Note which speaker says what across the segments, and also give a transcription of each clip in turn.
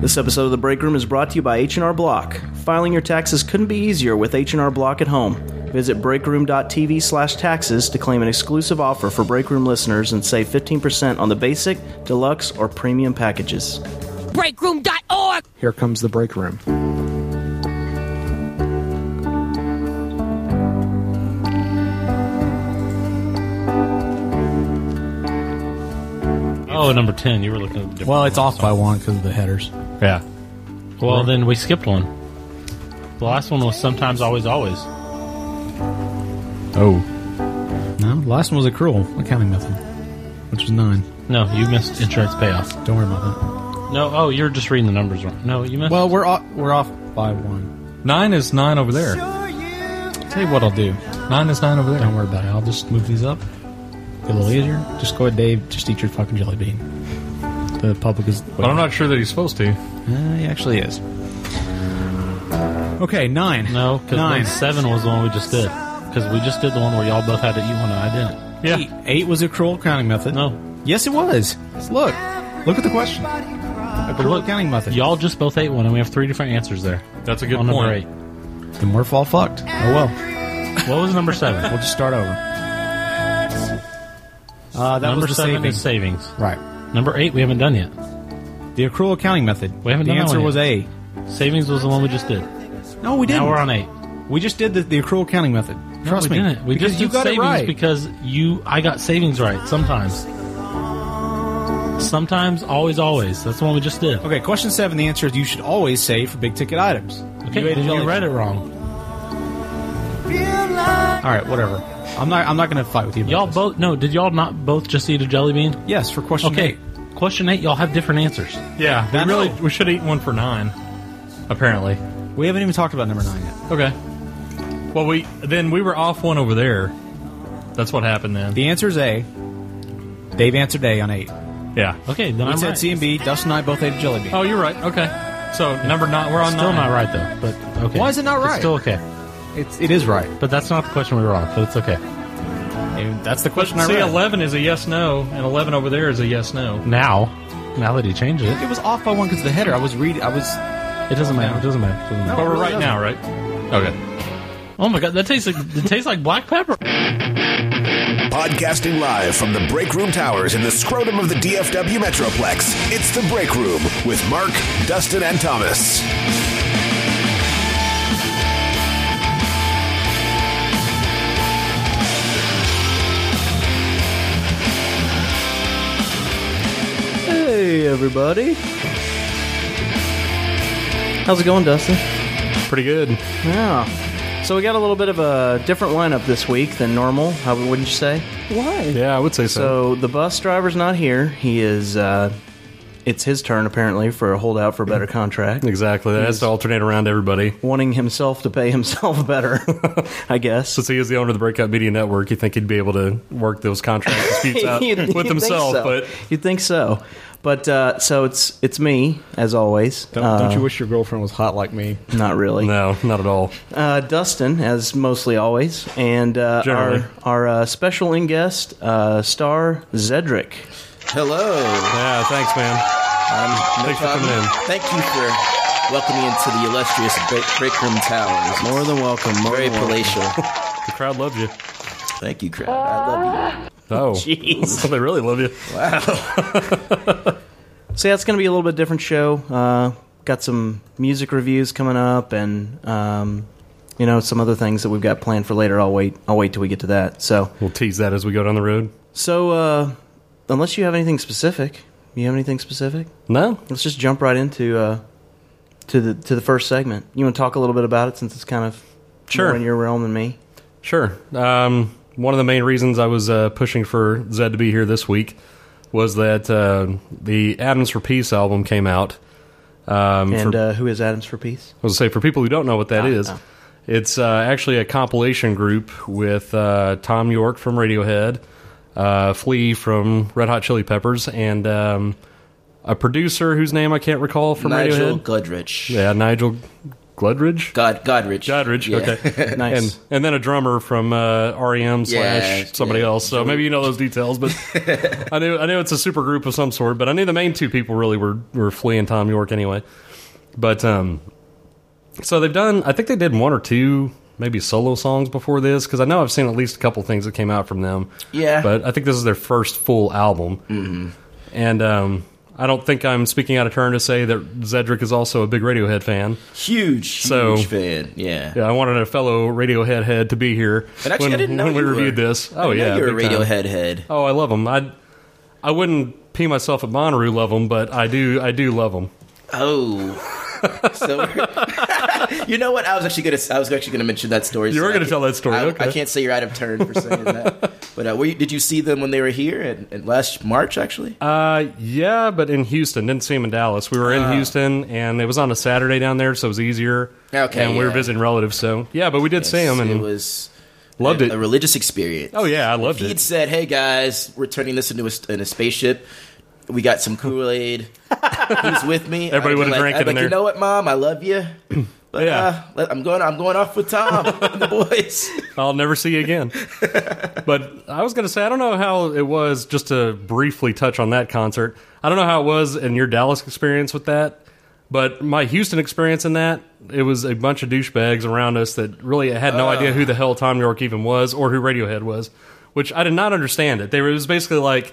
Speaker 1: This episode of The Break Room is brought to you by H&R Block. Filing your taxes couldn't be easier with H&R Block at home. Visit breakroom.tv slash taxes to claim an exclusive offer for Break Room listeners and save 15% on the basic, deluxe, or premium packages.
Speaker 2: breakroom.org.
Speaker 3: Here comes the break room.
Speaker 4: Oh, number 10. You were looking at a different
Speaker 5: Well, it's
Speaker 4: one,
Speaker 5: off
Speaker 4: so-
Speaker 5: by one because of the headers.
Speaker 4: Yeah. Well, then we skipped one. The last one was sometimes, always, always.
Speaker 5: Oh. No, the last one was accrual, accounting method, which was nine.
Speaker 4: No, you missed insurance payoff.
Speaker 5: Don't worry about
Speaker 4: No, oh, you're just reading the numbers wrong. No, you
Speaker 5: that.
Speaker 4: missed.
Speaker 5: Well, we're off, we're off by one.
Speaker 6: Nine is nine over there.
Speaker 5: Tell you what I'll do.
Speaker 6: Nine is nine over there.
Speaker 5: Don't worry about it. I'll just move these up. Get a little easier. Just go ahead, Dave. Just eat your fucking jelly bean. The public is.
Speaker 6: But I'm not sure that he's supposed to.
Speaker 5: Uh, he actually is. Okay, nine.
Speaker 4: no,
Speaker 5: nine.
Speaker 4: because seven was the one we just did. Because we just did the one where y'all both had to eat one and I didn't.
Speaker 5: Eight. Eight was accrual accounting method.
Speaker 4: No.
Speaker 5: Yes, it was. Look. Look at the question.
Speaker 4: But
Speaker 5: Accrual
Speaker 4: look,
Speaker 5: accounting method.
Speaker 4: y'all just both ate one and we have three different answers there.
Speaker 6: That's a good
Speaker 4: on number
Speaker 6: point.
Speaker 4: eight.
Speaker 5: Then we're all fucked. Oh well.
Speaker 4: What was number seven?
Speaker 5: We'll just start over. Uh, that
Speaker 4: number
Speaker 5: was the
Speaker 4: seven
Speaker 5: savings.
Speaker 4: is savings.
Speaker 5: Right.
Speaker 4: Number eight, we haven't done yet.
Speaker 5: The accrual accounting method.
Speaker 4: We haven't
Speaker 5: the
Speaker 4: done that
Speaker 5: answer
Speaker 4: one
Speaker 5: was A.
Speaker 4: Savings was the one we just did.
Speaker 5: No, we didn't.
Speaker 4: Now we're on eight.
Speaker 5: We just did the, the accrual accounting method. Trust
Speaker 4: we
Speaker 5: me.
Speaker 4: Didn't. We
Speaker 5: because
Speaker 4: just
Speaker 5: you
Speaker 4: did
Speaker 5: got
Speaker 4: savings
Speaker 5: it right.
Speaker 4: because you I got savings right sometimes. Sometimes, always, always. That's the one we just did.
Speaker 5: okay, question seven. The answer is you should always save for big ticket items.
Speaker 4: Okay,
Speaker 5: you ate
Speaker 4: well,
Speaker 5: a
Speaker 4: you
Speaker 5: jelly-
Speaker 4: read it wrong.
Speaker 5: All right, whatever. I'm not. I'm not going to fight with you. About
Speaker 4: Y'all
Speaker 5: this.
Speaker 4: both no. Did y'all not both just eat a jelly bean?
Speaker 5: Yes, for question
Speaker 4: Okay.
Speaker 5: eight.
Speaker 4: Question eight. Y'all have different answers.
Speaker 6: Yeah,
Speaker 5: That's-
Speaker 6: we really we should eat one for nine. Apparently.
Speaker 5: We haven't even talked about number nine yet.
Speaker 6: Okay. Well, we then we were off one over there. That's what happened then.
Speaker 5: The answer is A. Dave answered A on eight.
Speaker 6: Yeah.
Speaker 4: Okay, then
Speaker 5: It
Speaker 4: I'm
Speaker 5: said
Speaker 4: right.
Speaker 5: C and B. Dustin and I both ate a jelly bean.
Speaker 6: Oh, you're right. Okay. So number nine, we're on
Speaker 4: Still
Speaker 6: nine.
Speaker 4: not right though. But okay.
Speaker 5: Why is it not
Speaker 4: It's
Speaker 5: right?
Speaker 4: still okay.
Speaker 5: It's, it is right.
Speaker 4: But that's not the question we were on. But it's okay.
Speaker 5: And that's the
Speaker 6: But
Speaker 5: question I
Speaker 6: see,
Speaker 5: read.
Speaker 6: eleven is a yes no, and eleven over there is a yes no.
Speaker 4: Now, now that he changed it,
Speaker 5: It was off by one because the header. I was reading. I was.
Speaker 4: it doesn't matter. It doesn't matter. It doesn't matter.
Speaker 6: But we're right now, right? Okay.
Speaker 4: Oh my god, that tastes like it tastes like black pepper.
Speaker 7: Podcasting live from the Break Room Towers in the scrotum of the DFW Metroplex. It's the Break Room with Mark, Dustin, and Thomas.
Speaker 1: Hey, everybody. How's it going, Dustin?
Speaker 6: Pretty good.
Speaker 1: Yeah. So we got a little bit of a different lineup this week than normal, how wouldn't you say?
Speaker 6: Yeah, I would say so.
Speaker 1: So the bus driver's not here. He is. Uh, it's his turn apparently for a holdout for a better contract,
Speaker 6: Exactly. That has to alternate around everybody.
Speaker 1: wanting himself to pay himself better. I guess.
Speaker 6: Since he is the owner of the Breakout Media Network, you think he'd be able to work those contract disputes out
Speaker 1: You'd- you'd
Speaker 6: with
Speaker 1: think
Speaker 6: himself,
Speaker 1: so.
Speaker 6: but
Speaker 1: you'd think so. But uh, so it's it's me as always.
Speaker 5: Don't,
Speaker 1: Uh,
Speaker 5: don't you wish your girlfriend was hot like me?
Speaker 1: Not really.
Speaker 6: no, not at all.
Speaker 1: Uh, Dustin as mostly always, and uh,
Speaker 6: Generally.
Speaker 1: our our uh, special in guest uh, star Zedric.
Speaker 8: Hello.
Speaker 6: Yeah, thanks, man.
Speaker 8: Um,
Speaker 6: Thanks for coming in.
Speaker 8: Thank you for welcoming into the illustrious Break, break Room Towers. It's
Speaker 1: More than welcome. More
Speaker 8: very
Speaker 1: than welcome.
Speaker 8: palatial.
Speaker 6: The crowd loves you.
Speaker 8: Thank you, crowd. I love
Speaker 6: Oh,
Speaker 1: Jeez.
Speaker 6: they really love you.
Speaker 1: So that's going to be a little bit different show. Uh, got some music reviews coming up, and um, you know some other things that we've got planned for later. I'll wait. I'll wait till we get to that. So,
Speaker 6: We'll tease that as we go down the road.
Speaker 1: so uh, unless you have anything specific, you have anything specific?
Speaker 6: No,
Speaker 1: Let's just jump right into uh, to the to the first segment. You want to talk a little bit about it since it's kind of
Speaker 6: Sure.
Speaker 1: more in your realm than me.
Speaker 6: Sure. Um, one of the main reasons I was uh, pushing for Zed to be here this week was that uh, the Adams for Peace album came out. Um,
Speaker 1: And
Speaker 6: for,
Speaker 1: uh, who is Adams for Peace?
Speaker 6: I was gonna say for people who don't know what that
Speaker 1: Ah,
Speaker 6: is,
Speaker 1: ah.
Speaker 6: it's uh, actually a compilation group with uh, Tom York from Radiohead, uh, Flea from Red Hot Chili Peppers, and um, a producer whose name I can't recall
Speaker 8: it.
Speaker 6: from
Speaker 8: Nigel
Speaker 6: Radiohead.
Speaker 8: Goodrich.
Speaker 6: Yeah, Nigel Gludridge?
Speaker 8: God, Godrich.
Speaker 6: Godridge,
Speaker 8: Yeah.
Speaker 6: okay.
Speaker 1: Nice.
Speaker 6: And and then a drummer from uh, REM
Speaker 8: Yeah,
Speaker 6: slash somebody
Speaker 8: yeah.
Speaker 6: else. So maybe you know those details, but I knew I knew it's a super group of some sort, but I knew the main two people really were were Flea and Tom York anyway. But um so they've done I think they did one or two maybe solo songs before this because I know I've seen at least a couple things that came out from them.
Speaker 8: Yeah.
Speaker 6: But I think this is their first full album. Mm-hmm. And um I don't think I'm speaking out of turn to say that Zedric is also a big Radiohead fan.
Speaker 8: Huge, huge
Speaker 6: So-
Speaker 8: fan. Yeah.
Speaker 6: Yeah, I wanted a fellow Radiohead head to be here
Speaker 8: And actually,
Speaker 6: when,
Speaker 8: I didn't know
Speaker 6: when we
Speaker 8: you were-
Speaker 6: reviewed this. Oh
Speaker 8: I know
Speaker 6: yeah,
Speaker 8: you're a
Speaker 6: big time.
Speaker 8: Radiohead head.
Speaker 6: Oh, I love them. I I wouldn't pee myself at Bonnaroo love them, but I do I do love them.
Speaker 8: Oh. so you know what? I was actually gonna I was actually gonna mention that story.
Speaker 6: You were
Speaker 8: I
Speaker 6: gonna
Speaker 8: can't-
Speaker 6: tell that story,
Speaker 8: I,
Speaker 6: okay.
Speaker 8: I can't say you're out of turn for saying that. But uh, were you, did you see them when they were here at, at last March? Actually,
Speaker 6: Uh, yeah, but in Houston, didn't see them in Dallas. We were in
Speaker 8: Ah.
Speaker 6: Houston, and it was on a Saturday down there, so it was easier.
Speaker 8: Okay,
Speaker 6: and we were
Speaker 8: yeah.
Speaker 6: visiting relatives, so yeah, but we did see them, and
Speaker 8: it was
Speaker 6: loved
Speaker 8: a,
Speaker 6: it.
Speaker 8: A religious experience.
Speaker 6: oh yeah, I
Speaker 8: If
Speaker 6: loved
Speaker 8: He'd
Speaker 6: it.
Speaker 8: said, "Hey guys, we're turning this into a, in a spaceship. We got some Kool Aid. He's with me.
Speaker 6: Everybody
Speaker 8: I'd be
Speaker 6: would've
Speaker 8: like-
Speaker 6: drank
Speaker 8: I'd
Speaker 6: it
Speaker 8: be
Speaker 6: in
Speaker 8: like,
Speaker 6: there.
Speaker 8: You know what, Mom? I love you. But
Speaker 6: Yeah.
Speaker 8: uh, let- I'm going. I'm going off with Tom and the boys.
Speaker 6: I'll never see you again. but I was going to say, I don't know how it was, just to briefly touch on that concert. I don't know how it was in your Dallas experience with that, but my Houston experience in that, it was a bunch of douchebags around us that really had no idea who the hell Tom York even was or who Radiohead was, which I did not understand it. They were, it was basically like,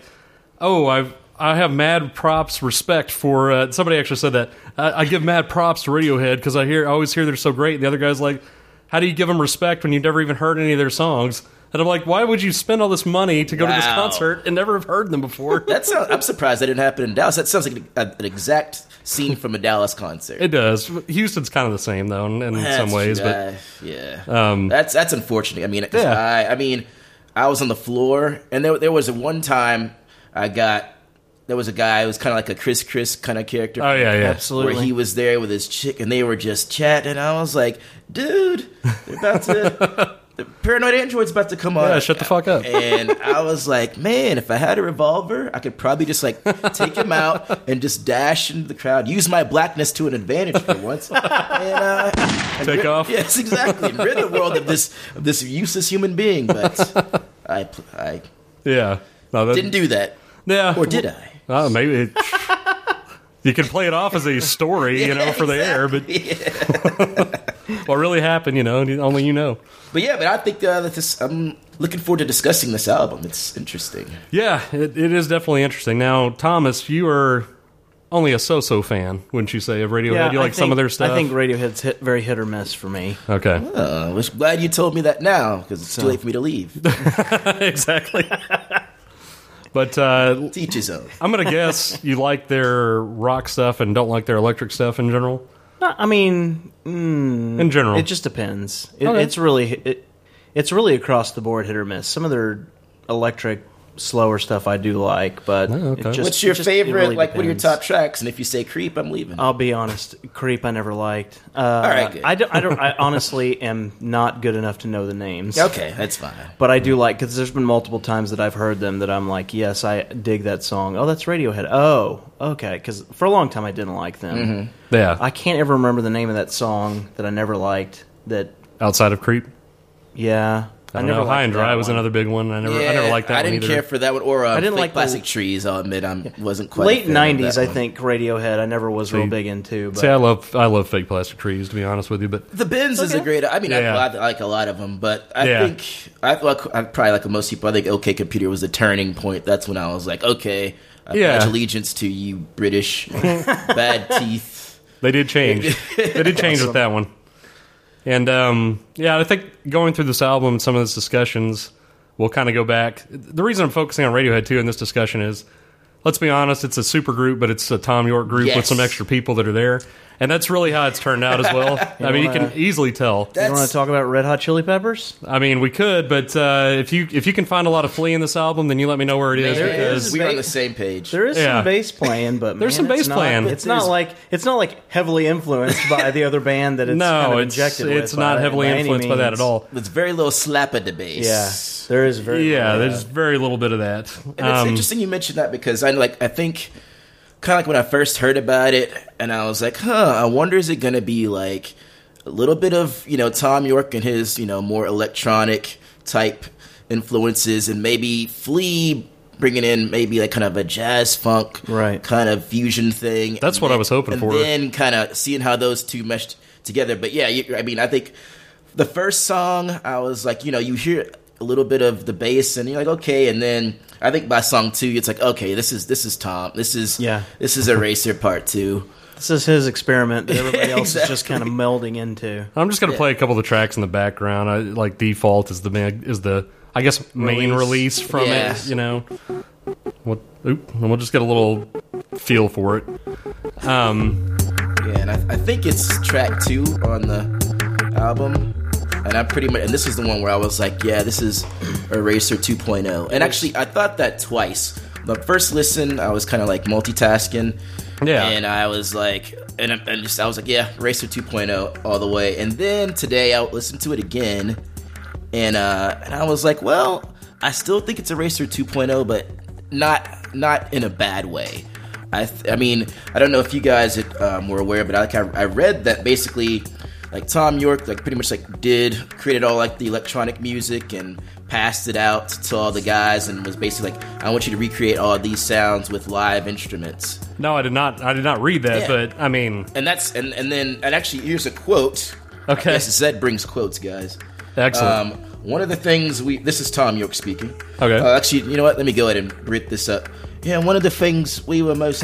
Speaker 6: oh, I've. I have mad props respect for uh, somebody actually said that I, I give mad props to Radiohead because I hear I always hear they're so great. And the other guy's like, how do you give them respect when you've never even heard any of their songs? And I'm like, why would you spend all this money to go to this
Speaker 8: Wow.
Speaker 6: concert and never have heard them before?
Speaker 8: That sounds, I'm surprised that didn't happen in Dallas. That sounds like an, an exact scene from a Dallas concert.
Speaker 6: it does. Houston's kind of the same though, in, in some
Speaker 8: That's-
Speaker 6: ways. But um,
Speaker 8: uh, yeah, that's that's unfortunate. I mean, uh, 'cause
Speaker 6: Yeah.
Speaker 8: I, I mean, I was on the floor, and there there was one time I got there was a guy who was kind of like a Chris Chris kind of character.
Speaker 6: oh yeah, yeah.
Speaker 1: Absolutely.
Speaker 8: Where he was there with his chick, and they were just chatting. I was like, dude, they're about to. the Paranoid Android's about to come on.
Speaker 6: Yeah, shut the fuck up.
Speaker 8: uh, And I was like, man, if I had a revolver, I could probably just like take him out and just dash into the crowd, use my blackness to an advantage for once. And, uh, and
Speaker 6: Take
Speaker 8: rid-
Speaker 6: off.
Speaker 8: Yes, exactly. And rid the world of this of this useless human being. But I, pl- I
Speaker 6: Yeah. No, that,
Speaker 8: didn't do that,
Speaker 6: Yeah.
Speaker 8: or did I?
Speaker 6: Oh, maybe it, you can play it off as a story, you know, for the air. But what really happened, you know, only you know.
Speaker 8: But yeah, but I think uh, that this. I'm looking forward to discussing this album. It's interesting.
Speaker 6: Yeah, it, it is definitely interesting. Now, Thomas, you are only a so-so fan, wouldn't you say, of Radiohead? you
Speaker 1: I
Speaker 6: like some
Speaker 1: think-
Speaker 6: of their stuff.
Speaker 1: I think Radiohead's hit, very hit or miss for me.
Speaker 6: okay.
Speaker 8: Uh, I was glad you told me that now because it's too late for me to leave.
Speaker 6: exactly. but uh,
Speaker 8: Teach his own.
Speaker 6: I'm going to guess you like their rock stuff and don't like their electric stuff in general.
Speaker 1: No, I mean,
Speaker 6: In general,
Speaker 1: Mm. it just depends. It,
Speaker 6: Okay.
Speaker 1: It's really it, it's really across the board hit or miss. Some of their electric slower stuff I do like, but
Speaker 6: Oh, okay.
Speaker 1: it just,
Speaker 8: What's your
Speaker 1: it just- it
Speaker 8: favorite?
Speaker 1: really
Speaker 8: like, what are your
Speaker 1: depends.
Speaker 8: top tracks? And if you say "Creep," I'm leaving.
Speaker 1: I'll be honest, creep I never liked. Uh, All
Speaker 8: right, good.
Speaker 1: I don't. I don't. I honestly am not good enough to know the names.
Speaker 8: okay, that's fine.
Speaker 1: But I do like because there's been multiple times that I've heard them that I'm like, yes, I dig that song. Oh, that's Radiohead. Oh, okay. Because for a long time I didn't like them.
Speaker 8: Mm-hmm.
Speaker 6: yeah.
Speaker 1: I can't ever remember the name of that song that I never liked. That
Speaker 6: outside of Creep,
Speaker 1: yeah,
Speaker 6: I, don't know. High
Speaker 1: liked
Speaker 6: and Dry
Speaker 1: that
Speaker 6: was
Speaker 1: one.
Speaker 6: another big one. I never, I never
Speaker 8: Yeah,
Speaker 6: liked that.
Speaker 8: I
Speaker 6: one
Speaker 8: didn't
Speaker 6: either.
Speaker 8: care for that one. Or uh,
Speaker 1: I didn't
Speaker 8: Fake
Speaker 1: like the-
Speaker 8: plastic trees. I'll admit, I am wasn't quite a
Speaker 1: late
Speaker 8: fan of
Speaker 1: '90s.
Speaker 8: that
Speaker 1: I
Speaker 8: one.
Speaker 1: think Radiohead. I never was real
Speaker 6: See.
Speaker 1: big into. But
Speaker 6: See, I love, I love fake plastic trees. To be honest with you, but
Speaker 8: the Bins is a great. I mean, I,
Speaker 6: Yeah.
Speaker 8: I like a lot of them, but I
Speaker 6: Yeah.
Speaker 8: think I like I probably like most people. I think OK Computer was the turning point. That's when I was like, okay, I
Speaker 6: Yeah.
Speaker 8: pledge allegiance to you British bad teeth.
Speaker 6: They did change. they did change with that one. And um, yeah, I think going through this album, some of those discussions, we'll kind of go back. The reason I'm focusing on Radiohead too in this discussion is, let's be honest, it's a super group, but it's a Tom York group with
Speaker 8: Yes.
Speaker 6: some extra people that are there, and that's really how it's turned out as well. I mean, you can easily tell.
Speaker 1: you want
Speaker 8: That's-
Speaker 1: to talk about Red Hot Chili Peppers?
Speaker 6: I mean, we could, but uh, if you if you can find a lot of Flea in this album, then you let me know where it is.
Speaker 1: There
Speaker 6: because-
Speaker 1: is-
Speaker 8: we were on the same page.
Speaker 1: There is
Speaker 6: Yeah.
Speaker 1: some bass playing, but
Speaker 6: There's
Speaker 1: man,
Speaker 6: some
Speaker 1: it's
Speaker 6: bass
Speaker 1: not-
Speaker 6: playing.
Speaker 1: It's not like it's not like heavily influenced by the other band that it's
Speaker 6: no,
Speaker 1: kind of
Speaker 6: it's
Speaker 1: injected with
Speaker 6: it's not
Speaker 1: by-
Speaker 6: heavily
Speaker 1: by any
Speaker 6: influenced by that
Speaker 1: means.
Speaker 6: at all.
Speaker 8: There's very little slap at the bass.
Speaker 1: Yeah, there is very
Speaker 6: Yeah,
Speaker 1: little, uh,
Speaker 6: there's very little bit of that.
Speaker 8: And it's
Speaker 6: Um,
Speaker 8: interesting you mentioned that because I like I think kind of like when I first heard about it and I was like, huh, I wonder is it gonna be like a little bit of you know Tom York and his you know more electronic type influences, and maybe Flea bringing in maybe like kind of a jazz funk
Speaker 1: Right.
Speaker 8: kind of fusion thing.
Speaker 6: That's
Speaker 8: And
Speaker 6: what I
Speaker 8: then-
Speaker 6: was hoping
Speaker 8: and
Speaker 6: for.
Speaker 8: Then kind of seeing how those two meshed together. But yeah, you, I mean, I think the first song I was like, you know, you hear a little bit of the bass and you're like, okay, and then. I think by song two, it's like okay, this is this is Tom, this is
Speaker 1: Yeah.
Speaker 8: this is Eraser Part Two.
Speaker 1: This is his experiment that everybody else is just
Speaker 8: Exactly.
Speaker 1: kind of melding into.
Speaker 6: I'm just gonna play a couple of the tracks in the background. I, like default is the main, is the I guess main
Speaker 1: Release.
Speaker 6: release, from
Speaker 8: Yeah.
Speaker 6: it. You know, what? Oop, and we'll just get a little feel for it. Um,
Speaker 8: Yeah, and I, I think it's track two on the album. And I pretty much, and this is the one where I was like, yeah, this is Eraser 2.0. And actually, I thought that twice. The first listen, I was kind of like multitasking.
Speaker 6: Yeah.
Speaker 8: And I was like, and I, and just, I was like, yeah, Eraser 2.0 all the way. And then today, I listened to it again. And, uh, and I was like, well, I still think it's Eraser 2.0, but not, not in a bad way. I, th- I mean, I don't know if you guys um, were aware, but I, like, I, I read that basically, like Tom York, like pretty much like did created all like the electronic music and passed it out to all the guys, and was basically like, I want you to recreate all these sounds with live instruments,
Speaker 6: no, I did not. I did not read that,
Speaker 8: Yeah.
Speaker 6: but I mean,
Speaker 8: and that's and and then and actually, here's a quote.
Speaker 6: Okay.
Speaker 8: yes, Zed brings quotes, guys.
Speaker 6: excellent.
Speaker 8: Um, one of the things we this is Tom York speaking.
Speaker 6: Okay.
Speaker 8: Uh, actually, you know what? Let me go ahead and rip this up. Yeah, one of the things we were most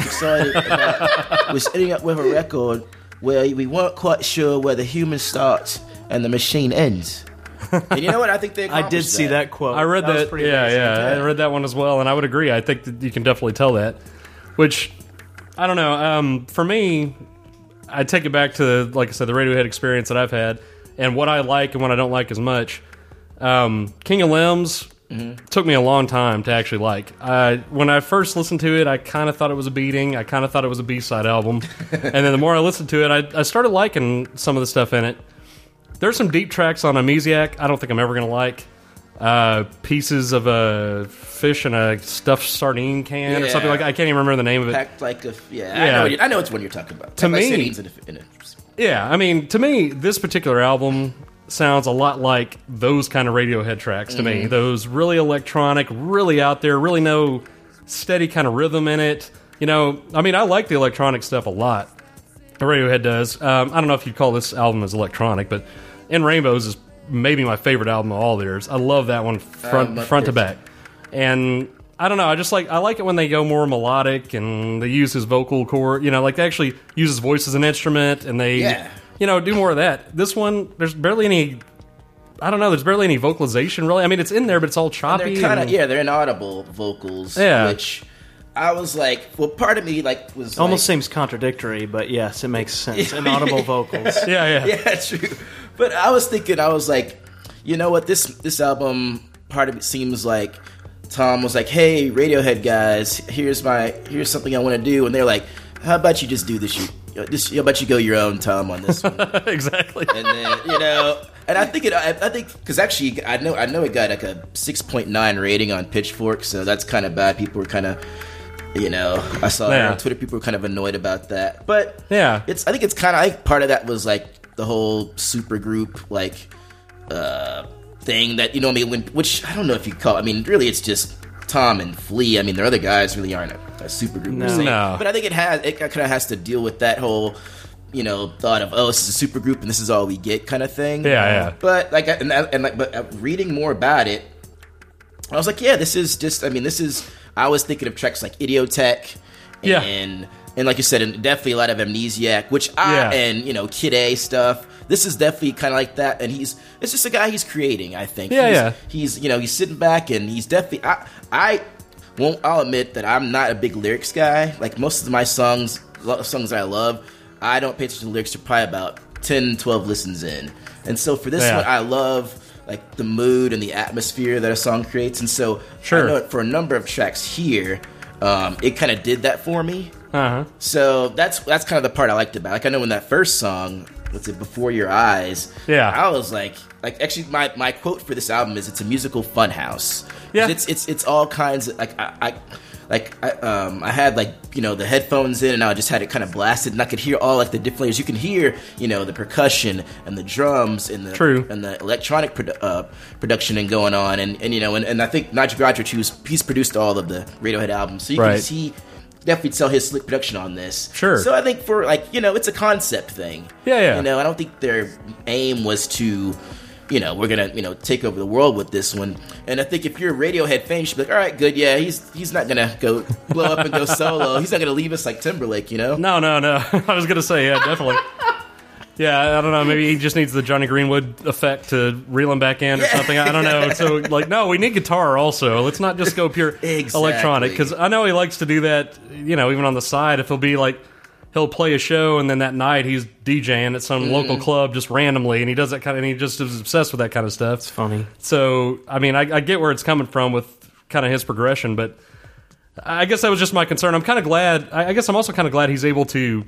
Speaker 8: excited about was ending up with a record where we weren't quite sure where the human starts and the machine ends. And you know what? I think they.
Speaker 1: I did
Speaker 8: accomplished
Speaker 1: see that quote.
Speaker 6: I read
Speaker 1: was
Speaker 6: that.
Speaker 1: pretty
Speaker 6: yeah,
Speaker 1: amazing.
Speaker 6: yeah, I read that one as well, and I would agree. I think that you can definitely tell that. Which I don't know. Um, for me, I take it back to like I said, the Radiohead experience that I've had, and what I like and what I don't like as much. Um, King of Limbs took me a long time to actually like. I, when I first listened to it, I kind of thought it was a beating. I kind of thought it was a B side album, and then the more I listened to it, I, I started liking some of the stuff in it. There's some deep tracks on Amnesiac I don't think I'm ever gonna like. Uh, pieces of a fish in a stuffed sardine can or something
Speaker 8: Yeah.
Speaker 6: like that. I can't even remember the name of it.
Speaker 8: Packed like a yeah. I,
Speaker 6: Yeah.
Speaker 8: know what you- I know it's one you're talking about.
Speaker 6: To
Speaker 8: Like
Speaker 6: me-
Speaker 8: sardines in a- in a-
Speaker 6: Yeah, I mean, to me, this particular album sounds a lot like those kind of Radiohead tracks to me. Those really electronic, really out there, really no steady kind of rhythm in it. You know, I mean, I like the electronic stuff a lot. Radiohead does. Um, I don't know if you'd call this album as electronic, but In Rainbows is maybe my favorite album of all theirs. I love that one front
Speaker 8: Um,
Speaker 6: front to
Speaker 8: it's-
Speaker 6: back. And I don't know, I just like I like it when they go more melodic and they use his vocal cord, you know, like they actually use his voice as an instrument and they
Speaker 8: Yeah.
Speaker 6: you know, do more of that. This one there's barely any I don't know, there's barely any vocalization really. I mean, it's in there but it's all choppy.
Speaker 8: They're kind of
Speaker 6: and-
Speaker 8: yeah, they're inaudible vocals.
Speaker 6: Yeah.
Speaker 8: which I was like, well, part of me like was
Speaker 1: Almost
Speaker 8: like,
Speaker 1: seems contradictory, but yes, it makes sense. Inaudible vocals.
Speaker 6: yeah, yeah.
Speaker 8: yeah, true. But I was thinking, I was like, you know what? This this album part of it seems like Tom was like, "Hey, Radiohead guys, here's my here's something I want to do," and they're like, "How about you just do this? You, this, how about you go your own, Tom, on this one?"
Speaker 6: exactly.
Speaker 8: and then you know. And I think it. I, I think because actually, I know. I know it got like a six point nine rating on Pitchfork, so that's kind of bad. People were kind of, you know, I saw it
Speaker 6: Yeah.
Speaker 8: on Twitter. People were kind of annoyed about that, but
Speaker 6: Yeah.
Speaker 8: it's. I think it's kind of. I think part of that was like the whole super group like uh, thing that you know. I mean, when, which I don't know if you call. I mean, really, it's just Tom and Flea. I mean, the other guys really aren't a, a super group. per se.
Speaker 6: No.
Speaker 8: but I think it has. It kind of has to deal with that whole. You know, thought of oh, this is a super group and this is all we get kind of thing.
Speaker 6: Yeah, yeah.
Speaker 8: But like, and, and like, but uh, reading more about it, I was like, yeah, this is just. I mean, this is. I was thinking of tracks like Idiotech,
Speaker 6: Yeah.
Speaker 8: and and like you said, and definitely a lot of Amnesiac, which I
Speaker 6: Yeah.
Speaker 8: and you know Kid A stuff. This is definitely kind of like that, and he's it's just a guy he's creating. I think.
Speaker 6: Yeah,
Speaker 8: he's,
Speaker 6: yeah.
Speaker 8: He's you know he's sitting back and he's definitely. I I won't. I'll admit that I'm not a big lyrics guy. Like most of my songs, lo- songs I love, I don't pay attention to lyrics to probably about 10, 12 listens in, and so for this
Speaker 6: Yeah.
Speaker 8: one, I love like the mood and the atmosphere that a song creates, and so
Speaker 6: Sure.
Speaker 8: I know for a number of tracks here, um, it kind of did that for me.
Speaker 6: Uh-huh.
Speaker 8: So that's that's kind of the part I liked about. it. Like I know when that first song, what's it, Before Your Eyes?
Speaker 6: Yeah.
Speaker 8: I was like, like actually, my, my quote for this album is it's a musical funhouse.
Speaker 6: Yeah.
Speaker 8: it's it's it's all kinds of like I, I like I, um, I had like you know the headphones in and I just had it kind of blasted and I could hear all like the different layers. You can hear you know the percussion and the drums and the
Speaker 6: True.
Speaker 8: and the electronic produ- uh, production and going on and, and you know and, and I think Nigel Godrich who's he's produced all of the Radiohead albums, so you can
Speaker 6: Right.
Speaker 8: see definitely tell his slick production on this.
Speaker 6: Sure.
Speaker 8: So I think for like you know it's a concept thing.
Speaker 6: Yeah, yeah.
Speaker 8: You know I don't think their aim was to. You know, we're gonna you know take over the world with this one, and I think if you're a Radiohead fan, you should be like, all right, good, yeah, he's he's not gonna go blow up and go solo. He's not gonna leave us like Timberlake, you know?
Speaker 6: No, no, no. I was gonna say, yeah, definitely. yeah, I don't know. Maybe he just needs the Johnny Greenwood effect to reel him back in or something. I don't know. So, like, no, we need guitar also. Let's not just go pure
Speaker 8: Exactly.
Speaker 6: electronic because I know he likes to do that. You know, even on the side, if he'll be like, he'll play a show and then that night he's DJing at some local club just randomly, and he does that kind of. And he just is obsessed with that kind of stuff. It's
Speaker 1: funny.
Speaker 6: So, I mean, I, I get where it's coming from with kind of his progression, but. I guess that was just my concern. I'm kind of glad. I I guess I'm also kind of glad he's able to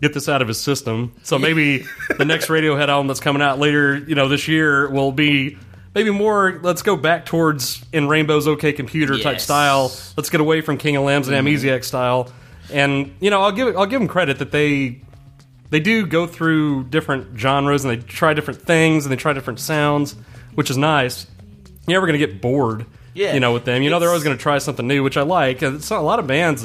Speaker 6: get this out of his system. So maybe the next Radiohead album that's coming out later, you know, this year will be maybe more. Let's go back towards in Rainbow's OK Computer type
Speaker 8: Yes.
Speaker 6: style. Let's get away from King of Limbs and Amnesiac style. And you know, I'll give I'll give them credit that they they do go through different genres and they try different things and they try different sounds, which is nice. You're never going to get bored,
Speaker 8: Yeah.
Speaker 6: you know, with them. You know, they're always
Speaker 8: It's-
Speaker 6: going to try something new, which I like. And It's a lot of bands,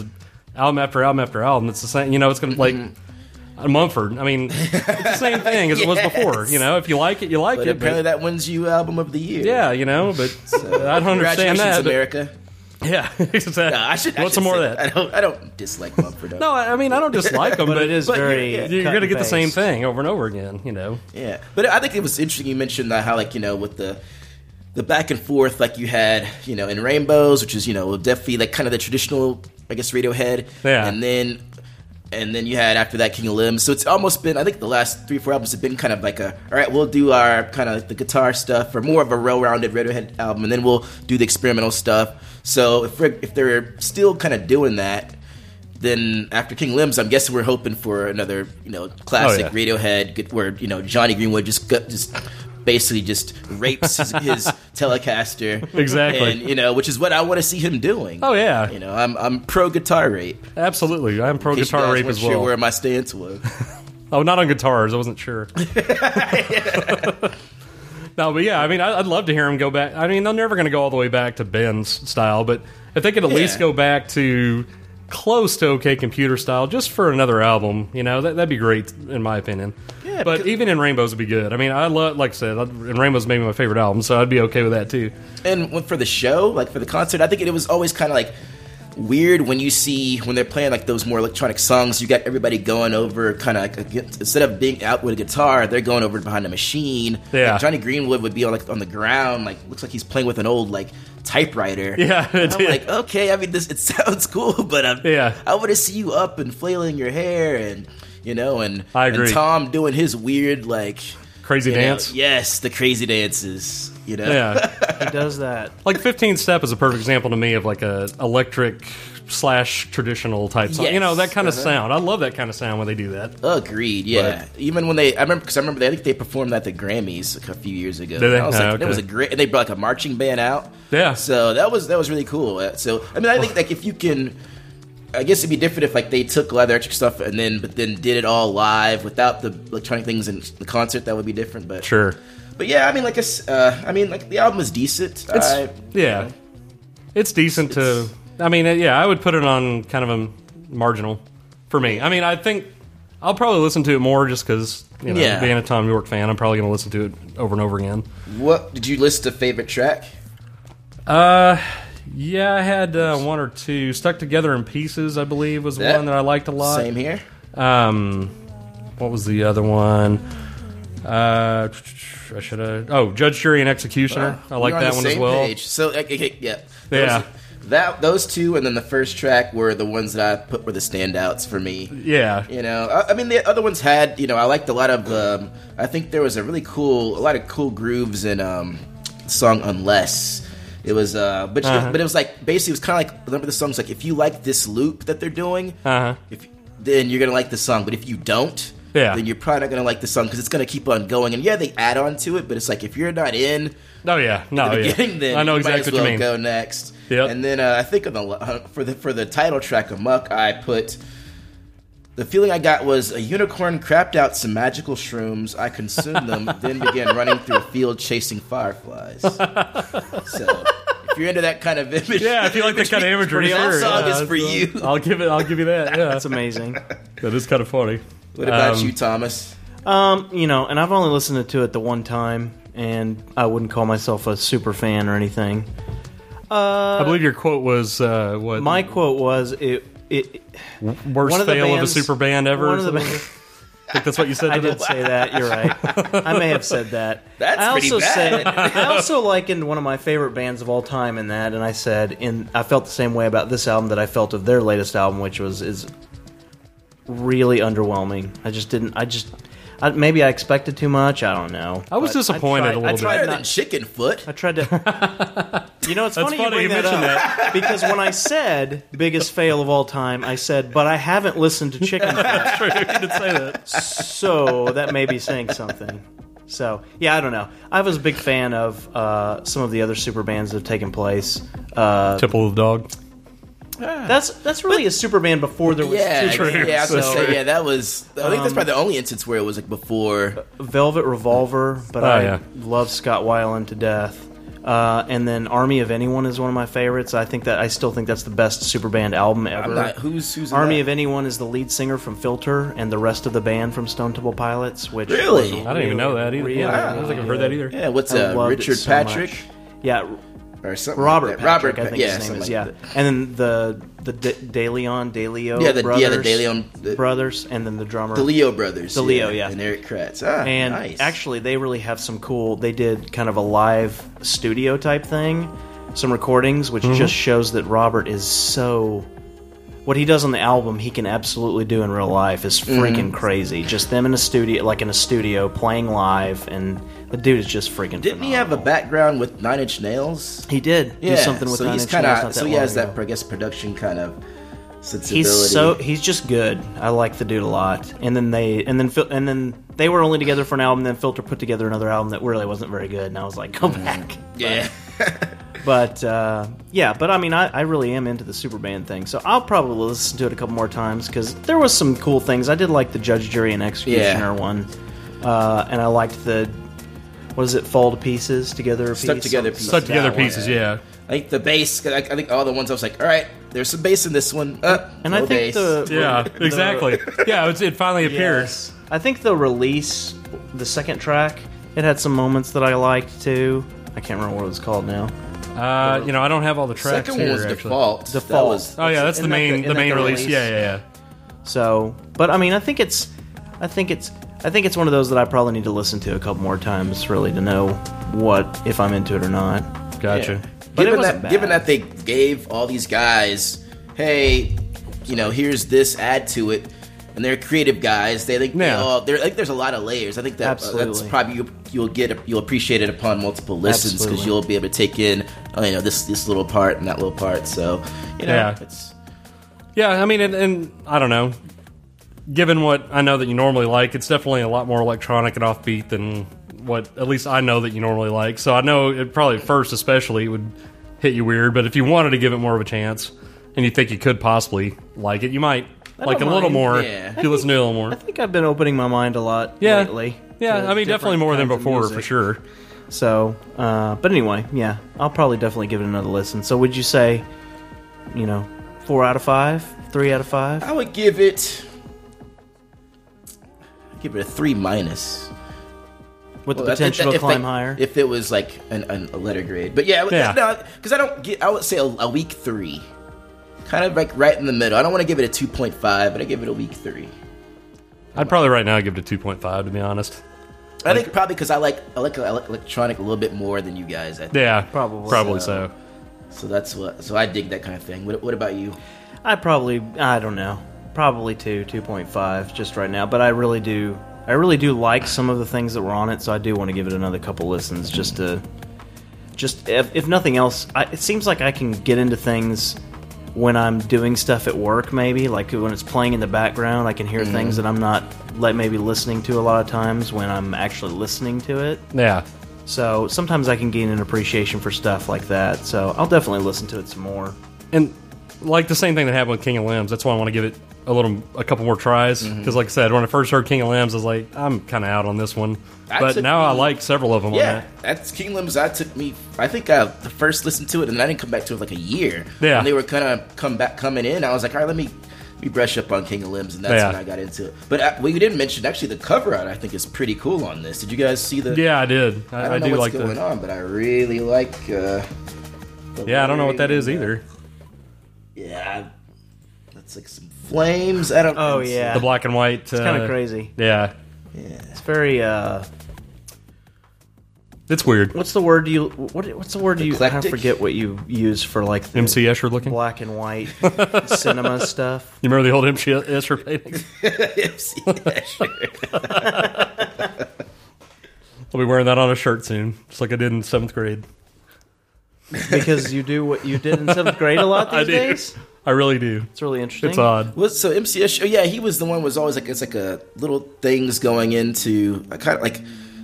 Speaker 6: album after album after album. It's the same, you know, it's going to
Speaker 8: Mm-hmm.
Speaker 6: like Mumford. I mean, it's the same thing as it was before. You know, if you like it, you like
Speaker 8: But
Speaker 6: it.
Speaker 8: apparently
Speaker 6: But,
Speaker 8: that wins you album of the year.
Speaker 6: yeah, you know, but I don't understand
Speaker 8: Congratulations,
Speaker 6: that. but-
Speaker 8: America.
Speaker 6: yeah, exactly.
Speaker 8: No, I should. I
Speaker 6: Want
Speaker 8: should
Speaker 6: some more of
Speaker 8: say
Speaker 6: that?
Speaker 8: I don't. I don't dislike Mumford.
Speaker 6: No, I I mean I don't dislike them, but,
Speaker 1: it is
Speaker 6: but
Speaker 1: very
Speaker 6: you're-
Speaker 1: cut
Speaker 6: you're going to
Speaker 1: and
Speaker 6: get the same
Speaker 1: paste.
Speaker 6: thing over and over again. You know.
Speaker 8: Yeah, but I think it was interesting you mentioned that how like you know with the the back and forth like you had you know in Rainbows, which is you know definitely like kind of the traditional I guess Radiohead,
Speaker 6: Yeah.
Speaker 8: and then and then you had after that King of Limbs. So it's almost been I think the last three four albums have been kind of like a all right we'll do our kind of the guitar stuff or more of a well rounded Radiohead album, and then we'll do the experimental stuff. So if we're, if they're still kind of doing that. Then after King of Limbs, I'm guessing we're hoping for another, you know, classic
Speaker 6: Oh, yeah.
Speaker 8: Radiohead, get- where you know Johnny Greenwood just got, just basically just rapes his, his Telecaster,
Speaker 6: Exactly.
Speaker 8: and you know, which is what I want to see him doing.
Speaker 6: Oh, yeah.
Speaker 8: you know, I'm I'm pro guitar rape. In
Speaker 6: Absolutely, I'm pro
Speaker 8: case you
Speaker 6: guitar
Speaker 8: guys
Speaker 6: rape
Speaker 8: weren't
Speaker 6: as
Speaker 8: Sure
Speaker 6: well.
Speaker 8: where my stance was.
Speaker 6: oh, not on guitars. I wasn't sure. no, but yeah, I mean, I- I'd love to hear him go back. I mean, they're never going to go all the way back to Ben's style, but if they could at least
Speaker 8: Yeah.
Speaker 6: go back to close to OK Computer style, just for another album, you know, that, that'd be great in my opinion.
Speaker 8: Yeah,
Speaker 6: but
Speaker 8: because-
Speaker 6: even in Rainbows would be good. I mean, I love, like I said, and Rainbows maybe my favorite album, so I'd be okay with that too.
Speaker 8: And when- for the show, like for the concert, I think it, was always kind of like weird when you see when they're playing like those more electronic songs. You got everybody going over kind of like against- instead of being out with a guitar, they're going over behind a machine.
Speaker 6: Yeah.
Speaker 8: Like, Johnny Greenwood would be on like on the ground, like looks like he's playing with an old like typewriter.
Speaker 6: Yeah, it
Speaker 8: And I'm
Speaker 6: did.
Speaker 8: like okay. I mean, this it sounds cool, but I'm,
Speaker 6: Yeah.
Speaker 8: I want to see you up and flailing your hair and you know and
Speaker 6: I agree.
Speaker 8: And Tom doing his weird like
Speaker 6: Crazy
Speaker 8: you know,
Speaker 6: dance.
Speaker 8: yes, the crazy dances. You know.
Speaker 6: yeah.
Speaker 1: He does that.
Speaker 6: like 15 step is a perfect example to me of like a electric slash traditional type song you know
Speaker 8: Yes. Uh-huh.
Speaker 6: that kind of sound i love that kind of sound when they do that
Speaker 8: Agreed. Yeah. Even when they, I remember because I remember they, I think they performed at the Grammys like, a few years ago.
Speaker 6: Did they?
Speaker 8: And I was like,
Speaker 6: Oh,
Speaker 8: that was a
Speaker 6: okay.
Speaker 8: great. And they brought like a marching band out.
Speaker 6: Yeah.
Speaker 8: So that was that was really cool. Uh, So I mean, I think like if you can. I guess it'd be different if like they took live electric stuff and then but then did it all live without the electronic things in the concert. That would be different, but
Speaker 6: sure
Speaker 8: But yeah, I mean, like I, s- uh, I mean, like the album is decent.
Speaker 6: it's
Speaker 8: I-
Speaker 6: yeah it's decent
Speaker 8: It's-
Speaker 6: to i mean yeah i would put it on kind of a marginal for me i mean i think i'll probably listen to it more just because you know
Speaker 8: Yeah.
Speaker 6: being a tom york fan i'm probably going to listen to it over and over again
Speaker 8: what did you list a favorite track?
Speaker 6: uh yeah i had uh, one or two stuck together in pieces i believe was
Speaker 8: That-
Speaker 6: one that i liked a lot
Speaker 8: Same here.
Speaker 6: Um, what was the other one? Uh, I should have. Oh, Judge, Jury, and Executioner. I like
Speaker 8: We're Uh, on
Speaker 6: that
Speaker 8: the
Speaker 6: one as
Speaker 8: same
Speaker 6: well.
Speaker 8: page. So okay, okay, yeah, Those-
Speaker 6: Yeah.
Speaker 8: that those two, and then the first track were the ones that I put were the standouts for me.
Speaker 6: Yeah,
Speaker 8: You know, I, I mean, the other ones had, you know, I liked a lot of. Um, I think there was a really cool, a lot of cool grooves in um, song "Unless." It was, uh, but
Speaker 6: Uh-huh.
Speaker 8: but it was like basically it was kind of like remember the songs like if you like this loop that they're doing,
Speaker 6: Uh-huh.
Speaker 8: if then you're gonna like the song, but if you don't,
Speaker 6: Yeah.
Speaker 8: then you're probably not gonna like the song because it's gonna keep on going. And yeah, they add on to it, but it's like if you're not in
Speaker 6: Oh yeah, no,
Speaker 8: the
Speaker 6: yeah.
Speaker 8: beginning, then
Speaker 6: I know
Speaker 8: you
Speaker 6: exactly
Speaker 8: might as
Speaker 6: what
Speaker 8: well
Speaker 6: you mean.
Speaker 8: Go next.
Speaker 6: Yep.
Speaker 8: And then uh, I think on the uh, for the for the title track of Muck, I put. The feeling I got was a unicorn crapped out some magical shrooms. I consumed them, then began running through a field chasing fireflies. so, if you're into that kind of image,
Speaker 6: Yeah, I feel like that kind of imagery.
Speaker 8: pretty
Speaker 6: sure,
Speaker 8: awesome.
Speaker 6: yeah,
Speaker 8: It's for you.
Speaker 6: I'll give it. I'll give you that. Yeah,
Speaker 1: That's amazing.
Speaker 6: that is kind of funny.
Speaker 8: What about
Speaker 6: Um,
Speaker 8: you, Thomas?
Speaker 1: Um, you know, and I've only listened to it the one time, and I wouldn't call myself a super fan or anything.
Speaker 8: Uh,
Speaker 6: I believe your quote was uh, what
Speaker 1: My quote was it. It
Speaker 6: worst
Speaker 1: one of the
Speaker 6: fail
Speaker 1: bands-
Speaker 6: of a super band ever.
Speaker 1: one
Speaker 6: or
Speaker 1: of the
Speaker 6: something?
Speaker 1: ba-
Speaker 6: I think that's what you said.
Speaker 1: I
Speaker 6: to
Speaker 1: did
Speaker 6: them.
Speaker 1: say that. You're right. I may have said that.
Speaker 8: That's
Speaker 1: I
Speaker 8: pretty
Speaker 1: also
Speaker 8: bad.
Speaker 1: said I also likened one of my favorite bands of all time in that, and I said in I felt the same way about this album that I felt of their latest album, which was is really underwhelming. I just didn't. I just I, maybe I expected too much. I don't know.
Speaker 6: I was
Speaker 1: But
Speaker 6: disappointed
Speaker 1: tried-
Speaker 6: a little
Speaker 1: I
Speaker 6: bit.
Speaker 1: tried
Speaker 8: Better
Speaker 1: not-
Speaker 8: than Chicken Foot.
Speaker 1: I tried to. You know, it's
Speaker 6: That's
Speaker 1: funny,
Speaker 6: funny
Speaker 1: you
Speaker 6: you
Speaker 1: bring that
Speaker 6: mentioned
Speaker 1: up because when I said biggest fail of all time, I said, but I haven't listened to Chicken Foot,
Speaker 6: True, you did say that.
Speaker 1: so that may be saying something. So yeah, I don't know. I was a big fan of uh, some of the other super bands that have taken place. Uh,
Speaker 6: Tipple the dog.
Speaker 1: that's that's really a super band before there was
Speaker 8: Yeah,
Speaker 6: True.
Speaker 8: yeah, I was gonna
Speaker 6: So-
Speaker 8: say, yeah, that was. I
Speaker 6: Um,
Speaker 8: think that's probably the only instance where it was like
Speaker 6: uh,
Speaker 8: before.
Speaker 1: Velvet Revolver, but I
Speaker 6: yeah.
Speaker 1: love Scott Weiland to death. Uh, and then Army of Anyone is one of my favorites. I think that I still think that's the best super band album ever.
Speaker 8: I'm not
Speaker 6: uh,
Speaker 8: who's who's in
Speaker 1: Army
Speaker 8: that?
Speaker 1: of Anyone is the lead singer from Filter and the rest of the band from Stone Temple Pilots, which
Speaker 8: Really?
Speaker 1: was
Speaker 6: I didn't even know that either.
Speaker 1: really
Speaker 6: Yeah, I don't think I've heard that either.
Speaker 8: Yeah, what's
Speaker 1: I
Speaker 8: uh,
Speaker 1: loved it
Speaker 8: Richard
Speaker 1: so
Speaker 8: Patrick
Speaker 1: much. Yeah,
Speaker 8: or something?
Speaker 1: Robert
Speaker 8: like that.
Speaker 1: Patrick,
Speaker 8: Robert,
Speaker 1: I think
Speaker 8: yeah,
Speaker 1: his name
Speaker 8: something
Speaker 1: is.
Speaker 8: like
Speaker 1: yeah,
Speaker 8: that.
Speaker 1: and then the the D- DeLeon DeLeo
Speaker 8: Yeah, the-
Speaker 1: brothers,
Speaker 8: yeah, the DeLeon- the-
Speaker 1: brothers, and then the drummer
Speaker 8: The Leo brothers.
Speaker 1: The Leo, yeah.
Speaker 8: and Eric Kratz. Ah,
Speaker 1: And
Speaker 8: nice.
Speaker 1: actually, they really have some cool. They did kind of a live studio type thing, some recordings, which just shows that Robert is so. What he does on the album, he can absolutely do in real life is
Speaker 8: Mm-hmm.
Speaker 1: freaking crazy. Just them in a studio, like in a studio, playing live, and the dude is just freaking.
Speaker 8: didn't he have a
Speaker 1: phenomenal.
Speaker 8: background with Nine Inch Nails?
Speaker 1: He did
Speaker 8: Yeah,
Speaker 1: do something with
Speaker 8: so
Speaker 1: Nine
Speaker 8: he's
Speaker 1: Inch
Speaker 8: kinda-
Speaker 1: Nails not
Speaker 8: so
Speaker 1: that
Speaker 8: he
Speaker 1: long
Speaker 8: has
Speaker 1: ago.
Speaker 8: that, I guess, production kind of sensibility.
Speaker 1: He's so he's just good. I like the dude a lot. And then they and then Fil- and then they were only together for an album. Then Filter put together another album that really wasn't very good. And I was like, go
Speaker 8: Mm-hmm.
Speaker 1: back.
Speaker 8: yeah.
Speaker 1: But uh, yeah, but I mean, I, I really am into the Superman thing, so I'll probably listen to it a couple more times because there was some cool things. I did like the Judge, Jury, and Executioner
Speaker 8: Yeah.
Speaker 1: one, uh, and I liked the what is it, Fall to Pieces, Together, a
Speaker 8: Stuck
Speaker 1: piece?
Speaker 8: Together
Speaker 1: Something-
Speaker 8: Piece.
Speaker 6: Stuck together
Speaker 8: That one.
Speaker 6: pieces. Yeah.
Speaker 8: I think the bass. 'cause I, I think all the ones I was like, all right, there's some bass in this one. Uh,
Speaker 1: And
Speaker 8: no
Speaker 1: I think
Speaker 8: bass.
Speaker 1: the
Speaker 6: Yeah,
Speaker 1: the-
Speaker 6: exactly. Yeah, it's, it finally appears.
Speaker 1: I think the release, the second track, it had some moments that I liked too. I can't remember what it was called now.
Speaker 6: Uh, you know, I don't have all the tracks
Speaker 8: second one
Speaker 6: here,
Speaker 8: was
Speaker 6: actually.
Speaker 8: default. That
Speaker 1: Default.
Speaker 8: was-
Speaker 6: Oh yeah, that's
Speaker 1: Isn't that
Speaker 6: the
Speaker 1: the-
Speaker 6: main
Speaker 1: isn't
Speaker 6: the
Speaker 1: that
Speaker 6: main
Speaker 1: the
Speaker 6: release.
Speaker 1: release?
Speaker 6: Yeah, yeah,
Speaker 1: So, but I mean, I think it's, I think it's, I think it's one of those that I probably need to listen to a couple more times, really, to know what if I'm into it or not.
Speaker 6: yeah. Gotcha.
Speaker 1: But it
Speaker 8: given
Speaker 1: wasn't
Speaker 8: that,
Speaker 1: bad.
Speaker 8: given that they gave all these guys, hey, you know, here's this, add to it, and they're creative guys. They think they
Speaker 6: Yeah.
Speaker 8: all, they're like there's a lot of layers. I think that uh, that's
Speaker 1: Absolutely.
Speaker 8: probably you, you'll get you'll appreciate it upon multiple listens because
Speaker 1: Absolutely.
Speaker 8: you'll be able to take in uh, you know this this little part and that little part. So you know,
Speaker 6: Yeah.
Speaker 8: it's
Speaker 6: Yeah, I mean, and, and I don't know. Given what I know that you normally like, it's definitely a lot more electronic and offbeat than what at least I know that you normally like. So I know it probably at first, especially, it would hit you weird. But if you wanted to give it more of a chance, and you think you could possibly like it, you might like it
Speaker 1: don't
Speaker 6: a little
Speaker 1: mind.
Speaker 6: more
Speaker 8: Yeah.
Speaker 6: if you listen to it a little
Speaker 1: I
Speaker 6: more.
Speaker 1: think I've been opening my mind a lot
Speaker 6: Yeah,
Speaker 1: lately. to
Speaker 6: yeah. I mean,
Speaker 1: different
Speaker 6: definitely more than
Speaker 1: kinds of
Speaker 6: before for
Speaker 1: music.
Speaker 6: sure.
Speaker 1: So, uh, but anyway, yeah, I'll probably definitely give it another listen. So, would you say, you know, four out of five, three out of five?
Speaker 8: I would give it I'd give it a three minus.
Speaker 1: with the
Speaker 8: Well, I think
Speaker 1: potential
Speaker 8: that
Speaker 1: to
Speaker 8: if
Speaker 1: climb
Speaker 8: they-
Speaker 1: higher.
Speaker 8: If it was like an, an, a letter grade, but yeah,
Speaker 6: Yeah.
Speaker 8: because I don't get. I would say a, a week three, kind of like right in the middle. I don't want to give it a two point five, but I give it a week three.
Speaker 6: I'd probably right now give it a two point five to be honest.
Speaker 8: I think probably because I like I like ele- electronic a little bit more than you guys. I think.
Speaker 6: Yeah,
Speaker 1: Probably
Speaker 6: probably
Speaker 8: so.
Speaker 6: so.
Speaker 8: So that's what. So I dig that kind of thing. What, what about you?
Speaker 1: I probably, I don't know, probably two, two point five, just right now. But I really do, I really do like some of the things that were on it, so I do want to give it another couple listens just to, just if, if nothing else, I, it seems like I can get into things when I'm doing stuff at work, maybe like when it's playing in the background, I can hear things that I'm not like maybe listening to a lot of times when I'm actually listening to it.
Speaker 6: Yeah.
Speaker 1: So sometimes I can gain an appreciation for stuff like that. So I'll definitely listen to it some more.
Speaker 6: and like the same thing that happened with King of Limbs. That's why I want to give it a little, a couple more tries.
Speaker 8: Mm-hmm.
Speaker 6: Because, like I said, when I first heard King of Limbs, I was like, I'm kind of out on this one.
Speaker 8: I
Speaker 6: but
Speaker 8: took-
Speaker 6: now I like several of them. on
Speaker 8: Yeah,
Speaker 6: that.
Speaker 8: that's King Limbs. I took me. I think I the first listened to it, and I didn't come back to it for like a year.
Speaker 6: Yeah.
Speaker 8: and they were kind of come back coming in. I was like, all right, let me let me brush up on King of Limbs, and that's
Speaker 6: Yeah.
Speaker 8: when I got into it. But uh we didn't mention actually the cover art. I think is pretty cool on this. Did you guys see the?
Speaker 6: Yeah, I did. I,
Speaker 8: I
Speaker 6: I,
Speaker 8: don't know
Speaker 6: do
Speaker 8: what's
Speaker 6: like
Speaker 8: going
Speaker 6: that.
Speaker 8: on, but I really like. Uh, the
Speaker 6: Yeah, I don't know what that is
Speaker 8: lettering.
Speaker 6: either.
Speaker 8: Yeah, that's like some flames. I don't.
Speaker 1: Oh
Speaker 8: it's-
Speaker 1: yeah,
Speaker 6: The black and white. It's
Speaker 1: kind of crazy.
Speaker 6: Yeah,
Speaker 1: It's very uh,
Speaker 6: it's weird.
Speaker 1: what's the word you what what's the word you I
Speaker 8: Eclectic?
Speaker 1: forget what you use for like the
Speaker 6: MC Escher looking.
Speaker 1: black and white cinema stuff.
Speaker 6: You remember the old MC Escher paintings? I'll be wearing that on a shirt soon, just like I did in seventh grade.
Speaker 1: Because you do what you did in seventh grade a lot these
Speaker 6: I do.
Speaker 1: days.
Speaker 6: I really do.
Speaker 1: It's really interesting.
Speaker 6: It's odd.
Speaker 8: Well, so MC Escher, oh, yeah, he was the one who was always like it's like a little things going into I kind of like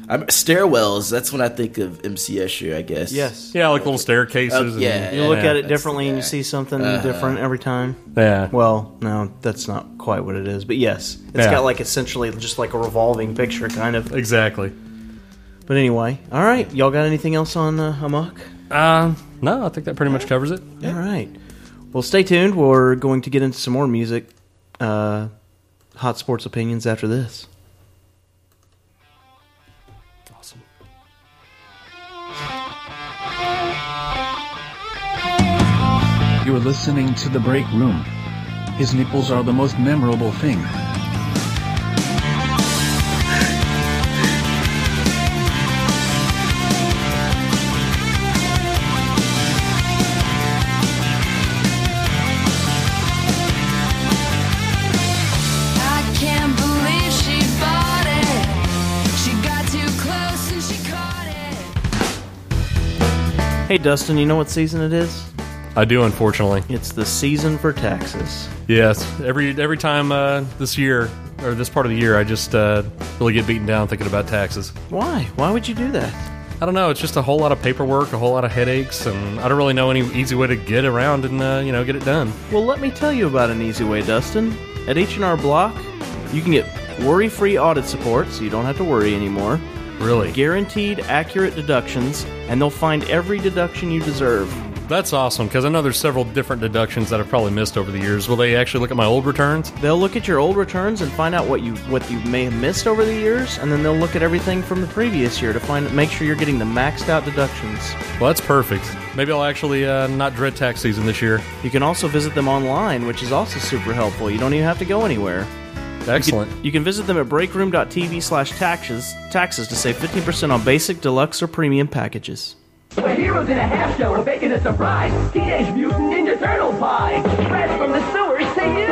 Speaker 8: I'm, stairwells. That's when I think of MC Escher, I guess.
Speaker 1: Yes.
Speaker 6: Yeah, like little staircases.
Speaker 8: Oh, yeah,
Speaker 6: and,
Speaker 8: You
Speaker 1: You look
Speaker 6: yeah.
Speaker 1: at it
Speaker 8: that's Uh.
Speaker 1: differently and you
Speaker 8: the-
Speaker 1: see something different every time.
Speaker 6: Yeah.
Speaker 1: Well, no, that's not quite what it is, but yes, it's
Speaker 6: Yeah.
Speaker 1: got like essentially just like a revolving picture kind of.
Speaker 6: exactly.
Speaker 1: But anyway, all right, y'all got anything else on uh, Amok? um,
Speaker 6: Uh, no, I think that pretty much covers it.
Speaker 1: All right. Well, stay tuned. We're going to get into some more music, uh, hot sports opinions after this.
Speaker 6: Awesome.
Speaker 3: You're listening to The Break Room. His nipples are the most memorable thing.
Speaker 9: I can't believe she bought it. She got too close and she caught it.
Speaker 1: Hey, Dustin, you know what season it is?
Speaker 6: I do, unfortunately.
Speaker 1: It's the season for taxes.
Speaker 6: Yes. Every every time uh, this year or this part of the year, I just uh, really get beaten down thinking about taxes.
Speaker 1: Why? Why would you do that?
Speaker 6: I don't know. It's just a whole lot of paperwork, a whole lot of headaches, and I don't really know any easy way to get around and uh, you know get it done.
Speaker 1: Well, let me tell you about an easy way, Dustin. At H&R Block, you can get worry-free audit support, so you don't have to worry anymore.
Speaker 6: Really,
Speaker 1: Guaranteed accurate deductions, and they'll find every deduction you deserve.
Speaker 6: that's awesome because I know there's several different deductions that I've probably missed over the years. Will they actually look at my old returns?
Speaker 1: They'll look at your old returns and find out what you what you may have missed over the years, and then they'll look at everything from the previous year to find make sure you're getting the maxed out deductions.
Speaker 6: Well, that's perfect. Maybe I'll actually uh, not dread tax season this year.
Speaker 1: You can also visit them online, which is also super helpful. You don't even have to go anywhere.
Speaker 6: Excellent.
Speaker 1: You can visit them at breakroom.tv slash taxes taxes to save 15% on basic, deluxe, or premium packages.
Speaker 10: The heroes in a half shell are making a surprise. Teenage Mutant Ninja Turtle pie. Fresh from the sewers to you.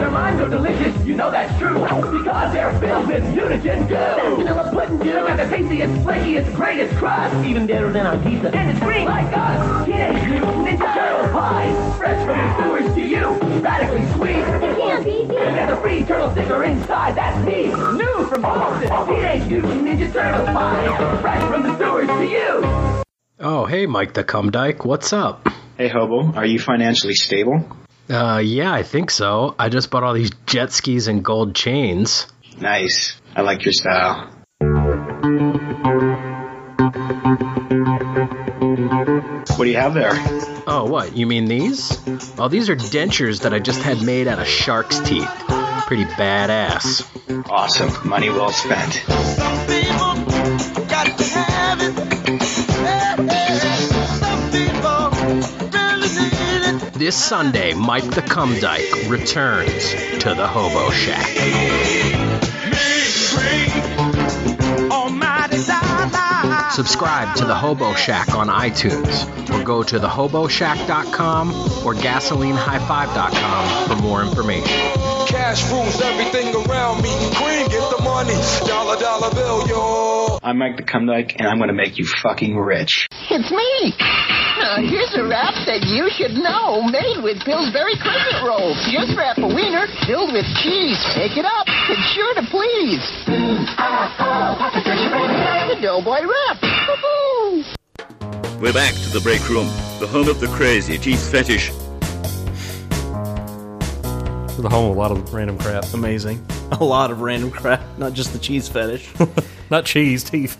Speaker 10: Their minds are delicious, you know that's true. Because they're filled with mutagen goo. That vanilla pudding goo. Got the tastiest, flakiest, greatest crust. Even better than our pizza. And it's free like us. Teenage Mutant Ninja Turtle pie. Fresh from the sewers to you. Radically sweet. It can't be And there's a free turtle sticker inside. That's me. New from Boston. Teenage Mutant Ninja Turtle pie. Fresh from the sewers to you.
Speaker 11: Oh, hey, Mike the Cum Dyke, what's up?
Speaker 12: Hey Hobo, are you financially stable?
Speaker 11: Uh, yeah, I think so. I just bought all these jet skis and gold chains.
Speaker 12: Nice. I like your style. What do you have there?
Speaker 11: Oh, what? You mean these? Oh, these are dentures that I just had made out of shark's teeth. Pretty badass.
Speaker 12: Awesome. Money well spent.
Speaker 11: This Sunday, Mike the Cum Dyke returns to the Hobo Shack. Subscribe to the Hobo Shack on iTunes or go to thehoboshack.com or gasolinehighfive.com for more information.
Speaker 3: Cash rules everything around me. Queen, get the money. Dollar, dollar bill, yo.
Speaker 12: I'm Mike the Cumdyke, and I'm going to make you fucking rich.
Speaker 13: It's me. Uh, here's a wrap that you should know, made with Pillsbury crescent rolls. Just wrap a wiener filled with cheese. Pick it up. It's sure to please. The Doughboy Wrap. Boo-boo.
Speaker 14: We're back to the break room, the home of the crazy teeth fetish.
Speaker 6: The home of a lot of random crap.
Speaker 1: Amazing. A lot of random crap, not just the cheese fetish.
Speaker 6: not cheese, teeth.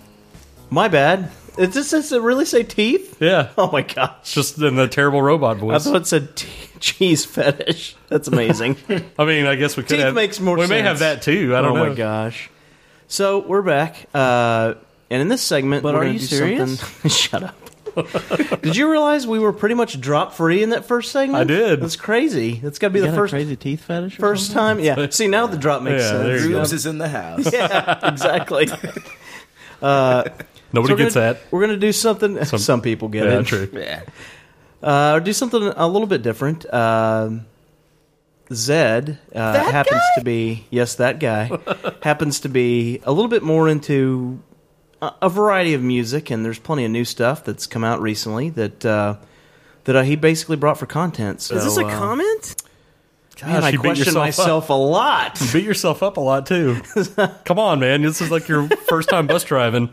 Speaker 1: My bad. Is this, does it really say teeth?
Speaker 6: Yeah.
Speaker 1: Oh my gosh.
Speaker 6: Just in the terrible robot voice.
Speaker 1: I thought it said te- cheese fetish. That's amazing.
Speaker 6: I mean, I guess we could
Speaker 1: Teeth
Speaker 6: have-
Speaker 1: makes more
Speaker 6: we may
Speaker 1: sense.
Speaker 6: have that too. I don't
Speaker 1: Oh my
Speaker 6: know.
Speaker 1: gosh. So we're back. Uh, and in this segment,
Speaker 6: But
Speaker 1: we're
Speaker 6: are
Speaker 1: gonna
Speaker 6: you
Speaker 1: do
Speaker 6: serious?
Speaker 1: something- Shut up. Did you realize we were pretty much drop free in that first segment?
Speaker 6: I did.
Speaker 1: That's crazy. That's got to be
Speaker 6: You
Speaker 1: the
Speaker 6: got a
Speaker 1: first
Speaker 5: crazy teeth fetish.
Speaker 1: First time, yeah. See now the drop makes
Speaker 6: Yeah, there
Speaker 1: sense.
Speaker 6: you go.
Speaker 8: Rubes is in the house.
Speaker 1: yeah, exactly. Uh,
Speaker 6: Nobody
Speaker 1: so we're
Speaker 6: gets
Speaker 1: gonna-
Speaker 6: that.
Speaker 1: We're gonna do something. Some, people get
Speaker 6: yeah,
Speaker 1: it.
Speaker 6: true.
Speaker 8: Yeah.
Speaker 1: Uh, do something a little bit different. Um, Zed uh,
Speaker 8: That
Speaker 1: happens to be yes, that guy happens to be a little bit more into a, a variety of music, and there's plenty of new stuff that's come out recently that uh, that uh, he basically brought for content. So,
Speaker 15: Is this a
Speaker 1: uh,
Speaker 15: comment?
Speaker 1: man, I
Speaker 6: you beat
Speaker 1: question
Speaker 6: yourself
Speaker 1: myself
Speaker 6: up.
Speaker 1: a lot.
Speaker 6: You beat yourself up a lot too. Come on, man. This is like your first time bus driving.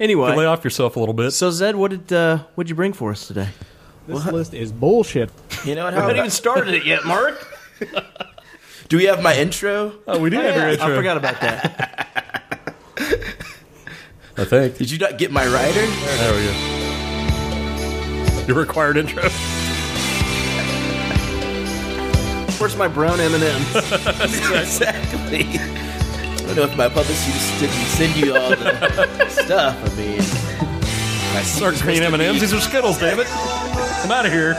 Speaker 1: Anyway,
Speaker 6: You can lay off yourself a little bit.
Speaker 1: So Zed, what did uh, what'd you bring for us today?
Speaker 5: This list is bullshit.
Speaker 8: You know what?
Speaker 1: We haven't
Speaker 8: How about-
Speaker 1: even started it yet, Mark.
Speaker 8: Do we have my intro?
Speaker 6: Oh, we do have your intro.
Speaker 1: I forgot about that.
Speaker 6: I think.
Speaker 8: Did you not get my rider?
Speaker 6: There we go. Your required intro.
Speaker 1: Where's my brown M and M?
Speaker 8: exactly. I don't know if my publicist just didn't send you all the stuff. I mean, my
Speaker 6: Start green M and M's. These are Skittles, damn it! I'm out of here.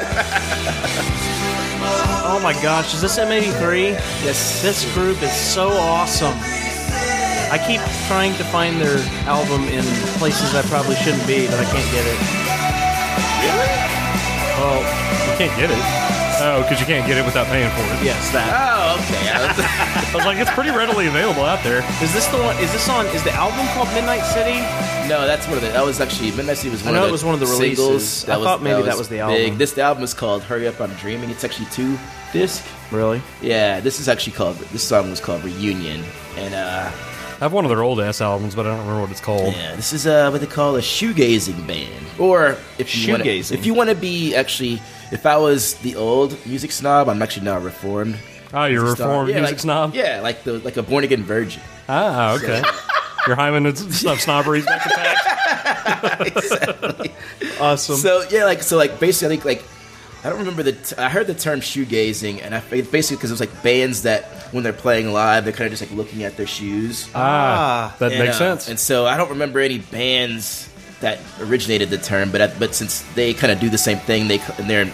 Speaker 1: Oh my gosh, is this M83?
Speaker 8: Yes.
Speaker 1: This group is so awesome. I keep trying to find their album in places I probably shouldn't be, but I can't get it.
Speaker 6: Well, you can't get it. Oh, because you can't get it without paying for it.
Speaker 1: Yes, that.
Speaker 8: Oh, okay. I
Speaker 6: was like, it's pretty readily available out there.
Speaker 1: Is this the one? Is this on? Is the album called Midnight City?
Speaker 8: No, that's one of the. That was actually Midnight City was
Speaker 1: I
Speaker 8: one
Speaker 1: know
Speaker 8: of the
Speaker 1: it was one of the releases.
Speaker 8: singles.
Speaker 1: I thought maybe that was the album.
Speaker 8: This the album is called "Hurry Up, I'm Dreaming." It's actually two disc.
Speaker 1: Really?
Speaker 8: Yeah, this is actually called. This song was called "Reunion," and uh,
Speaker 6: I have one of their old ass albums, but I don't remember what it's called.
Speaker 8: Yeah, this is uh, what they call a shoegazing band, or if you wanna,
Speaker 6: Shoegazing.
Speaker 8: if you want to be actually, if I was the old music snob, I'm actually now reformed.
Speaker 6: Oh, you're
Speaker 8: music snob.
Speaker 6: reformed
Speaker 8: Yeah,
Speaker 6: music
Speaker 8: like-
Speaker 6: snob?
Speaker 8: Yeah, like the like a born again virgin.
Speaker 6: Ah,
Speaker 8: So-
Speaker 6: okay. Your hymen and stuff snobbery's back to back.
Speaker 1: Awesome.
Speaker 8: So yeah, like so like basically, I think like I don't remember the t- I heard the term shoegazing, and I it basically because it was like bands that when they're playing live, they're kind of just like looking at their shoes.
Speaker 6: Ah, that
Speaker 8: And,
Speaker 6: makes
Speaker 8: uh,
Speaker 6: sense.
Speaker 8: And so I don't remember any bands that originated the term, but I, but since they kind of do the same thing, they c- and they're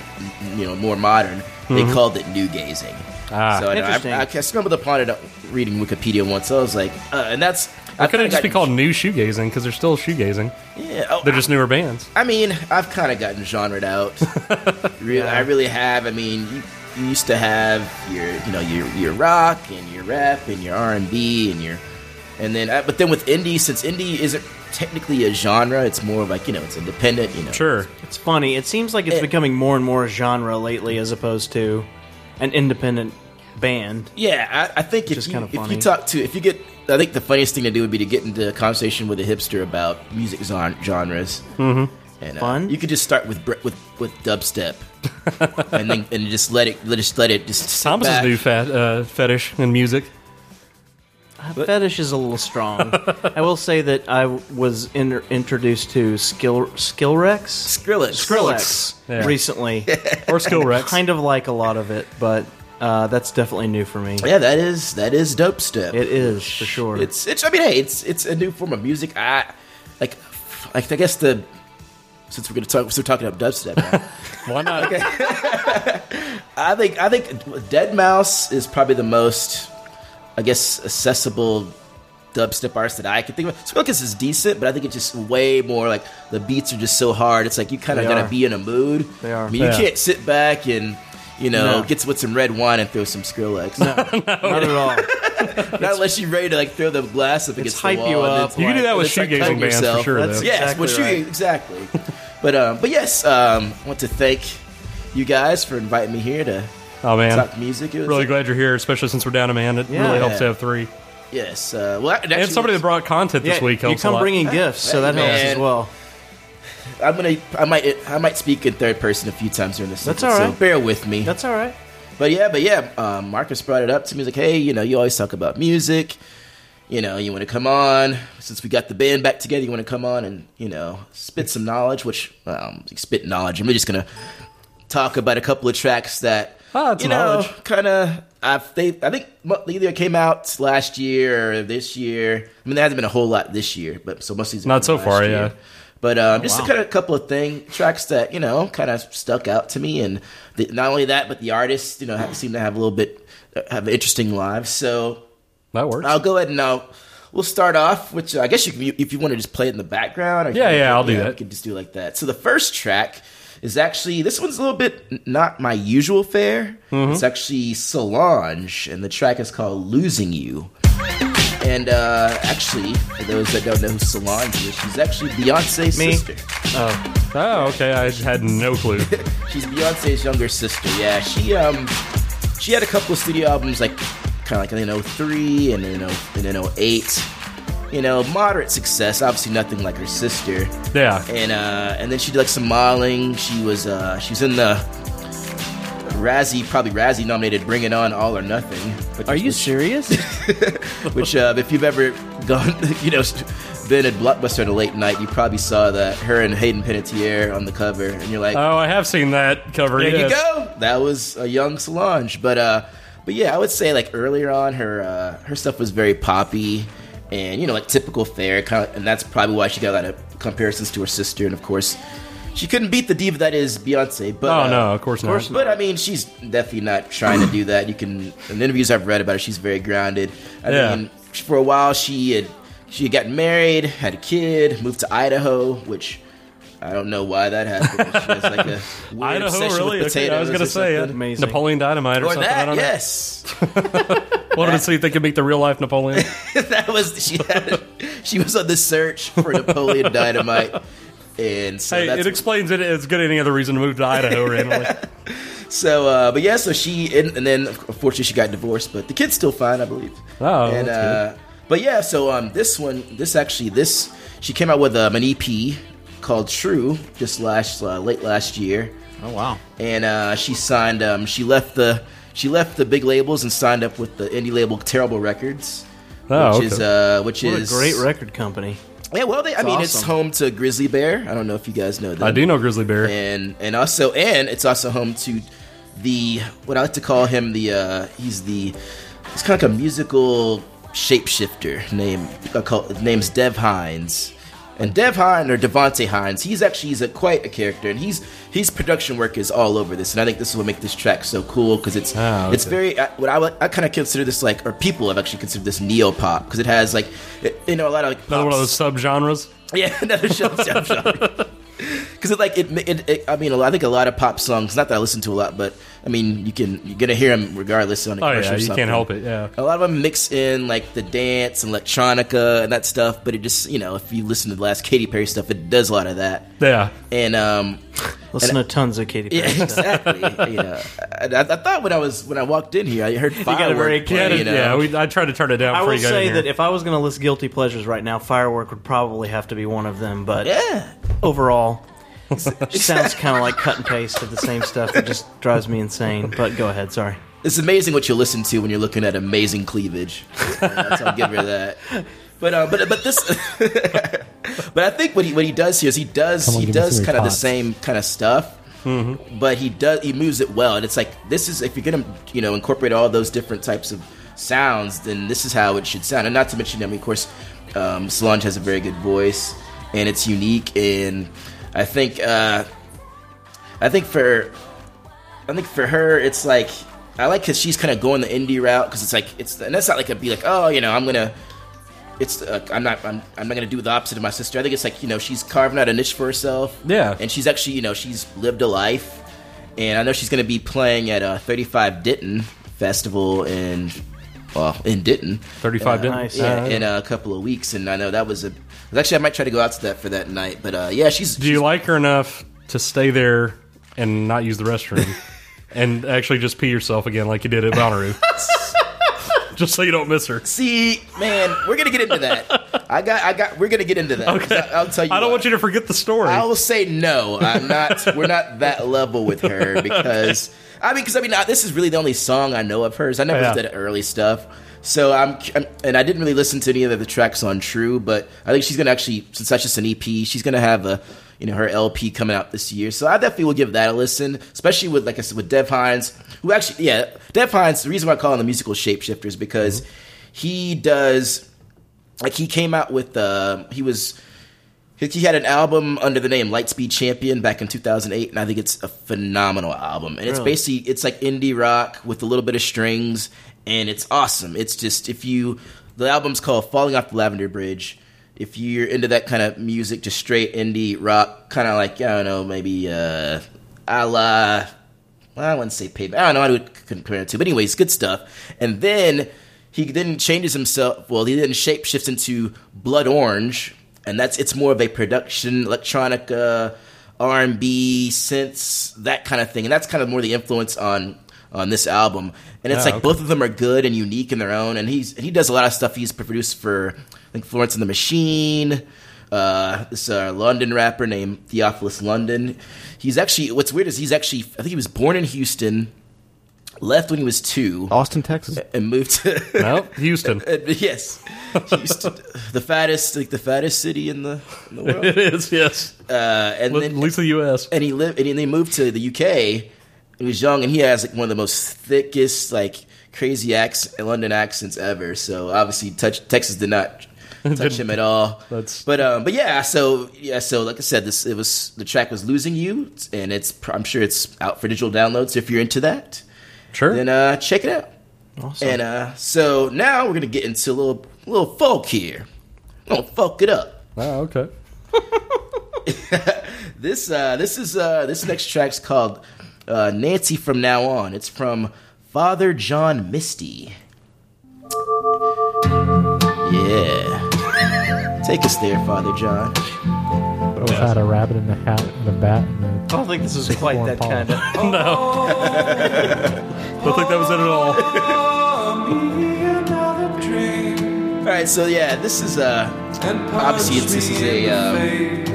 Speaker 8: you know more modern,
Speaker 6: Mhm.
Speaker 8: they called it new gazing.
Speaker 6: Ah.
Speaker 8: so I, know,
Speaker 6: Interesting.
Speaker 8: I, I, I stumbled upon it uh, reading Wikipedia once. So I was like, uh, and that's
Speaker 6: Why couldn't it just be
Speaker 8: kinda
Speaker 6: called new shoegazing? Because they're still shoegazing.
Speaker 8: gotten- Yeah, oh,
Speaker 6: They're just newer bands.
Speaker 8: I mean, I've kind of gotten genred out. really, I really have. I mean, you, you used to have your, you know, your your rock and your rap and your R and B and your, and then, I, but then with indie, since indie isn't technically a genre, it's more of like you know, it's independent. You know,
Speaker 6: sure.
Speaker 1: It's funny. It seems like it's becoming more and more a genre lately, as opposed to an independent band.
Speaker 8: Yeah, I, I think if
Speaker 1: is
Speaker 8: you,
Speaker 1: kinda
Speaker 8: if
Speaker 1: funny.
Speaker 8: you talk to, if you get, I think the funniest thing to do would be to get into a conversation with a hipster about music zon- genres.
Speaker 1: Mm-hmm.
Speaker 8: And, Fun. You could just start with br- with with dubstep, and then and just let it let just let it just sit
Speaker 6: Thomas's
Speaker 8: back.
Speaker 6: new fat, uh, fetish in music.
Speaker 1: Fetish is a little strong. I will say that I w- was in- introduced to Skill Skillrex,
Speaker 8: Skrillex,
Speaker 1: Skrillex
Speaker 6: Yeah.
Speaker 1: recently,
Speaker 6: or Skillrex.
Speaker 1: Kind of like a lot of it, but uh, that's definitely new for me.
Speaker 8: Yeah, that is that is dope step.
Speaker 1: It is for sure.
Speaker 8: It's it's. I mean, hey, it's it's a new form of music. I like, like I guess the since we're gonna talk, since we're talking about dubstep. now,
Speaker 6: Why not?
Speaker 8: I think I think Dead Mouse is probably the most, I guess, accessible dubstep artist that I could think of. Skrillex is decent, but I think it's just way more like the beats are just so hard. It's like you kind of
Speaker 1: They
Speaker 8: gotta
Speaker 1: are.
Speaker 8: be in a mood.
Speaker 1: They are.
Speaker 8: I mean, you
Speaker 1: Yeah.
Speaker 8: can't sit back and you know
Speaker 1: No.
Speaker 8: get with some red wine and throw some Skrillex.
Speaker 1: Not at all.
Speaker 8: Not unless you're ready to like throw the glass up against
Speaker 1: hype
Speaker 8: the wall.
Speaker 1: you
Speaker 8: and
Speaker 1: up,
Speaker 8: it's
Speaker 1: You can do
Speaker 8: like-
Speaker 1: that with
Speaker 8: it's like
Speaker 1: shoegazing
Speaker 8: cutting
Speaker 1: bands for
Speaker 8: yourself.
Speaker 1: sure,
Speaker 8: That's
Speaker 1: though.
Speaker 8: yes, with
Speaker 1: Exactly
Speaker 8: shoe- exactly. but um, but yes, um, I want to thank you guys for inviting me here to
Speaker 6: Oh man,
Speaker 8: talk music. It was-
Speaker 6: really glad you're here, especially since we're down a man. It
Speaker 8: Yeah.
Speaker 6: really helps to have three.
Speaker 8: Yes. Uh, well, that- that
Speaker 6: and
Speaker 8: actually
Speaker 6: somebody
Speaker 8: was-
Speaker 6: that brought content this week helps a lot.
Speaker 8: Hey, man. I'm gonna, I might, I might speak in third person a few times during this.
Speaker 1: That's
Speaker 8: segment,
Speaker 1: all right.
Speaker 8: So bear with me. That's
Speaker 1: all right.
Speaker 8: But yeah, but yeah, um, Marcus brought it up to me. He's like, hey, you know, you always talk about music. You know, you want to come on since we got the band back together. You want to come on and you know spit some knowledge, which um, spit knowledge. I'm just gonna talk about a couple of tracks that
Speaker 6: oh,
Speaker 8: you know, kind of. I they I think mo- they either came out last year or this year. I mean, there hasn't been a whole lot this year, but so most of these
Speaker 6: Not so far, yeah.
Speaker 8: But um, just
Speaker 6: Wow.
Speaker 8: a kind of couple of thing tracks that you know kind of stuck out to me, and the, not only that, but the artists you know have, seem to have a little bit uh, have interesting lives. So
Speaker 6: that works.
Speaker 8: I'll go ahead and I'll, we'll start off, which I guess you can, if you want to just play it in the background. Or
Speaker 6: Yeah,
Speaker 8: you-
Speaker 6: yeah, I'll do that.
Speaker 8: We can just do like that. So the first track is actually this one's a little bit n- not my usual fare.
Speaker 6: Mhm.
Speaker 8: It's actually Solange, and the track is called "Losing You." And uh, actually, for those that don't know who Solange is, she's actually Beyonce's
Speaker 6: Me.
Speaker 8: sister.
Speaker 6: Oh. oh, okay. I had no clue.
Speaker 8: She's Beyonce's younger sister. Yeah, she um, she had a couple of studio albums like kind of like in 03 and in 0 and in 08. You know, moderate success. Obviously, nothing like her sister.
Speaker 6: Yeah.
Speaker 8: And uh, and then she did like some modeling. She was uh, she was in the Razzie, probably Razzie nominated "Bring It On," All or Nothing. Which, Are you
Speaker 1: serious?
Speaker 8: which, uh, if you've ever gone, you know, been at Blockbuster at a late night, you probably saw that her and Hayden Panettiere on the cover, and you're like,
Speaker 6: oh, I have seen that cover.
Speaker 8: there
Speaker 6: yes.
Speaker 8: you go. That was a young Solange, but uh, but yeah, I would say like earlier on, her uh, her stuff was very poppy, and you know like typical fair kind of, and that's probably why she got a lot of comparisons to her sister, and of course, she couldn't beat the diva that is Beyonce. But
Speaker 6: Oh,
Speaker 8: uh,
Speaker 6: no, of course not. Of course
Speaker 8: But I mean, she's definitely not trying to do that. You can in the interviews I've read about her, she's very grounded. I
Speaker 6: Yeah.
Speaker 8: mean, for a while she had she had gotten married, had a kid, moved to Idaho, which. I don't know why that happened. She has like a weird
Speaker 6: Idaho,
Speaker 8: obsession
Speaker 6: really?
Speaker 8: with
Speaker 6: Okay, I was
Speaker 8: potatoes
Speaker 6: gonna
Speaker 8: or
Speaker 6: say
Speaker 8: something.
Speaker 6: uh, Napoleon Dynamite or,
Speaker 8: Or
Speaker 6: something. I
Speaker 8: that,
Speaker 6: don't know.
Speaker 8: yes.
Speaker 6: Wanted to see if they could make the real life Napoleon.
Speaker 8: that was she. Had, she was on the search for Napoleon Dynamite, and so
Speaker 6: hey,
Speaker 8: that's
Speaker 6: it explains it as good as any other reason to move to Idaho randomly.
Speaker 8: so. Uh, but yeah, so she and, and then unfortunately she got divorced, but the kid's still fine, I believe.
Speaker 6: Oh,
Speaker 8: and
Speaker 6: that's
Speaker 8: uh, but yeah, so um, this one, this actually, this she came out with um, an EP called True just last uh, late last year.
Speaker 5: Oh wow!
Speaker 8: And uh, she signed. Um, she left the she left the big labels and signed up with the indie label Terrible Records,
Speaker 1: Oh,
Speaker 8: which is
Speaker 1: okay.
Speaker 8: uh, which
Speaker 1: What a
Speaker 8: is
Speaker 1: great record company.
Speaker 8: Yeah, well, they, I
Speaker 1: It's
Speaker 8: mean, it's
Speaker 1: awesome.
Speaker 8: home to Grizzly Bear. I don't know if you guys know that.
Speaker 6: I do know Grizzly Bear.
Speaker 8: and and also and it's also home to the what I like to call him the uh, he's the he's kind of like a musical shapeshifter name. I call, his name's Dev Hines. And Dev Hines or Devonte Hines, he's actually he's a quite a character, and he's his production work is all over this, and I think this is what makes this track so cool because
Speaker 6: Ah,
Speaker 8: it's it's
Speaker 6: okay.
Speaker 8: very very I- what I, would- I kind of consider this like or people have actually considered this neo pop because it has like it- you know a lot of like
Speaker 6: Another one of those subgenres.
Speaker 8: yeah another sub because it like it, ma- it, it I mean a lot, I think a lot of pop songs not that I listen to a lot but I mean you can you're gonna hear them regardless on a
Speaker 6: Oh
Speaker 8: commercial
Speaker 6: yeah,
Speaker 8: or
Speaker 6: you
Speaker 8: something.
Speaker 6: can't help it. Yeah.
Speaker 8: A lot of them mix in like the dance and electronica and that stuff, but it just you know if you listen to the last Katy Perry stuff, it does a lot of that.
Speaker 6: Yeah.
Speaker 8: And um,
Speaker 1: Listen
Speaker 8: and-
Speaker 1: to tons of Katy
Speaker 8: yeah,
Speaker 1: Perry stuff.
Speaker 8: exactly. yeah, I, I I thought when I was when I walked in here, I heard
Speaker 1: got a
Speaker 8: firework
Speaker 1: very
Speaker 8: play,
Speaker 1: candid-
Speaker 8: you know?
Speaker 6: Yeah, we, I tried to turn it down
Speaker 1: I
Speaker 6: before
Speaker 1: will
Speaker 6: you got in
Speaker 1: say
Speaker 6: here.
Speaker 1: that if I was going to list guilty pleasures right now, Firework would probably have to be one of them. But
Speaker 8: yeah.
Speaker 1: overall, it sounds kind of like cut and paste of the same stuff that just drives me insane. But go ahead, sorry.
Speaker 8: It's amazing what you listen to when you're looking at amazing cleavage. Uh, so I'll give her that. But um, but but this, but I think what he what he does here is he does
Speaker 6: Come on,
Speaker 8: he
Speaker 6: give me
Speaker 8: does
Speaker 6: some
Speaker 8: kind of the
Speaker 6: response.
Speaker 8: same kind of stuff, but he does he moves it well, and it's like this is if you're gonna you know incorporate all those different types of sounds, then this is how it should sound. And not to mention, I mean, of course, um, Solange has a very good voice, and it's unique, and I think uh, I think for I think for her, it's like I like because she's kind of going the indie route because it's like it's and that's not like a be like oh you know I'm gonna it's uh, I'm not I'm, I'm not gonna do the opposite of my sister. I think it's like you know she's carving out a niche for herself.
Speaker 6: Yeah.
Speaker 8: and she's actually you know she's lived a life, and I know she's gonna be playing at uh, 35 Denton Festival in well, and didn't.
Speaker 6: 35
Speaker 8: Uh,
Speaker 6: didn't?
Speaker 8: nice.
Speaker 6: All
Speaker 8: Yeah,
Speaker 6: right.
Speaker 8: in a couple of weeks, and I know that was a. Actually, I might try to go out to that for that night, but uh, yeah, she's.
Speaker 6: Do you like her enough to stay there and not use the restroom, and actually just pee yourself again like you did at Bonnaroo? just so you don't miss her.
Speaker 8: See, man, we're gonna get into that. I got, I got. We're gonna get into that. Okay. I, will tell you. I don't want
Speaker 6: you to forget the story.
Speaker 8: I will say no. I'm not. we're not that level with her because I mean, because I mean, I, this is really the only song I know of hers. I never
Speaker 6: Yeah.
Speaker 8: did early stuff. So I'm, I'm, and I didn't really listen to any of the tracks on True, but I think she's gonna actually, since that's just an EP, she's gonna have a, you know, her LP coming out this year. So I definitely will give that a listen, especially with like I said, with Dev Hines, who actually, yeah, Dev Hines. The reason why I call him the musical shapeshifter is because
Speaker 6: Mm-hmm.
Speaker 8: he does, like, he came out with, uh, he was he he had an album under the name Lightspeed Champion back in 2008, and I think it's a phenomenal album. And it's
Speaker 15: Really?
Speaker 8: basically it's like indie rock with a little bit of strings, and it's awesome. It's just if you the album's called Falling Off the Lavender Bridge. If you're into that kind of music, just straight indie rock, kind of like I don't know, maybe uh, a la well, I wouldn't say payback. I don't know. I would compare it to, but anyways, good stuff. And then he then changes himself. Well, he then shape shifts into Blood Orange, and that's it's more of a production electronica, R and B, synths, that kind of thing. And that's kind of more the influence on on this album. And it's
Speaker 15: Ah,
Speaker 8: like
Speaker 15: okay.
Speaker 8: both of them are good and unique in their own. And he's he does a lot of stuff. He's produced for I think Florence and the Machine. Uh, this uh, London rapper named Theophilus London. He's actually what's weird is he's actually I think he was born in Houston, left when he was two,
Speaker 5: Austin, Texas,
Speaker 8: and moved to
Speaker 6: no Houston.
Speaker 8: yes, Houston, the fattest like the fattest city in the, in the world.
Speaker 6: It is, yes.
Speaker 8: Uh, and
Speaker 6: At
Speaker 8: then
Speaker 6: least the U.S.
Speaker 8: And he lived, and then he moved to the UK. He was young, and he has like one of the most thickest, like crazy accent, London accents ever. So obviously, touch, Texas did not touch him at all. but um, but yeah, so yeah, so like I said, this it was the track was losing you, and it's pr- I'm sure it's out for digital downloads if you're into that.
Speaker 6: Sure.
Speaker 8: Then uh, check it out.
Speaker 1: Awesome.
Speaker 8: And uh, so now we're gonna get into a little little folk here. Don't fuck it up.
Speaker 6: Oh, okay.
Speaker 8: This uh, this is uh, this next track's called uh, Nancy from now on. It's from Father John Misty. Yeah, take us there, Father John.
Speaker 5: Both had a rabbit in the hat and a bat. And a
Speaker 1: I don't think this is quite that kind of.
Speaker 6: no, don't think that was it at all.
Speaker 8: All right, so yeah, this is uh, obviously it's this is a um,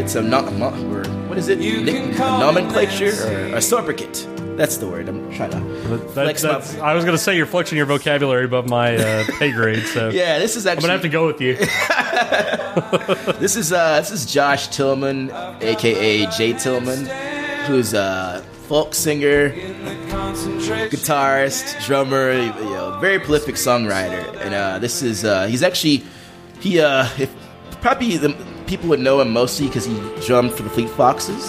Speaker 8: it's a no, no, or what is it? Nic- a nomenclature or a sobriquet? That's the word. I'm trying to.
Speaker 6: That- that's- I was going to say you're flexing your vocabulary above my uh, pay grade. So
Speaker 8: Yeah, this is
Speaker 6: I'm gonna have to go with you.
Speaker 8: this is uh this is Josh Tillman, aka Jay Tillman, who's a folk singer, guitarist, drummer, you know, very prolific songwriter. And uh, this is uh, he's actually he uh if, probably the people would know him mostly because he drummed for the Fleet Foxes.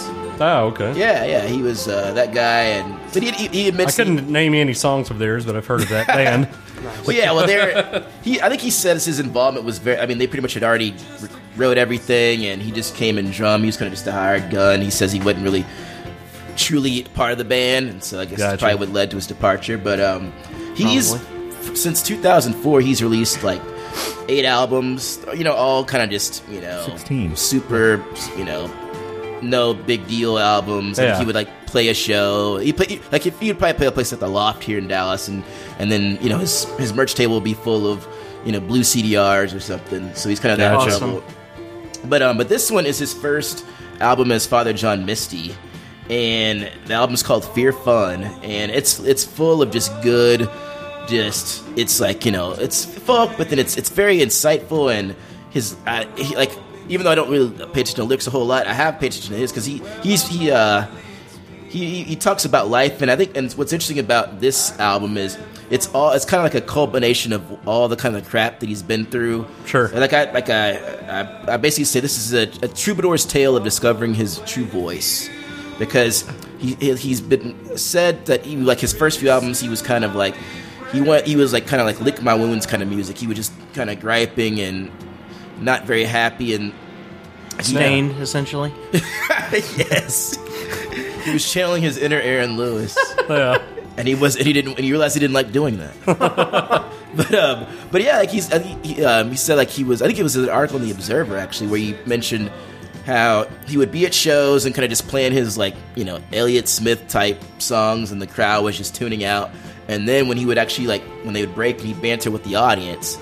Speaker 6: Oh, okay.
Speaker 8: Yeah, yeah, he was uh, that guy, and but he, he, he
Speaker 6: I
Speaker 8: admits he-
Speaker 6: couldn't name any songs of theirs, but I've heard of that band.
Speaker 8: Well, yeah, well, there. He, I think he says his involvement was very. I mean, they pretty much had already r- wrote everything, and he just came and drummed. He was kind of just a hired gun. He says he wasn't really truly part of the band, and so I guess
Speaker 15: Gotcha.
Speaker 8: that's probably what led to his departure. But um, he's f- since 2004, he's released like eight albums. You know, all kind of just you know,
Speaker 16: 16.
Speaker 8: super. You know. No big deal albums. Like
Speaker 15: Yeah.
Speaker 8: he would like play a show. He play like if you'd probably play a place at the Loft here in Dallas, and and then you know his his merch table would be full of you know blue CDRs or something. So he's kind of that
Speaker 15: Gotcha.
Speaker 8: level. But um, but this one is his first album as Father John Misty, and the album's called Fear Fun, and it's it's full of just good, just it's like you know it's folk, but then it's it's very insightful and his I, he, like even though I don't really pay attention to lyrics a whole lot, I have paid attention to his because he he's he uh he, he he talks about life, and I think and what's interesting about this album is it's all it's kind of like a culmination of all the kind of crap that he's been through. Sure. Like I like I I, I basically say this is a, a troubadour's tale of discovering his true voice because he he- he's been said that he like his first few albums he was kind of like he went he was like kind of like lick my wounds kind of music. He was just kind of griping and not very happy and
Speaker 1: Stained, essentially.
Speaker 8: yes. He was channeling his inner Aaron Lewis. And he was and he didn't and he realized he didn't like doing that. But um, but yeah, like he's I think he, um, he said like he was. I think it was an article in the Observer actually where he mentioned how he would be at shows and kind of just playing his like you know Elliott Smith type songs, and the crowd was just tuning out. And then when he would actually like when they would break and he would banter with the audience,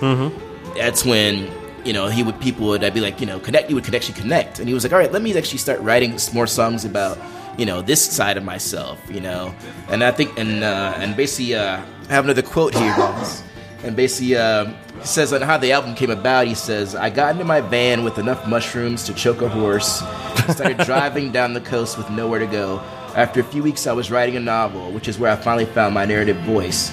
Speaker 8: that's when you know he would people would I'd be like you know connect you would actually connect and he was like all right let me actually start writing some more songs about you know this side of myself you know and I think and uh, and basically uh, I have another quote here guys and basically um, he says on how the album came about he says I got into my van with enough mushrooms to choke a horse started driving down the coast with nowhere to go after a few weeks I was writing a novel which is where I finally found my narrative voice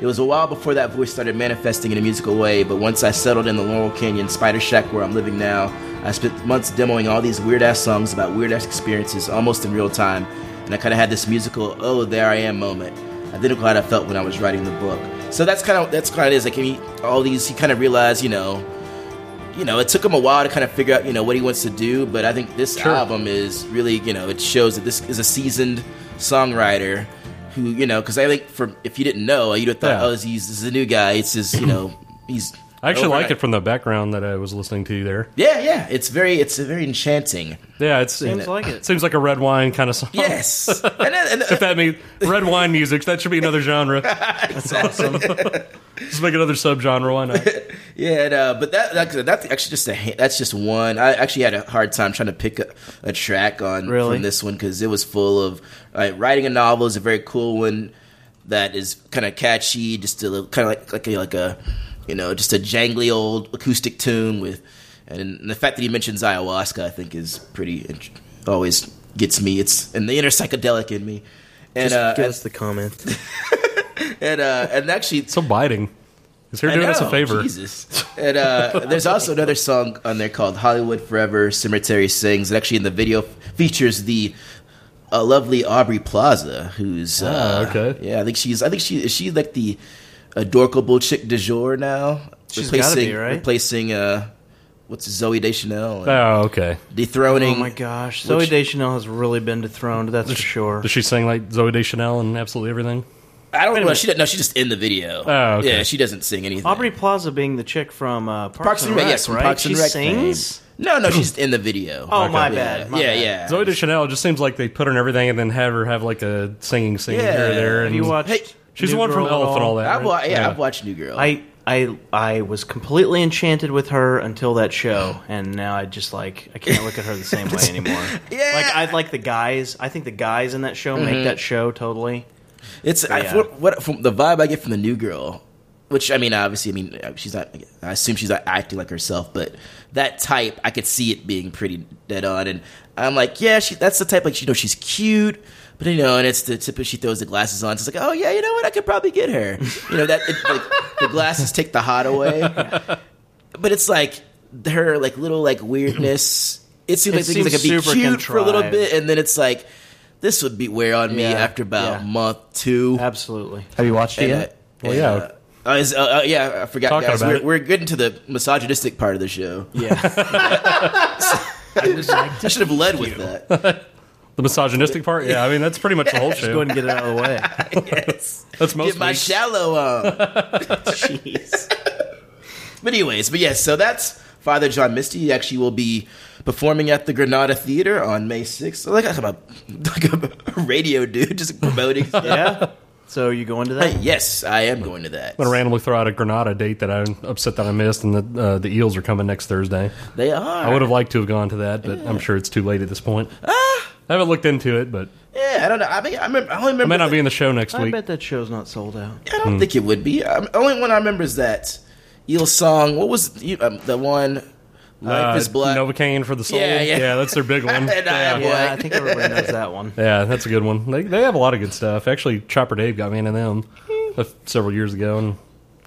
Speaker 8: it was a while before that voice started manifesting in a musical way, but once I settled in the Laurel Canyon Spider Shack where I'm living now, I spent months demoing all these weird ass songs about weird ass experiences almost in real time, and I kind of had this musical, oh, there I am moment, identical to how I felt when I was writing the book. So that's kind of that's kind of it is like he, all these he kind of realized, you know, you know, it took him a while to kind of figure out, you know, what he wants to do, but I think this album is really, you know, it shows that this is a seasoned songwriter who, you know, because I think for if you didn't know, you'd have thought,
Speaker 6: Yeah.
Speaker 8: oh, he's, this is a new guy. It's just, you know, he's.
Speaker 6: I actually like it
Speaker 8: overnight.
Speaker 6: from the background that I was listening to there.
Speaker 8: Yeah, yeah, it's very, it's very enchanting.
Speaker 6: Yeah, it's,
Speaker 8: Seems
Speaker 6: it,
Speaker 8: like
Speaker 6: Seems like a red wine kind of song.
Speaker 8: Yes,
Speaker 6: if that means red wine music, that should be another genre.
Speaker 8: That's awesome.
Speaker 6: Let's make another subgenre. Why not?
Speaker 8: Yeah, and, uh, but that, that that's actually just a ha- that's just one. I actually had a hard time trying to pick a, a track on
Speaker 1: Really?
Speaker 8: from this one because it was full of uh, writing a novel is a very cool one that is kind of catchy, just a kind of like like a, like a you know just a jangly old acoustic tune with, and, the fact that he mentions ayahuasca I think is pretty int- always gets me. It's and the inner psychedelic in me. And
Speaker 15: Just
Speaker 8: uh,
Speaker 15: give us the comment.
Speaker 8: and uh, and actually,
Speaker 6: so biting. Is here
Speaker 8: I
Speaker 6: doing us a
Speaker 8: know,
Speaker 6: favor?
Speaker 8: Jesus. And uh, there's also another song on there called "Hollywood Forever." Cemetery sings. And actually, in the video, features the uh, lovely Aubrey Plaza, who's uh,
Speaker 6: Ah, okay.
Speaker 8: Yeah, I think she's. I think she is she like the adorable chick de jour now,
Speaker 1: She's gotta be, right?
Speaker 8: Replacing uh, what's Zoe Deschanel? and
Speaker 6: Oh, okay.
Speaker 8: Dethroning.
Speaker 1: Oh my gosh, Zoe
Speaker 8: Which-
Speaker 1: Deschanel has really been dethroned. That's for sure.
Speaker 6: Does she sing like Zoe Deschanel and absolutely everything?
Speaker 8: I
Speaker 1: Wait a
Speaker 8: don't know.
Speaker 1: minute.
Speaker 8: She didn't. No, she's just in the video.
Speaker 6: Oh, okay.
Speaker 8: yeah. She doesn't sing anything.
Speaker 1: Aubrey Plaza being the chick from uh, Parks, and Rec,
Speaker 8: yes, from
Speaker 1: right?
Speaker 8: Parks and
Speaker 1: she
Speaker 8: Rec
Speaker 1: sings.
Speaker 8: fame. No, no, she's in the video.
Speaker 1: Oh, my
Speaker 8: Yeah.
Speaker 1: bad. My
Speaker 8: yeah,
Speaker 1: bad.
Speaker 8: yeah.
Speaker 6: Zoe Deschanel just seems like they put her in everything and then have her have like a singing scene here or there. And she's the one from Elf and all that.
Speaker 8: I
Speaker 6: right?
Speaker 8: wa- yeah, I've watched New Girl.
Speaker 1: I I I was completely enchanted with her until that show, and now I just like I can't look at her the same way anymore. yeah, like I like the guys. I think the guys in that show
Speaker 8: Mhm.
Speaker 1: make that show totally.
Speaker 8: It's
Speaker 1: But
Speaker 8: I,
Speaker 1: yeah.
Speaker 8: what, what from the vibe I get from the new girl, which I mean, obviously, I mean, uh, she's not. I assume she's not acting like herself, but that type, I could see it being pretty dead on. And I'm like, yeah, she, that's the type. Like, you know, she's cute, but you know, and it's the tip. She throws the glasses on. It's like, oh yeah, you know what? I could probably get her. You know that it, like, the glasses take the hot away, but it's like her like little like weirdness. It seems
Speaker 1: It
Speaker 8: like things
Speaker 1: seems
Speaker 8: like it'd be
Speaker 1: super
Speaker 8: cute for a little
Speaker 1: contrived.
Speaker 8: bit, and then it's like. This would be wear on me
Speaker 1: Yeah,
Speaker 8: after about
Speaker 1: yeah.
Speaker 8: month two.
Speaker 1: Absolutely.
Speaker 5: Have you watched
Speaker 8: And, uh,
Speaker 6: Well,
Speaker 8: and,
Speaker 6: yeah.
Speaker 8: uh, uh, is- uh, uh, yeah, I forgot,
Speaker 6: Talking
Speaker 8: guys.
Speaker 6: about
Speaker 8: We're,
Speaker 6: it.
Speaker 8: we're getting to the misogynistic part of the show.
Speaker 1: Yeah.
Speaker 8: I, should have led with that.
Speaker 6: the misogynistic part. Yeah, I mean that's pretty much the whole show.
Speaker 1: go ahead and get it out of the way.
Speaker 8: yes.
Speaker 6: That's most
Speaker 8: Get my
Speaker 6: weeks.
Speaker 8: shallow on. Jeez. but anyways, but yes, so that's Father John Misty. He actually will be performing at the Granada Theater on May 6th. Like, I'm a, like I'm a radio dude just promoting.
Speaker 1: yeah. So you going to that?
Speaker 8: yes, I am going to that.
Speaker 6: I'm gonna randomly throw out a Granada date that I'm upset that I missed, and the uh, the Eels are coming next Thursday.
Speaker 8: They are.
Speaker 6: I would have liked to have gone to that, but I'm sure it's too late at this point.
Speaker 8: Ah!
Speaker 6: I haven't looked into it, but
Speaker 8: Yeah, I don't know. I mean, I, remember, I only
Speaker 6: I
Speaker 8: remember.
Speaker 6: may not be in the show next
Speaker 1: I
Speaker 6: week.
Speaker 1: bet that show's not sold out.
Speaker 8: I don't think it would be. Um, only one I remember is that Eel song. What was you, um, the one? Life
Speaker 6: Uh,
Speaker 8: is black.
Speaker 6: Novocaine for the soul.
Speaker 8: Yeah, yeah.
Speaker 6: that's their big one.
Speaker 8: And I am
Speaker 6: yeah.
Speaker 8: black.
Speaker 1: I think everybody knows that one.
Speaker 6: Yeah, that's a good one. They they have a lot of good stuff. Actually, Chopper Dave got me into them uh, several years ago, and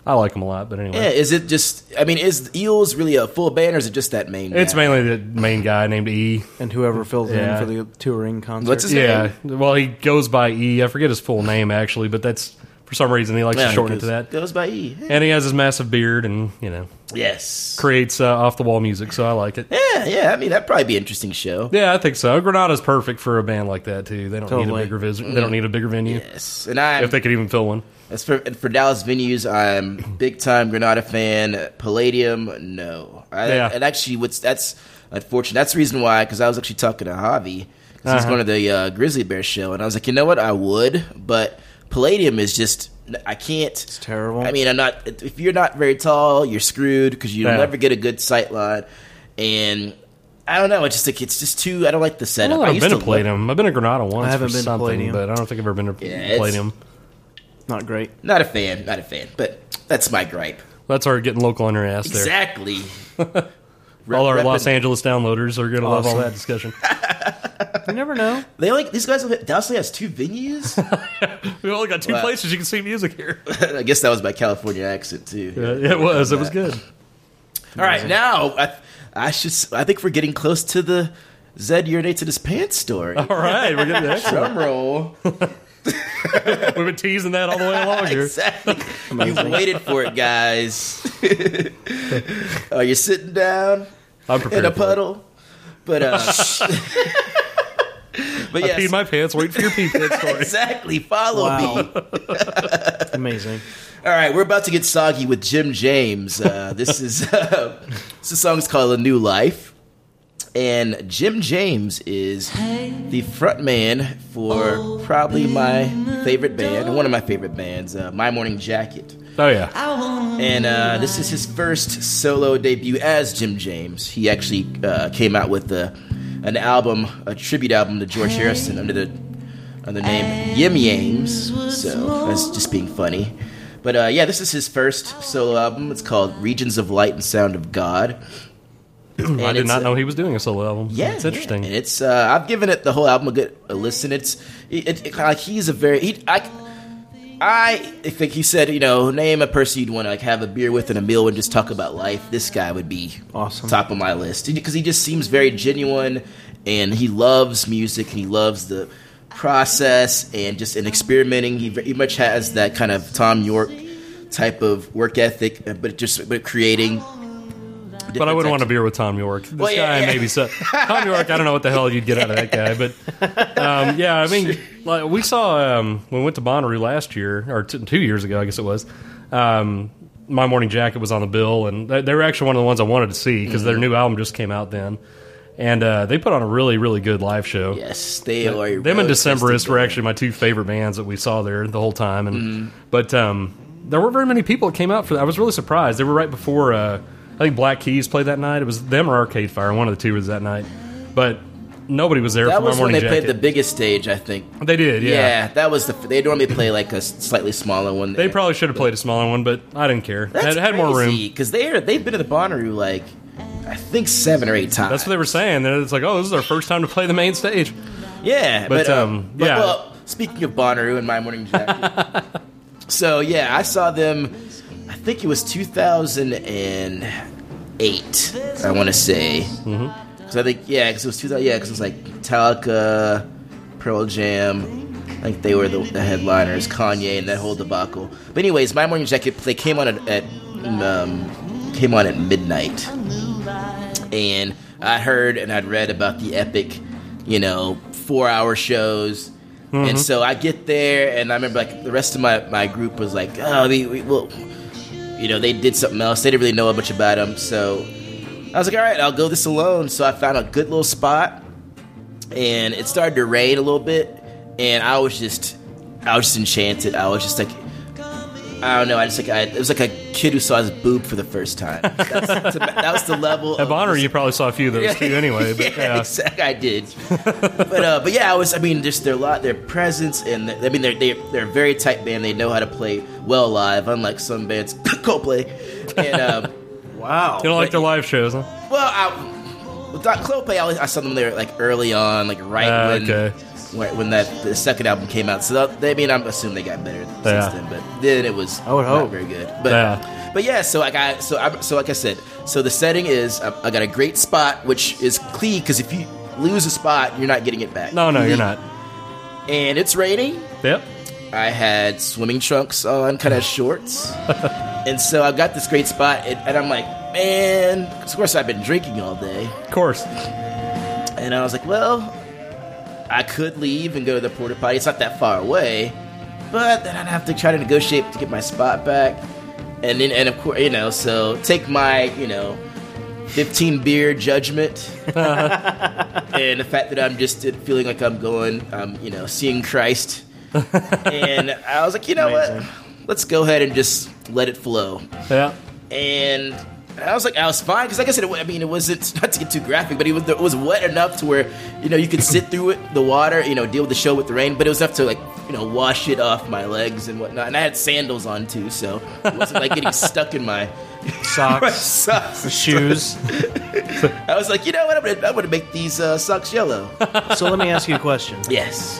Speaker 6: I like them a lot. But anyway,
Speaker 8: Yeah, is it just? I mean, is Eels really a full band, or is it just that main?
Speaker 6: it's
Speaker 8: guy?
Speaker 6: mainly the main guy named E.
Speaker 1: And whoever fills
Speaker 6: Yeah.
Speaker 1: in for the touring concert.
Speaker 8: What's his
Speaker 6: E. yeah. Well, he goes by E. I forget his full name actually, but that's For some reason, he likes
Speaker 8: Yeah,
Speaker 6: to shorten it
Speaker 8: goes-
Speaker 6: to that.
Speaker 8: Goes by E.
Speaker 6: And he has his massive beard, and you know,
Speaker 8: Yes.
Speaker 6: creates uh, off the wall music. So I like it.
Speaker 8: Yeah, yeah. I mean, that'd probably be an interesting show.
Speaker 6: Yeah, I think so. Granada's perfect for a band like that too. They don't need
Speaker 8: Totally.
Speaker 6: a bigger vis- They don't need a bigger venue.
Speaker 8: Yes, and I
Speaker 6: if they could even fill one.
Speaker 8: As for and for Dallas venues, I'm big time Granada fan. Palladium, no. I,
Speaker 6: Yeah.
Speaker 8: And actually, what's that's unfortunate. That's the reason why, because I was actually talking to Javi because he's
Speaker 6: Uh-huh.
Speaker 8: going to the uh, Grizzly Bear show, and I was like, you know what, I would, but Palladium is just I can't. It's
Speaker 1: terrible.
Speaker 8: I mean, I'm not. If you're not very tall, you're screwed because you'll
Speaker 6: Yeah.
Speaker 8: never get a good sight line, and. I don't know. It's just like it's just too. I don't like the
Speaker 6: I
Speaker 8: setup.
Speaker 6: don't know if I've
Speaker 8: used
Speaker 6: been to
Speaker 8: love-
Speaker 6: Palladium. I've been to Granada once
Speaker 8: haven't
Speaker 6: for
Speaker 8: been to
Speaker 6: something,
Speaker 8: Palladium.
Speaker 6: but I don't think I've ever been to
Speaker 8: Yeah, it's-
Speaker 6: Palladium.
Speaker 1: Not great.
Speaker 8: Not a fan. Not a fan. But that's my gripe.
Speaker 6: That's our getting local on your ass there.
Speaker 8: Exactly.
Speaker 6: All our
Speaker 8: Rep-
Speaker 6: Los
Speaker 8: reppin'-
Speaker 6: Angeles downloaders are going to love all
Speaker 8: Awesome.
Speaker 6: that discussion.
Speaker 1: You never know.
Speaker 8: They like these guys. have- Dallas only has two venues.
Speaker 6: we only got two places you can see music here.
Speaker 8: I guess that was my California accent too.
Speaker 6: Yeah, it was. It was good.
Speaker 8: All right, now I, I should. s- I think we're getting close to the Zed urinate to this pants story. All
Speaker 6: right, we're getting there.
Speaker 8: drum roll.
Speaker 6: We've been teasing that all the way along here.
Speaker 8: exactly. You waited for it, guys. oh, you're sitting down
Speaker 6: I'm
Speaker 8: in
Speaker 6: prepared
Speaker 8: a
Speaker 6: for it.
Speaker 8: puddle, but uh, but
Speaker 6: I
Speaker 8: yes,
Speaker 6: peed my pants. Wait for your pee pants story.
Speaker 8: exactly. Follow me.
Speaker 1: Amazing.
Speaker 8: All right, we're about to get soggy with Jim James. Uh, this is uh, this song's called "A New Life," and Jim James is the frontman for probably my favorite band, one of my favorite bands, uh, My Morning Jacket.
Speaker 6: Oh yeah.
Speaker 8: And uh, this is his first solo debut as Jim James. He actually uh, came out with uh an album, a tribute album to George Harrison under the under the name Yim Yames. So that's just being funny. But uh, yeah, this is his first solo album. It's called Regions of Light and Sound of God.
Speaker 6: I did
Speaker 8: it's
Speaker 6: not
Speaker 8: a-
Speaker 6: know he was doing a solo album.
Speaker 8: Yeah,
Speaker 6: it's interesting.
Speaker 8: And it's uh, I've given it the whole album a good a listen. It's it, it, it- like he's a very he, I I think he said you know name a person you'd want to like have a beer with and a meal and just talk about life. This guy would be awesome top of my list because he just seems very genuine and he loves music and he loves the process and just in experimenting. He very much has that kind of Tom York type of work ethic, uh, but just but creating.
Speaker 6: But I wouldn't want
Speaker 8: to
Speaker 6: a beer with Tom York. This
Speaker 8: Well, yeah,
Speaker 6: guy
Speaker 8: yeah.
Speaker 6: maybe so. Tom York, I don't know what the hell you'd get out of that guy, but um, yeah, I mean, like we saw um, when we went to Bonnaroo last year or t- two years ago, I guess it was. Um, My Morning Jacket was on the bill, and they, they were actually one of the ones I wanted to see because
Speaker 8: Mm-hmm.
Speaker 6: their new album just came out then, and uh, they put on a really, really good live show.
Speaker 8: Yes, they are a
Speaker 6: Them and
Speaker 8: roller
Speaker 6: Decemberists
Speaker 8: coaster
Speaker 6: were actually my two favorite bands that we saw there the whole time, and but um, there weren't very many people that came out for that. I was really surprised. They were right before uh, I think Black Keys played that night. It was them or Arcade Fire, one of the two was that night, but nobody was there
Speaker 8: That
Speaker 6: for my
Speaker 8: was when
Speaker 6: morning
Speaker 8: they
Speaker 6: jacket.
Speaker 8: played the biggest stage, I think.
Speaker 6: They did, yeah.
Speaker 8: that was the. They normally play like a slightly smaller one.
Speaker 6: they probably should have played a smaller one, but I didn't care.
Speaker 8: That's
Speaker 6: it had more room.
Speaker 8: because they are, they've been to the Bonnaroo like I think seven or eight times.
Speaker 6: That's what they were saying. And it's like, oh, this is our first time to play the main stage.
Speaker 8: Yeah,
Speaker 6: but,
Speaker 8: but, uh,
Speaker 6: um,
Speaker 8: but,
Speaker 6: yeah,
Speaker 8: Well, speaking of Bonnaroo and My Morning Jacket, so yeah, I saw them. I think it was 2008. I want to say. Mm-hmm. So I think yeah, because it was 2000. Yeah, because it was like Metallica, Pearl Jam. I think they were the, the headliners, Kanye, and that whole debacle. But anyways, My Morning Jacket. They came on at, at um, came on at midnight and I heard and I'd read about the epic, you know, four hour shows.
Speaker 15: Mhm.
Speaker 8: And so I get there, and I remember like the rest of my, my group was like, oh, we, we well, you know, they did something else. They didn't really know much about them. So I was like, all right, I'll go this alone. So I found a good little spot, and it started to rain a little bit, and I was just, I was just enchanted. I was just like, I don't know. I just like I, it was like a kid who saw his boob for the first time. That's, that was the level.
Speaker 6: At Bonnaroo, you probably saw a few of those too, anyway. But
Speaker 8: yeah,
Speaker 6: yeah.
Speaker 8: exactly. I did, but uh, but yeah, I was. I mean, just their lot, their presence, and the, I mean, they're they, they're a very tight band. They know how to play well live, unlike some bands. Coldplay, and um, wow,
Speaker 6: You don't like their live shows, huh?
Speaker 8: well, I, with Doc Clope, I, always, I saw them there like early on, like right
Speaker 6: Ah,
Speaker 8: when,
Speaker 6: okay.
Speaker 8: when when that the second album came out. So that, I mean, I'm assuming they got better since
Speaker 6: Yeah.
Speaker 8: then, but then it was
Speaker 6: I would
Speaker 8: not
Speaker 6: hope.
Speaker 8: very good. But
Speaker 6: Yeah.
Speaker 8: but yeah, so I got so I, so like I said, so the setting is um, I, I got a great spot, which is key because if you lose a spot, you're not getting it back.
Speaker 6: No, no, you're not.
Speaker 8: And it's raining.
Speaker 6: Yep.
Speaker 8: I had swimming trunks on, kind of shorts. and so I got this great spot, and, and I'm like, man, 'cause of course I've been drinking all day. Of
Speaker 6: course.
Speaker 8: And I was like, well, I could leave and go to the porta potty. It's not that far away, but then I'd have to try to negotiate to get my spot back. And then, and of course, you know, so take my, you know, 15 beer judgment and the fact that I'm just uh, feeling like I'm going, um, you know, seeing Christ. and I was like, you know what? Let's go ahead and just let it flow.
Speaker 6: Yeah.
Speaker 8: And I was like, I was fine because, like I said, it, wa- I mean, it wasn't not to get too graphic, but it was it was wet enough to where you know you could sit through it, the water, you know, deal with the show with the rain, but it was enough to like you know wash it off my legs and whatnot. And I had sandals on too, so it wasn't like getting stuck in my
Speaker 4: socks,
Speaker 8: socks,
Speaker 1: shoes.
Speaker 8: I was like, you know what? I'm gonna, I'm gonna make these uh, socks yellow.
Speaker 1: so let me ask you a question.
Speaker 8: Yes.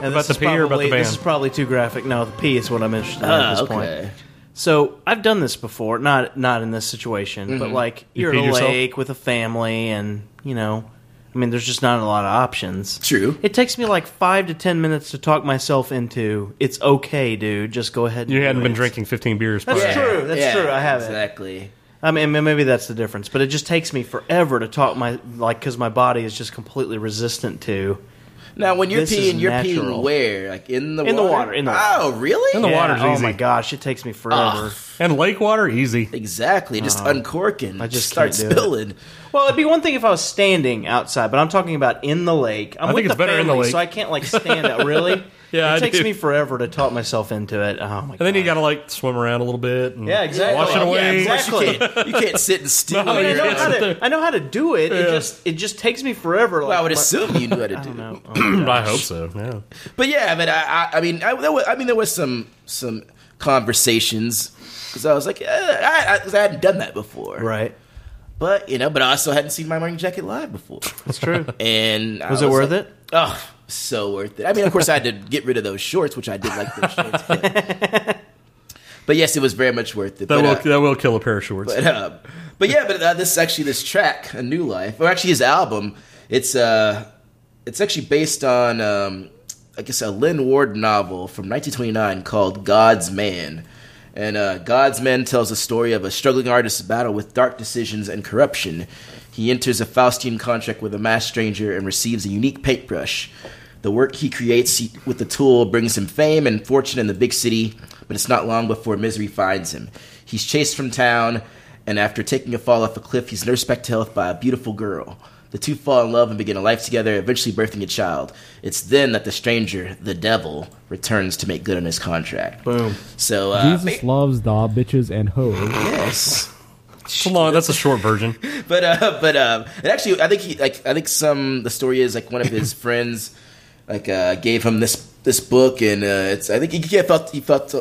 Speaker 1: And
Speaker 6: About
Speaker 1: this
Speaker 6: the
Speaker 1: is
Speaker 6: pee or about the
Speaker 1: probably-
Speaker 6: band?
Speaker 1: This is probably too graphic. No, the pee is what I'm interested in
Speaker 8: Ah,
Speaker 1: at this
Speaker 8: okay.
Speaker 1: point. So I've done this before, not not in this situation, but
Speaker 8: Mhm.
Speaker 1: like you're
Speaker 8: You
Speaker 1: at a
Speaker 8: peed yourself?
Speaker 1: lake with a family, and you know, I mean, there's just not a lot of options.
Speaker 8: True.
Speaker 1: It takes me like five to ten minutes to talk myself into it's okay, dude. Just go ahead. And
Speaker 6: You
Speaker 1: do
Speaker 6: hadn't been
Speaker 1: it."
Speaker 6: drinking 15 beers.
Speaker 1: That's
Speaker 6: prior.
Speaker 1: true. That's
Speaker 8: Yeah,
Speaker 1: true. I haven't.
Speaker 8: Exactly.
Speaker 1: I mean, ma- maybe that's the difference, but it just takes me forever to talk my like because my body is just completely resistant to.
Speaker 8: Now, when you're
Speaker 1: This is
Speaker 8: peeing, you're
Speaker 1: natural.
Speaker 8: peeing where? Like in the
Speaker 1: in
Speaker 8: water?
Speaker 1: the water. In the
Speaker 8: oh, really?
Speaker 1: Yeah, oh my gosh, it takes me forever.
Speaker 8: Ugh.
Speaker 6: And lake water, easy.
Speaker 8: Exactly. Just
Speaker 1: Oh.
Speaker 8: uncorking.
Speaker 1: I just
Speaker 8: start
Speaker 1: can't do it.
Speaker 8: spilling.
Speaker 1: Well, it'd be one thing if I was standing outside, but I'm talking about in the lake. I'm
Speaker 6: I think
Speaker 1: with
Speaker 6: it's
Speaker 1: the
Speaker 6: better in the
Speaker 1: family,
Speaker 6: lake.
Speaker 1: so I can't like stand out. Really?
Speaker 6: Yeah,
Speaker 1: it
Speaker 6: I
Speaker 1: takes
Speaker 6: do.
Speaker 1: me forever to talk myself into it. Oh my.
Speaker 6: And then you gotta like swim around a little bit. And
Speaker 1: Yeah, exactly.
Speaker 6: Wash it
Speaker 1: Yeah,
Speaker 6: away.
Speaker 1: exactly. You can't-
Speaker 8: You can't sit and steam.
Speaker 1: I, mean, I, know how to, I know how to do it. It
Speaker 8: Yeah.
Speaker 1: just it just takes me forever. Like,
Speaker 8: I would
Speaker 1: my-
Speaker 8: assume you knew how to do.
Speaker 6: I hope so. Yeah.
Speaker 8: But yeah, I mean, I, I, I mean, I, there was, I mean, there was some some conversations because I was like, eh, I, I, 'cause I hadn't done that before,
Speaker 1: right?
Speaker 8: But you know, but I also hadn't seen my morning jacket live before. That's
Speaker 1: true.
Speaker 8: And I
Speaker 1: Was it worth
Speaker 8: like,
Speaker 1: it?
Speaker 8: Oh, so worth it. I mean, of course, I had to get rid of those shorts, which I did like those shorts. But, but yes, it was very much worth
Speaker 6: That
Speaker 8: it. but,
Speaker 6: will
Speaker 8: uh,
Speaker 6: that will kill a pair of shorts.
Speaker 8: but uh, but yeah, but uh, this actually this track, A New Life, or actually his album, it's uh, it's actually based on um, I guess a Lynn Ward novel from 1929 called God's Man, and uh, God's Man tells the story of a struggling artist's battle with dark decisions and corruption. He enters a Faustian contract with a masked stranger and receives a unique paintbrush. The work he creates he- with the tool brings him fame and fortune in the big city, but it's not long before misery finds him. He's chased from town, and after taking a fall off a cliff, he's nursed back to health by a beautiful girl. The two fall in love and begin a life together, eventually birthing a child. It's then that the stranger, the devil, returns to make good on his contract. Boom. So, uh,
Speaker 15: Jesus loves the bitches and hoes.
Speaker 8: Yes.
Speaker 6: It's a long- that's a short version.
Speaker 8: but uh, but um, and actually, I think he like I think some the story is like one of his friends like uh, gave him this this book, and uh, it's I think he, yeah, felt he felt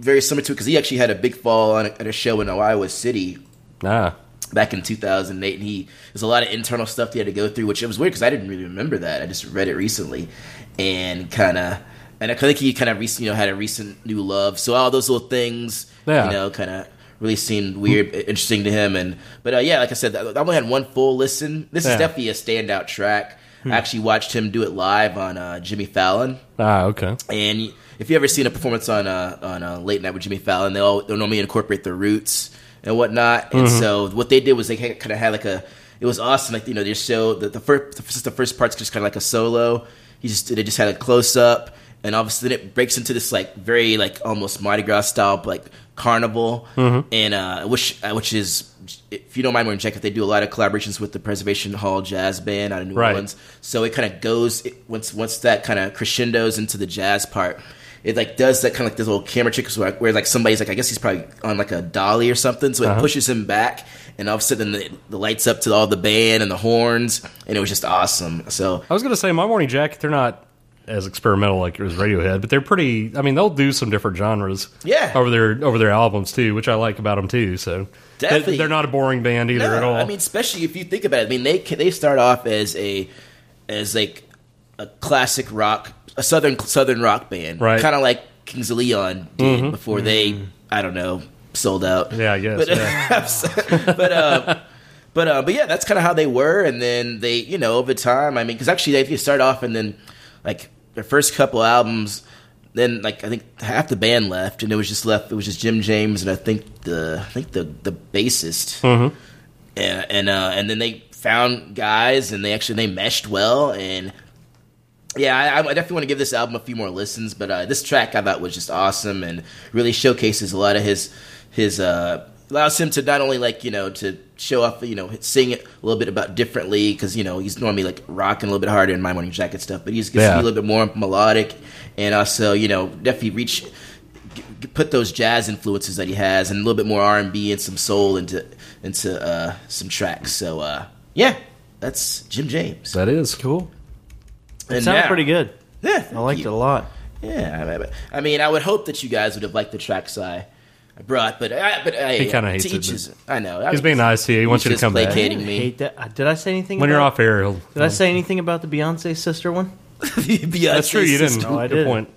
Speaker 8: very similar to it because he actually had a big fall on a, at a show in Iowa City.
Speaker 6: Ah.
Speaker 8: Back in 2008, and he there's a lot of internal stuff he had to go through, which it was weird because I didn't really remember that. I just read it recently, and kind of, and I think he kind of recent, you know, had a recent new love. So all those little things,
Speaker 6: Yeah.
Speaker 8: you know, kind of really seemed weird, interesting to him. And but uh, yeah, like I said, I only had one full listen. This
Speaker 6: Yeah.
Speaker 8: is definitely a standout track.
Speaker 6: Hmm.
Speaker 8: I actually watched him do it live on uh, Jimmy Fallon.
Speaker 6: Ah, okay.
Speaker 8: And if you ever seen a performance on uh, on uh, late night with Jimmy Fallon, they all they normally incorporate their roots and whatnot. And
Speaker 6: Mhm.
Speaker 8: so what they did was they kind of had like a it was awesome. Like you know, they show the the first just the first part's just kind of like a solo. He just they just had a close up, and all of a sudden it breaks into this like very like almost Mardi Gras style like carnival
Speaker 6: Mhm.
Speaker 8: and uh, which uh, which is if you don't mind wearing jacket, they do a lot of collaborations with the Preservation Hall Jazz Band out of New
Speaker 6: Right.
Speaker 8: Orleans. So it kind of goes it, once once that kind of crescendos into the jazz part. It like does that kind of like this little camera trick where, where like somebody's like I guess he's probably on like a dolly or something, so it
Speaker 6: Uh-huh.
Speaker 8: pushes him back, and all of a sudden the, the lights up to all the band and the horns, and it was just awesome. So
Speaker 6: I was gonna say my morning jacket. They're not as experimental like as Radiohead, but they're pretty. I mean, they'll do some different genres.
Speaker 8: Yeah.
Speaker 6: Over their over their albums too, which I like about them too. So They-
Speaker 8: Definitely.
Speaker 6: they're not a boring band either
Speaker 8: No,
Speaker 6: at all.
Speaker 8: I mean, especially if you think about it. I mean, they ca- they start off as a as like a classic rock, a southern southern rock band,
Speaker 6: Right.
Speaker 8: Kind of like Kings of Leon did
Speaker 6: Mhm.
Speaker 8: before they, I don't know, sold out.
Speaker 6: Yeah, I guess.
Speaker 8: But
Speaker 6: yeah.
Speaker 8: but uh, but uh, but yeah, that's kind of how they were, and then they, you know, over time. I mean, because actually they started off, and then like their first couple albums, then like I think half the band left, and it was just left. It was just Jim James and I think the I think the the bassist,
Speaker 6: Mhm.
Speaker 8: and and uh, and then they found guys, and they actually they meshed well, and yeah, I, I definitely want to give this album a few more listens, but uh, this track I thought was just awesome and really showcases a lot of his his uh, allows him to not only like you know to show off you know sing it a little bit about differently because you know he's normally like rocking a little bit harder in my morning jacket stuff, but he's gets to
Speaker 6: Yeah.
Speaker 8: be a little bit more melodic and also you know definitely reach g- g- put those jazz influences that he has and a little bit more R and B and some soul into into uh, some tracks. So uh, yeah, that's Jim James.
Speaker 6: That is
Speaker 1: cool. It
Speaker 8: And
Speaker 1: sounded
Speaker 8: now-
Speaker 1: pretty good.
Speaker 8: Yeah,
Speaker 1: I liked it a lot.
Speaker 8: Yeah, I- I- I mean, I would hope that you guys would have liked the tracks I I brought, but I, but I,
Speaker 6: He kinda hates
Speaker 8: to
Speaker 6: it,
Speaker 8: each
Speaker 6: but-
Speaker 8: his- I know. I
Speaker 6: He's
Speaker 8: mean,
Speaker 6: being nice to you. He wants you
Speaker 8: he's
Speaker 6: to
Speaker 8: just
Speaker 6: come back.
Speaker 8: placating
Speaker 6: I
Speaker 8: me.
Speaker 1: Hate that. uh, Did I say anything?
Speaker 6: When you're
Speaker 1: about-
Speaker 6: off air, he'll-
Speaker 1: Did I say anything about the Beyonce sister one?
Speaker 8: Beyonce
Speaker 6: That's true. You didn't.
Speaker 1: sister. No, I
Speaker 6: Good
Speaker 1: didn't.
Speaker 6: point.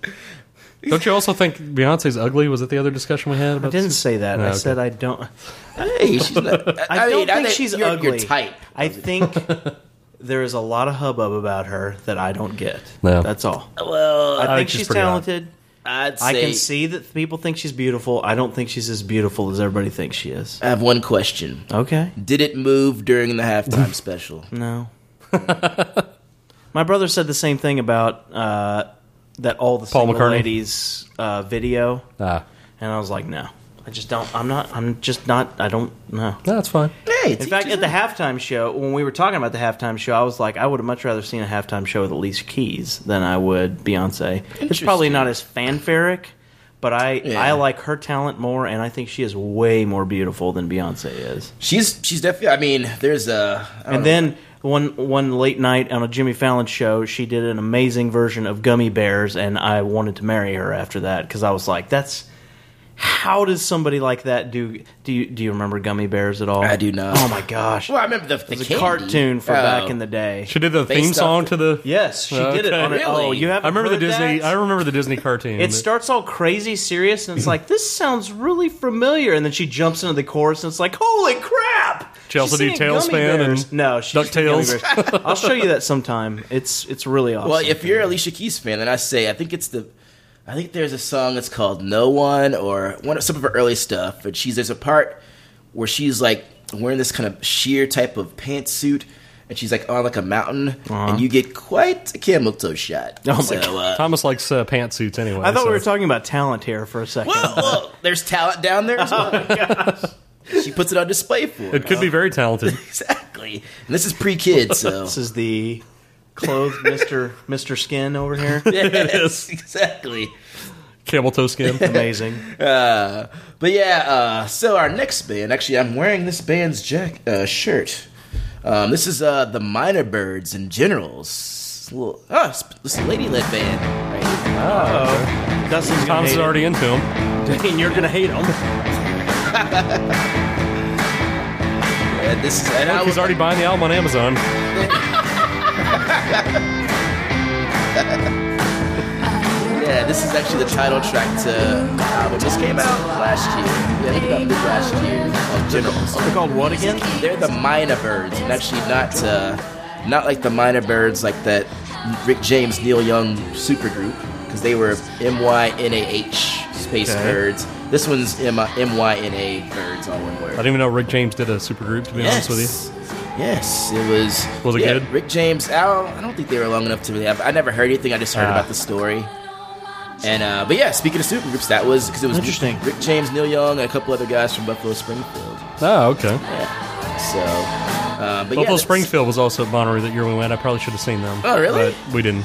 Speaker 6: Don't you also think Beyonce's ugly? Was it the other discussion we had? About I
Speaker 1: didn't say that. I said I don't.
Speaker 8: Hey, she's not,
Speaker 1: I,
Speaker 8: I
Speaker 1: don't
Speaker 8: mean, I
Speaker 1: think
Speaker 8: think
Speaker 1: she's
Speaker 8: you're-
Speaker 1: ugly.
Speaker 8: you're type.
Speaker 1: I think there is a lot of hubbub about her that I don't get.
Speaker 6: No.
Speaker 1: That's all.
Speaker 8: Well,
Speaker 1: I think she's talented.
Speaker 8: I'd say
Speaker 1: I can see that people think she's beautiful. I don't think she's as beautiful as everybody thinks she is.
Speaker 8: I have one question.
Speaker 1: Okay.
Speaker 8: Did it move during the halftime special?
Speaker 1: No. My brother said the same thing about uh, that all the
Speaker 6: Paul
Speaker 1: single
Speaker 6: McCartney?
Speaker 1: ladies uh, video,
Speaker 6: Ah,
Speaker 1: and I was like, no, I just don't. I'm not. I'm just not. I don't know.
Speaker 6: No, that's fine.
Speaker 1: In fact, at the halftime show, when we were talking about the halftime show, I was like, I would have much rather seen a halftime show with Alicia Keys than I would Beyonce. It's probably not as fanfaric, but I
Speaker 8: Yeah.
Speaker 1: I like her talent more, and I think she is way more beautiful than Beyonce is.
Speaker 8: She's she's definitely. I mean, there's a I don't
Speaker 1: And
Speaker 8: know.
Speaker 1: then one one late night on a Jimmy Fallon show, she did an amazing version of Gummy Bears, and I wanted to marry her after that because I was like, that's. How does somebody like that do? Do you do you remember Gummy Bears at all? I do
Speaker 8: not.
Speaker 1: Oh my gosh!
Speaker 8: Well, I remember the, the
Speaker 1: was a
Speaker 8: candy.
Speaker 1: cartoon for
Speaker 8: Oh.
Speaker 1: back in the day.
Speaker 6: She did the
Speaker 1: Based
Speaker 6: theme
Speaker 1: off
Speaker 6: song to the.
Speaker 1: Yes, she did it on it. Oh, you haven't
Speaker 6: I remember the
Speaker 1: heard that?
Speaker 6: Disney. I remember the Disney cartoon.
Speaker 1: It starts all crazy serious, and it's like this sounds really familiar. And then she jumps into the chorus, and it's like, holy crap!
Speaker 6: Chelsea
Speaker 1: She's
Speaker 6: did
Speaker 1: singing Gummy
Speaker 6: Tailspin
Speaker 1: Bears.
Speaker 6: and
Speaker 1: no, she's just did Gummy
Speaker 6: DuckTales.
Speaker 1: Bears. I'll show you that sometime. It's it's really awesome.
Speaker 8: Well, if you're an Alicia Keys fan, then I say I think it's the, I think there's a song that's called "No One" or one of some of her early stuff. But she's there's a part where she's like wearing this kind of sheer type of pantsuit, and she's like on like a mountain,
Speaker 6: Uh-huh. Oh
Speaker 8: and you get quite a camel toe shot. so, Uh,
Speaker 6: Thomas likes uh, pantsuits anyway.
Speaker 1: I thought
Speaker 6: so.
Speaker 1: we were talking about talent here for a second.
Speaker 8: well, there's talent down there as well. she puts it on display for.
Speaker 6: Oh It could be very talented.
Speaker 8: exactly. And this is pre-kid, so
Speaker 1: this is the clothed Mister Mister Skin over here.
Speaker 8: yes, exactly.
Speaker 6: Camel toe skin.
Speaker 1: Amazing.
Speaker 8: Uh, but yeah, uh, so our next band, actually, I'm wearing this band's jack uh, shirt. Um, this is uh, the Minor Birds and Generals. Little, oh, this lady led band. Right.
Speaker 1: Oh, Dustin's
Speaker 6: Thomas is already into him.
Speaker 1: Dang, you're gonna hate him.
Speaker 8: And this is, and I
Speaker 6: Look, he's
Speaker 8: was
Speaker 6: already buying the album on Amazon.
Speaker 8: yeah, this is actually the title track to the album. This came out last year. Yeah, I think about mid last year. Called Generals. They're
Speaker 1: called what again?
Speaker 8: They're the Minor Birds, and actually not uh, not like the Minor Birds, like that Rick James Neil Young supergroup, because they were M Y N A H space
Speaker 6: Okay.
Speaker 8: birds. This one's M Y N A birds, all one
Speaker 6: I
Speaker 8: word.
Speaker 6: didn't even know Rick James did a supergroup. To be honest
Speaker 8: Yes.
Speaker 6: with
Speaker 8: you. Yes, it was.
Speaker 6: Was it
Speaker 8: Yeah,
Speaker 6: good?
Speaker 8: Rick James. I don't, I don't think they were long enough to really have. I never heard anything. I just heard
Speaker 6: Ah.
Speaker 8: about the story. And uh, but yeah, speaking of supergroups, that was because it was
Speaker 1: Interesting.
Speaker 8: Rick James, Neil Young, and a couple other guys from Buffalo Springfield.
Speaker 6: Oh, okay.
Speaker 8: Yeah. So, uh, but
Speaker 6: Buffalo
Speaker 8: yeah, that's-
Speaker 6: Springfield was also at Monterey that year we went. I probably should have seen them.
Speaker 8: Oh, really?
Speaker 6: But we didn't.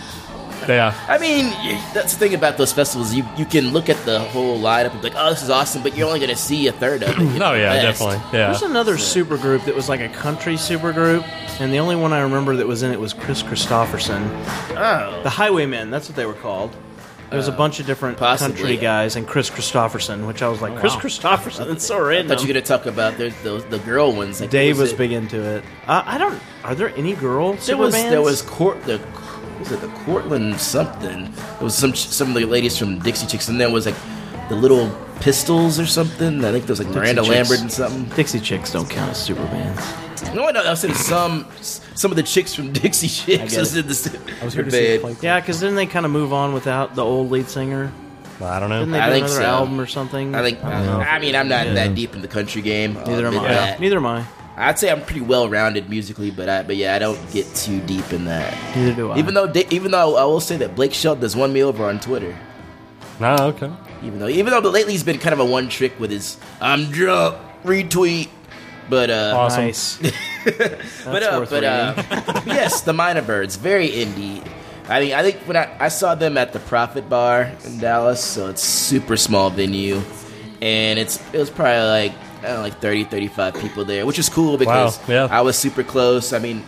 Speaker 6: Yeah.
Speaker 8: I mean, y- that's the thing about those festivals. You you can look at the whole lineup and be like, oh, this is awesome, but you're only going to see a third of it. you know,
Speaker 6: Oh, yeah,
Speaker 8: at best.
Speaker 6: definitely. Yeah.
Speaker 1: There's another supergroup that was like a country supergroup, and the only one I remember that was in it was Chris Christopherson.
Speaker 8: Oh.
Speaker 1: The Highwaymen, that's what they were called. There was a bunch of different
Speaker 8: possibly. Oh,
Speaker 1: country guys and Chris Christopherson, which I was like, Chris Christopherson, that's so random.
Speaker 8: I thought you were going to talk about the, the, the girl ones. Like,
Speaker 1: Dave
Speaker 8: what
Speaker 1: was
Speaker 8: it?
Speaker 1: big into it. Uh, I don't. Are there any girl
Speaker 8: There
Speaker 1: super
Speaker 8: was
Speaker 1: bands?
Speaker 8: there was court the was it the Cortland something? It was some some of the ladies from Dixie Chicks, and there was like the little Pistols or something. I think there's like Miranda Lambert and something.
Speaker 1: Dixie Chicks don't count as Superbands.
Speaker 8: No, I know. I was saying some some of the chicks from Dixie
Speaker 1: I
Speaker 8: Chicks
Speaker 1: get
Speaker 8: was
Speaker 1: it.
Speaker 8: in the
Speaker 1: I was
Speaker 8: her
Speaker 1: here to see
Speaker 8: band.
Speaker 1: Flake. Yeah, because didn't they kind of move on without the old lead singer?
Speaker 6: I don't know.
Speaker 1: Didn't they
Speaker 8: I
Speaker 1: do
Speaker 8: think
Speaker 1: another
Speaker 8: so.
Speaker 1: album or something?
Speaker 8: I think. I, mean, I'm not that deep in the country game. I'll
Speaker 1: Neither am
Speaker 8: admit
Speaker 1: I.
Speaker 8: that.
Speaker 1: Neither am I.
Speaker 8: I'd say I'm pretty well rounded musically, but I but yeah, I don't get too deep in that.
Speaker 1: Neither do I.
Speaker 8: Even though Da- even though I will say that Blake Shelton has won me over on Twitter.
Speaker 6: No, okay.
Speaker 8: Even though even though but lately he's been kind of a one trick with his I'm drunk retweet. But uh
Speaker 1: Awesome. Nice.
Speaker 8: but
Speaker 1: That's
Speaker 8: uh,
Speaker 1: worth
Speaker 8: but uh, yes, the Minor Birds, very indie. I mean, I think when I, I saw them at the Profit Bar in Dallas, so it's super small venue, and it's it was probably like I don't know, like 30, 35 people there, which is cool because
Speaker 6: yeah.
Speaker 8: I was super close. I mean,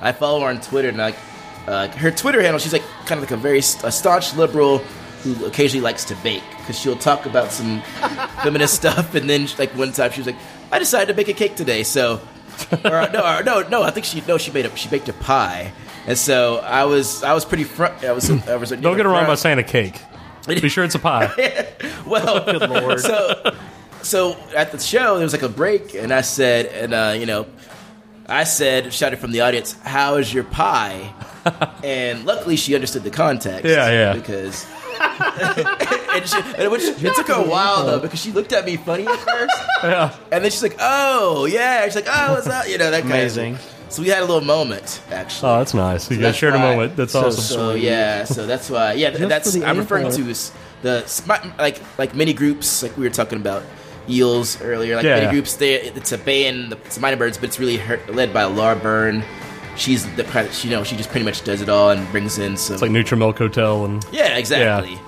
Speaker 8: I follow her on Twitter, and like uh, her Twitter handle, she's like kind of like a very st- a staunch liberal who occasionally likes to bake because she'll talk about some feminist stuff, and then like one time she was like, "I decided to bake a cake today," so or, uh, no, or, no, no. I think she no, she made a she baked a pie, and so I was I was pretty front. I was I was
Speaker 6: Don't get it wrong by saying a cake. Be sure it's a pie.
Speaker 8: well,
Speaker 6: Good Lord.
Speaker 8: So, so at the show, there was like a break, and I said, and uh, you know, I said, shouted from the audience, "How is your pie?" and luckily, she understood the context.
Speaker 6: Yeah, yeah.
Speaker 8: Because. and she, and which, it took her a while though because she looked at me funny at first, and then she's like, "Oh yeah," she's like, "Oh, what's up?" You know that kind
Speaker 6: Amazing.
Speaker 8: of thing. So we had a little moment actually.
Speaker 6: Oh, that's nice. You guys shared a
Speaker 8: why-
Speaker 6: moment. That's
Speaker 8: so,
Speaker 6: awesome.
Speaker 8: So yeah, so that's why. Yeah, th-
Speaker 6: Just
Speaker 8: that's
Speaker 6: for the
Speaker 8: I'm referring
Speaker 6: airport.
Speaker 8: to is the smi- like like mini groups like we were talking about eels earlier. Like
Speaker 6: Yeah.
Speaker 8: mini groups, they it's a band, the- it's minor birds, but it's really her, led by Laura Byrne. She's the kind of- she you know she just pretty much does it all and brings in some
Speaker 6: It's like Nutrimilk Hotel and
Speaker 8: yeah, exactly.
Speaker 6: Yeah.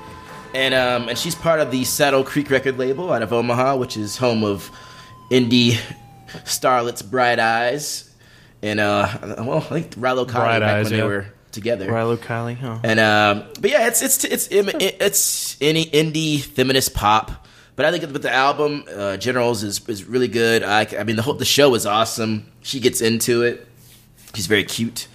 Speaker 8: And um, and she's part of the Saddle Creek record label out of Omaha, which is home of indie starlets Bright Eyes, and uh, well, I think Rilo Kiley
Speaker 1: Bright
Speaker 8: back
Speaker 1: Eyes,
Speaker 8: when they
Speaker 1: yeah.
Speaker 8: were together.
Speaker 1: Rilo Kiley, huh?
Speaker 8: And um, but yeah, it's it's it's im- it's any indie feminist pop. But I think with the album, uh, Generals is is really good. I, I mean, the whole the show is awesome. She gets into it. She's very cute.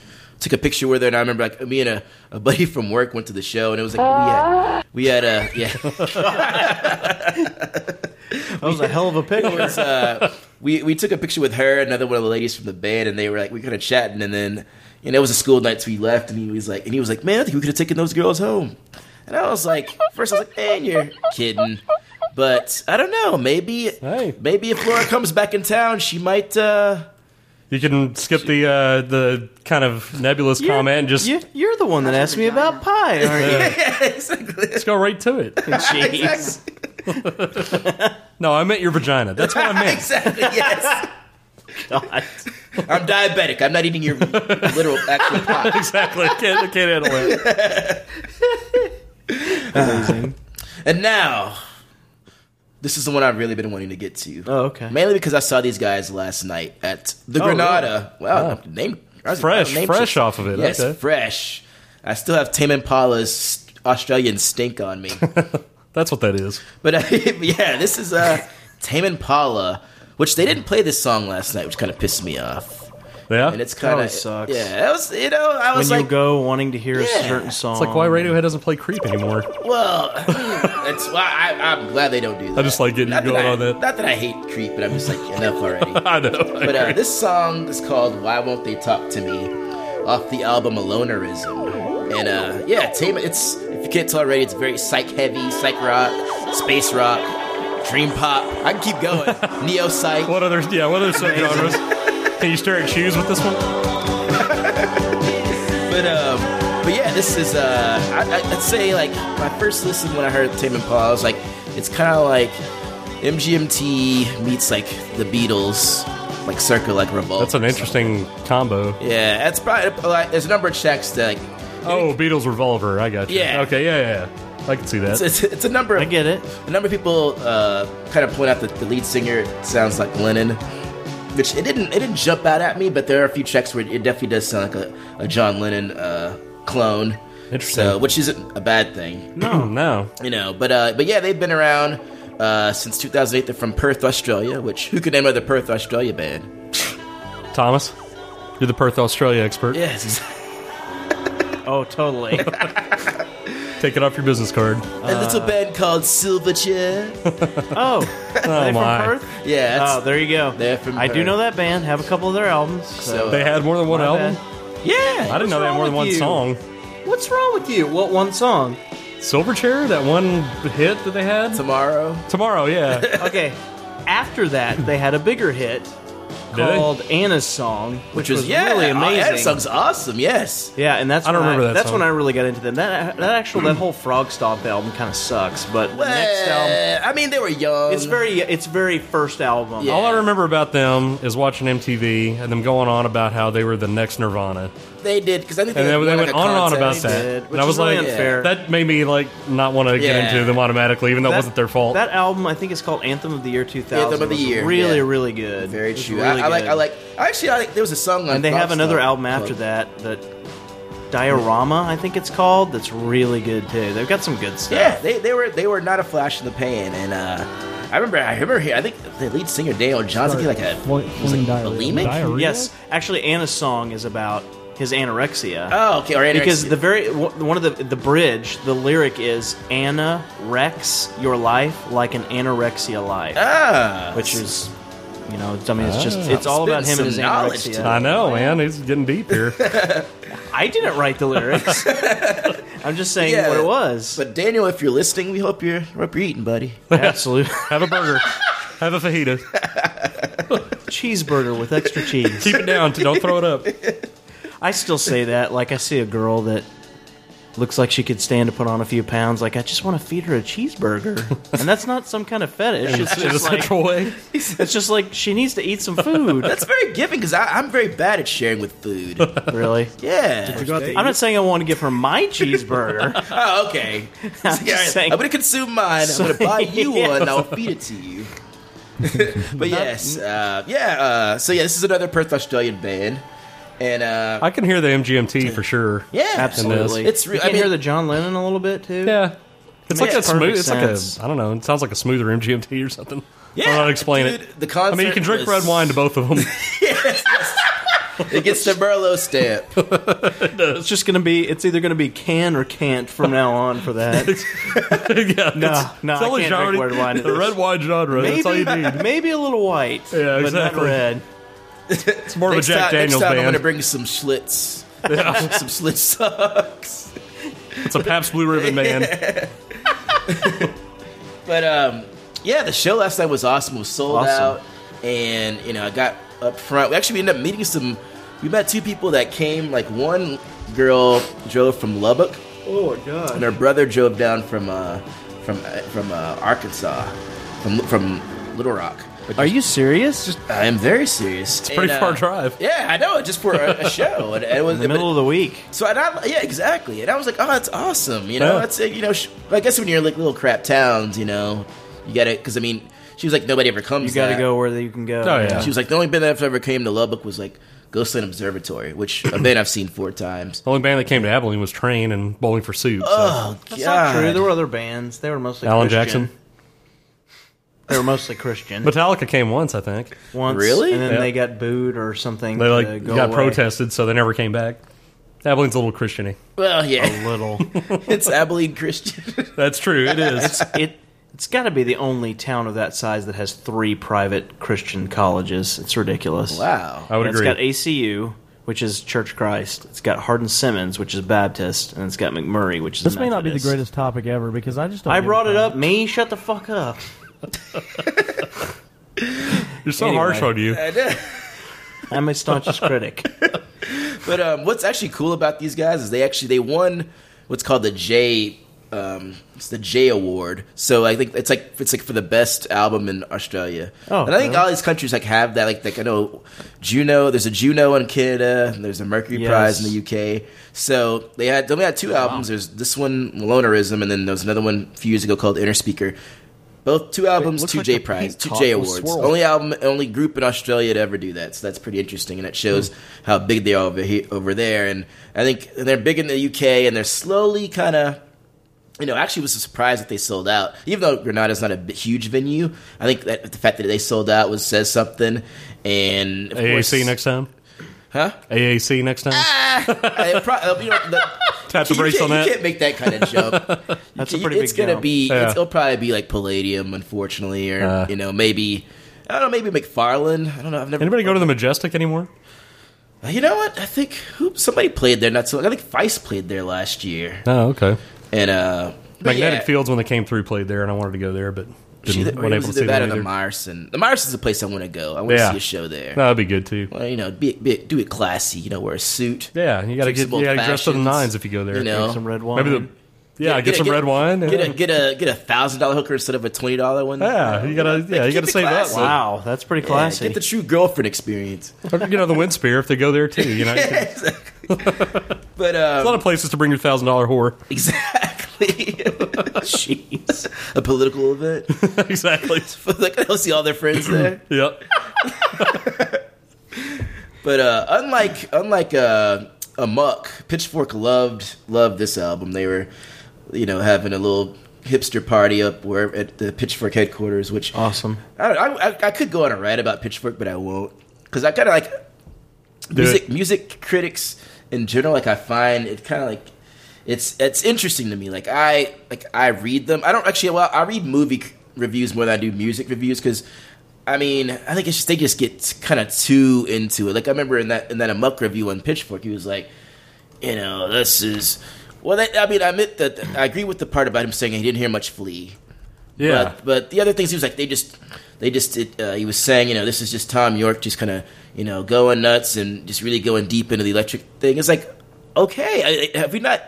Speaker 8: Took a picture with her, and I remember like me and a, a buddy from work went to the show, and it was like we had we had a yeah. that was a hell of a picture. we we took a picture with her, another one of the ladies from the band, and they were like we kind of chatting, and then you know it was a school night, so we left, and he was like, and he was like, man, I think we could have taken those girls home, and I was like, first I was like, man, you're kidding. But I don't know. Maybe, maybe if Laura comes back in town, she might. uh
Speaker 6: You can skip the uh, the kind of nebulous comment and Oh, just
Speaker 1: you, you're the one that asked me about pie, aren't you?
Speaker 6: Let's go right to it.
Speaker 1: Jeez.
Speaker 6: No, I meant your vagina. That's what I meant.
Speaker 8: exactly. Yes. I'm diabetic. I'm not eating your literal actual pie.
Speaker 6: exactly. Can't, can't handle it.
Speaker 8: And now, this is the one I've really been wanting to get to.
Speaker 1: Oh, okay.
Speaker 8: Mainly because I saw these guys last night at the
Speaker 6: Oh,
Speaker 8: Granada.
Speaker 6: really?
Speaker 8: Wow,
Speaker 6: Oh.
Speaker 8: name I was-
Speaker 6: Fresh,
Speaker 8: I named
Speaker 6: fresh
Speaker 8: shit.
Speaker 6: off of it,
Speaker 8: Yes,
Speaker 6: okay.
Speaker 8: fresh. I still have Tame Impala's Australian stink on me.
Speaker 6: That's what that is.
Speaker 8: But uh, yeah, this is uh, Tame Impala, which they didn't play this song last night, which kind of pissed me off.
Speaker 6: Yeah,
Speaker 8: and it's kind of
Speaker 1: always sucks.
Speaker 8: Yeah, that was you know I was
Speaker 1: when
Speaker 8: like,
Speaker 1: you go wanting to hear a certain song.
Speaker 6: It's like why Radiohead doesn't play Creep anymore.
Speaker 8: well, that's why I, I'm glad they don't do that.
Speaker 6: I just like getting you
Speaker 8: Not that
Speaker 6: going
Speaker 8: I-
Speaker 6: on that.
Speaker 8: Not that I hate Creep, but I'm just like enough already.
Speaker 6: I know. I
Speaker 8: But uh,
Speaker 6: agree.
Speaker 8: this song is called "Why Won't They Talk to Me" off the album Alonerism, and uh, yeah, Tame. It's if you can't tell already, it's very psych heavy, psych rock, space rock, dream pop. I can keep going. Neo psych.
Speaker 6: What other? Yeah, what other subgenres? Can you stare at shoes with this one?
Speaker 8: But um, but yeah, this is uh, I, I- I'd say like my first listen when I heard Tame Impala, I was like, it's kind of like MGMT meets like the Beatles, like circa like Revolt.
Speaker 6: That's an interesting combo.
Speaker 8: yeah, that's probably like, there's a number of tracks that like
Speaker 6: Oh, Beatles Revolver. I got you.
Speaker 8: Yeah.
Speaker 6: Okay. Yeah. Yeah. yeah. I can see that.
Speaker 8: it's, it's, it's a number. Of, I
Speaker 1: get it.
Speaker 8: A number of people uh, kind of point out that the lead singer sounds like Lennon, which it didn't. It didn't jump out at me, but there are a few tracks where it definitely does sound like a, a John Lennon uh, clone. Interesting. So, which isn't a bad thing.
Speaker 6: No, no.
Speaker 8: You know, but uh, but yeah, they've been around uh, since 2008. They're from Perth, Australia. Which who could name another Perth, Australia band?
Speaker 6: Thomas, you're the Perth, Australia expert.
Speaker 8: Yes.
Speaker 1: Oh, totally.
Speaker 6: Take it off your business card.
Speaker 8: a little band called Silverchair.
Speaker 1: oh,
Speaker 6: Oh,
Speaker 1: Are they
Speaker 6: my.
Speaker 1: from Perth?
Speaker 8: Yeah.
Speaker 1: Oh, there you go.
Speaker 8: They're from
Speaker 1: I do
Speaker 8: Perth.
Speaker 1: know that band. Have a couple of their albums. So,
Speaker 6: They had more than one
Speaker 1: my
Speaker 6: album?
Speaker 1: bad.
Speaker 6: I
Speaker 1: Yeah.
Speaker 6: didn't know they had more than one song.
Speaker 1: What's wrong with you? What one song?
Speaker 6: Silverchair, that one hit that they had.
Speaker 8: Tomorrow.
Speaker 6: Tomorrow, yeah.
Speaker 1: okay. After that, they had a bigger hit
Speaker 6: Did they?
Speaker 1: called Anna's Song, which,
Speaker 8: Which was,
Speaker 1: was
Speaker 8: yeah,
Speaker 1: really
Speaker 8: oh,
Speaker 1: amazing.
Speaker 8: Anna's Song's awesome, yes.
Speaker 1: Yeah, and that's
Speaker 8: I don't
Speaker 1: when
Speaker 8: remember that
Speaker 1: That's
Speaker 8: song.
Speaker 1: when I really got into them. That that actual that whole Frog Stomp album kind of sucks, but the next
Speaker 8: album. I mean, they were young.
Speaker 1: It's very it's very first album.
Speaker 6: All I remember about them is watching MTV and them going on about how they were the next Nirvana.
Speaker 8: They did because I think
Speaker 6: And
Speaker 8: they,
Speaker 6: they,
Speaker 8: won,
Speaker 6: they
Speaker 8: like,
Speaker 6: went
Speaker 8: a
Speaker 6: on and on about
Speaker 8: contest.
Speaker 6: that. and I was like, that made me like not want to
Speaker 1: Yeah.
Speaker 6: get into them automatically, even though
Speaker 1: That-
Speaker 6: it wasn't their fault.
Speaker 1: That album, I think, is called Anthem of the Year 2000.
Speaker 8: Anthem of the
Speaker 1: was
Speaker 8: Year,
Speaker 1: Really,
Speaker 8: yeah.
Speaker 1: really good. Very
Speaker 8: Shoot, I, I like, I like. Actually, I like, there was a song on.
Speaker 1: And they have
Speaker 8: Frog
Speaker 1: another
Speaker 8: Stomp
Speaker 1: album
Speaker 8: called-
Speaker 1: after that that. Diorama, I think it's called. That's really good too. They've got some good stuff.
Speaker 8: Yeah, they, they were they were not a flash in the pan, and uh, I remember I remember here. I think the lead singer Daniel Johnson he had like a was it bulimic.
Speaker 1: Yes, actually, Anna's song is about his anorexia.
Speaker 8: Oh, okay, or anorexia.
Speaker 1: Because the very w- one of the the bridge, the lyric is Anna wrecks your life like an anorexia life.
Speaker 8: Ah,
Speaker 1: which is you know, I mean, it's just
Speaker 6: Ah.
Speaker 1: it's all about him and his
Speaker 6: Spitting some knowledge
Speaker 1: anorexia.
Speaker 6: today, I know, man. He's getting deep here.
Speaker 1: I didn't write the lyrics. I'm just saying
Speaker 8: Yeah.
Speaker 1: what it was.
Speaker 8: But Daniel, if you're listening, we hope you're we hope you're eating, buddy.
Speaker 1: Absolutely.
Speaker 6: have a burger. Have a fajita.
Speaker 1: Cheeseburger with extra cheese.
Speaker 6: Keep it down. Don't throw it up.
Speaker 1: I still say that. Like I see a girl that looks like she could stand to put on a few pounds. Like I just want to feed her a cheeseburger, and that's not some kind of fetish.
Speaker 6: In-
Speaker 1: It's
Speaker 6: in
Speaker 1: just
Speaker 6: a
Speaker 1: like,
Speaker 6: sexual way?
Speaker 1: It's just like she needs to eat some food.
Speaker 8: That's very giving because I'm very bad at sharing with food.
Speaker 1: really.
Speaker 8: Yeah.
Speaker 1: I'm not saying I want to give her my cheeseburger.
Speaker 8: oh, okay.
Speaker 1: I'm
Speaker 8: Yeah,
Speaker 1: just saying.
Speaker 8: I'm gonna consume mine.
Speaker 1: So-
Speaker 8: I'm gonna buy you
Speaker 1: Yeah.
Speaker 8: one. and I'll feed it to you. but yes, uh, yeah. Uh, so yeah, this is another Perth Australian band, and uh,
Speaker 6: I can hear the MGMT for sure.
Speaker 8: Yeah.
Speaker 6: in this.
Speaker 1: absolutely.
Speaker 8: It's re-
Speaker 1: you
Speaker 8: I
Speaker 1: can
Speaker 8: mean-
Speaker 1: hear the John Lennon a little bit too.
Speaker 6: Yeah, It's like a
Speaker 1: Makes
Speaker 6: smooth.
Speaker 1: perfect
Speaker 6: It's like a.
Speaker 1: sense.
Speaker 6: I don't know. It sounds like a smoother MGMT or something. I don't
Speaker 8: Yeah,
Speaker 6: know how to explain
Speaker 8: dude,
Speaker 6: it.
Speaker 8: the
Speaker 6: I mean, you can
Speaker 8: concert
Speaker 6: drink
Speaker 8: was-
Speaker 6: red wine to both of them.
Speaker 8: it gets the Merlot stamp.
Speaker 1: It's just gonna be. It's either gonna be can or can't from now on for that.
Speaker 6: yeah,
Speaker 1: no,
Speaker 6: it's-
Speaker 1: no,
Speaker 6: it's
Speaker 1: I
Speaker 6: only
Speaker 1: can't
Speaker 6: genre-
Speaker 1: drink red wine. to
Speaker 6: the
Speaker 1: this.
Speaker 6: red wine genre,
Speaker 1: Maybe,
Speaker 6: that's all you need.
Speaker 1: Maybe a little white. Yeah, But not
Speaker 6: exactly.
Speaker 1: red.
Speaker 6: It's more of a
Speaker 8: Next
Speaker 6: Jack
Speaker 8: time-
Speaker 6: Daniels
Speaker 8: next time I'm
Speaker 6: band.
Speaker 8: gonna bring some Schlitz.
Speaker 6: Yeah.
Speaker 8: some Schlitz socks.
Speaker 6: It's a Pabst Blue Ribbon man.
Speaker 8: But um, yeah, the show last night was awesome. It was sold
Speaker 6: Awesome.
Speaker 8: out, and you know I got up front. We actually ended up meeting some. We met two people that came. Like one girl drove from Lubbock,
Speaker 1: Oh
Speaker 8: and
Speaker 1: god.
Speaker 8: her brother drove down from uh, from uh, from uh, Arkansas, from from Little Rock.
Speaker 1: Are you serious?
Speaker 8: I am very serious. It's
Speaker 1: a pretty far
Speaker 6: drive.
Speaker 8: Yeah, I know. Just for a, a show, and, and it was
Speaker 1: In the middle of the week.
Speaker 8: so and I, yeah, exactly. And I was like, oh, that's awesome. You know,
Speaker 1: Yeah.
Speaker 8: that's you know, sh- I guess when you're like little crap towns, you know, you got to because I mean, she was like, nobody ever comes.
Speaker 1: You got to
Speaker 8: that.
Speaker 1: go where you can go.
Speaker 8: She was like, the only band that ever came to Lubbock was like Ghostland Observatory, which a band I've seen four times.
Speaker 6: The only band that came to Abilene was Train and Bowling for Soup. so-
Speaker 8: Oh,
Speaker 1: That's
Speaker 8: God.
Speaker 1: not true. There were other bands. They were mostly
Speaker 6: Alan
Speaker 1: Christian.
Speaker 6: Jackson.
Speaker 1: They were mostly Christian.
Speaker 6: Metallica came once, I think.
Speaker 1: once, and then they got booed or something.
Speaker 6: They
Speaker 1: to
Speaker 6: like
Speaker 1: go
Speaker 6: got
Speaker 1: away.
Speaker 6: protested, so they never came back. Abilene's a little Christiany.
Speaker 8: Well, yeah,
Speaker 1: a little.
Speaker 8: it's Abilene Christian.
Speaker 6: That's true. It is.
Speaker 1: It's, it it's got to be the only town of that size that has three private Christian colleges. It's ridiculous.
Speaker 8: Wow.
Speaker 6: I would
Speaker 1: And
Speaker 6: agree.
Speaker 1: It's got ACU, which is Church of Christ. It's got Hardin Simmons, which is Baptist, and it's got McMurray, which is
Speaker 15: This may not be the
Speaker 1: Methodist.
Speaker 15: greatest topic ever because I just don't
Speaker 1: I
Speaker 15: give a
Speaker 1: brought it
Speaker 15: fuck.
Speaker 1: up. Me, shut the fuck up.
Speaker 6: You're so
Speaker 1: Anyway.
Speaker 6: harsh on you.
Speaker 1: I'm a staunchest critic.
Speaker 8: But um, what's actually cool about these guys is they actually they won what's called the J, um, it's the J Award. So I think it's like it's like for the best album in Australia.
Speaker 1: Oh,
Speaker 8: and I think
Speaker 1: really?
Speaker 8: all these countries like have that. Like, like I know Juno, there's a Juno in Canada, and there's a Mercury
Speaker 1: Yes.
Speaker 8: Prize in the UK. So they had they only had two albums. There's this one Malonerism, and then there was another one a few years ago called Inner Speaker. Both two albums,
Speaker 1: looks
Speaker 8: two
Speaker 1: like
Speaker 8: J
Speaker 1: a pink
Speaker 8: Prize, two
Speaker 1: cock
Speaker 8: J
Speaker 1: was
Speaker 8: Awards.
Speaker 1: swirled.
Speaker 8: Only album, only group in Australia to ever do that. So that's pretty interesting, and it shows
Speaker 1: Hmm.
Speaker 8: how big they are over here, over there. And I think and they're big in the UK, and they're slowly kind of. You know, actually, it was a surprise that they sold out. Even though Granada's not a bi- huge venue, I think that the fact that they sold out was says something. And of
Speaker 6: AAC
Speaker 8: course-
Speaker 6: next time.
Speaker 8: Huh?
Speaker 6: AAC next time.
Speaker 8: I pro- uh, you know, the,
Speaker 6: tap the
Speaker 8: You
Speaker 6: brakes
Speaker 8: can't-
Speaker 6: on that.
Speaker 8: You can't make that kind of jump. You
Speaker 6: That's a
Speaker 8: can't-
Speaker 6: pretty
Speaker 8: It's
Speaker 6: big
Speaker 8: gonna
Speaker 6: jump.
Speaker 8: be.
Speaker 6: Yeah.
Speaker 8: It's, it'll probably be like Palladium, unfortunately, or
Speaker 6: Uh.
Speaker 8: you know maybe. I don't know. Maybe McFarlane. I don't know. I've never. Uh,
Speaker 6: Anybody go to the Majestic anymore?
Speaker 8: You know what? I think who, somebody played there not so long. I think Vice played there last year.
Speaker 6: Oh, okay.
Speaker 8: And uh, but
Speaker 6: Magnetic
Speaker 8: yeah.
Speaker 6: Fields when they came through played there, and I wanted to go there, but
Speaker 8: She-
Speaker 6: didn't.
Speaker 8: or
Speaker 6: wasn't able
Speaker 8: it was
Speaker 6: to
Speaker 8: either
Speaker 6: see
Speaker 8: that
Speaker 6: them
Speaker 8: or the
Speaker 6: either.
Speaker 8: Myerson. The Myerson is the place I want to go. I want
Speaker 6: Yeah.
Speaker 8: to see a show there.
Speaker 6: No, that'd be good too.
Speaker 8: Well, you know, be, be, do it classy. You know, wear a suit.
Speaker 6: Yeah, and you gotta
Speaker 8: Drink
Speaker 6: get-
Speaker 8: some
Speaker 6: you gotta dress to the
Speaker 8: old-fashions,
Speaker 6: nines if you go there.
Speaker 8: You know,
Speaker 6: Drink some red wine. Maybe the- yeah, get some red wine and-
Speaker 8: Get a get a get a thousand dollar hooker instead of a twenty dollar one.
Speaker 6: Yeah, you gotta- yeah, you
Speaker 8: keep
Speaker 6: gotta
Speaker 8: it
Speaker 6: save that
Speaker 8: classy.
Speaker 6: one. Wow, that's pretty
Speaker 8: Yeah,
Speaker 6: classy.
Speaker 8: get the true girlfriend experience.
Speaker 6: Or, you know, the Windspear if they go there too. You know, You can-
Speaker 8: But uh,
Speaker 6: there's a lot of places to bring your thousand dollar whore.
Speaker 8: Jeez. A political event.
Speaker 6: exactly.
Speaker 8: like, they'll see all their friends there.
Speaker 6: yep.
Speaker 8: but uh, unlike unlike uh, Amok, Pitchfork loved loved this album. They were, you know, having a little hipster party up where at the Pitchfork headquarters, which
Speaker 6: Uh-huh.
Speaker 8: awesome. I, I, I- I could go on a rant about Pitchfork, but I won't because I kind of like
Speaker 6: Do
Speaker 8: music music critics in general like i find it kind of like it's it's interesting to me like i like i read them i don't actually well i read movie c- reviews more than i do music reviews because i mean i think it's just they just get kind of too into it like i remember in that in that amok review on pitchfork he was like you know this is well that, i mean i admit that i agree with the part about him saying he didn't hear much flea
Speaker 6: Yeah.
Speaker 8: but, but the other things he was like, they just, they just, it, uh, he was saying, you know, this is just Tom York just kind of, you know, going nuts and just really going deep into the electric thing. It's like, okay, I, I- have we not?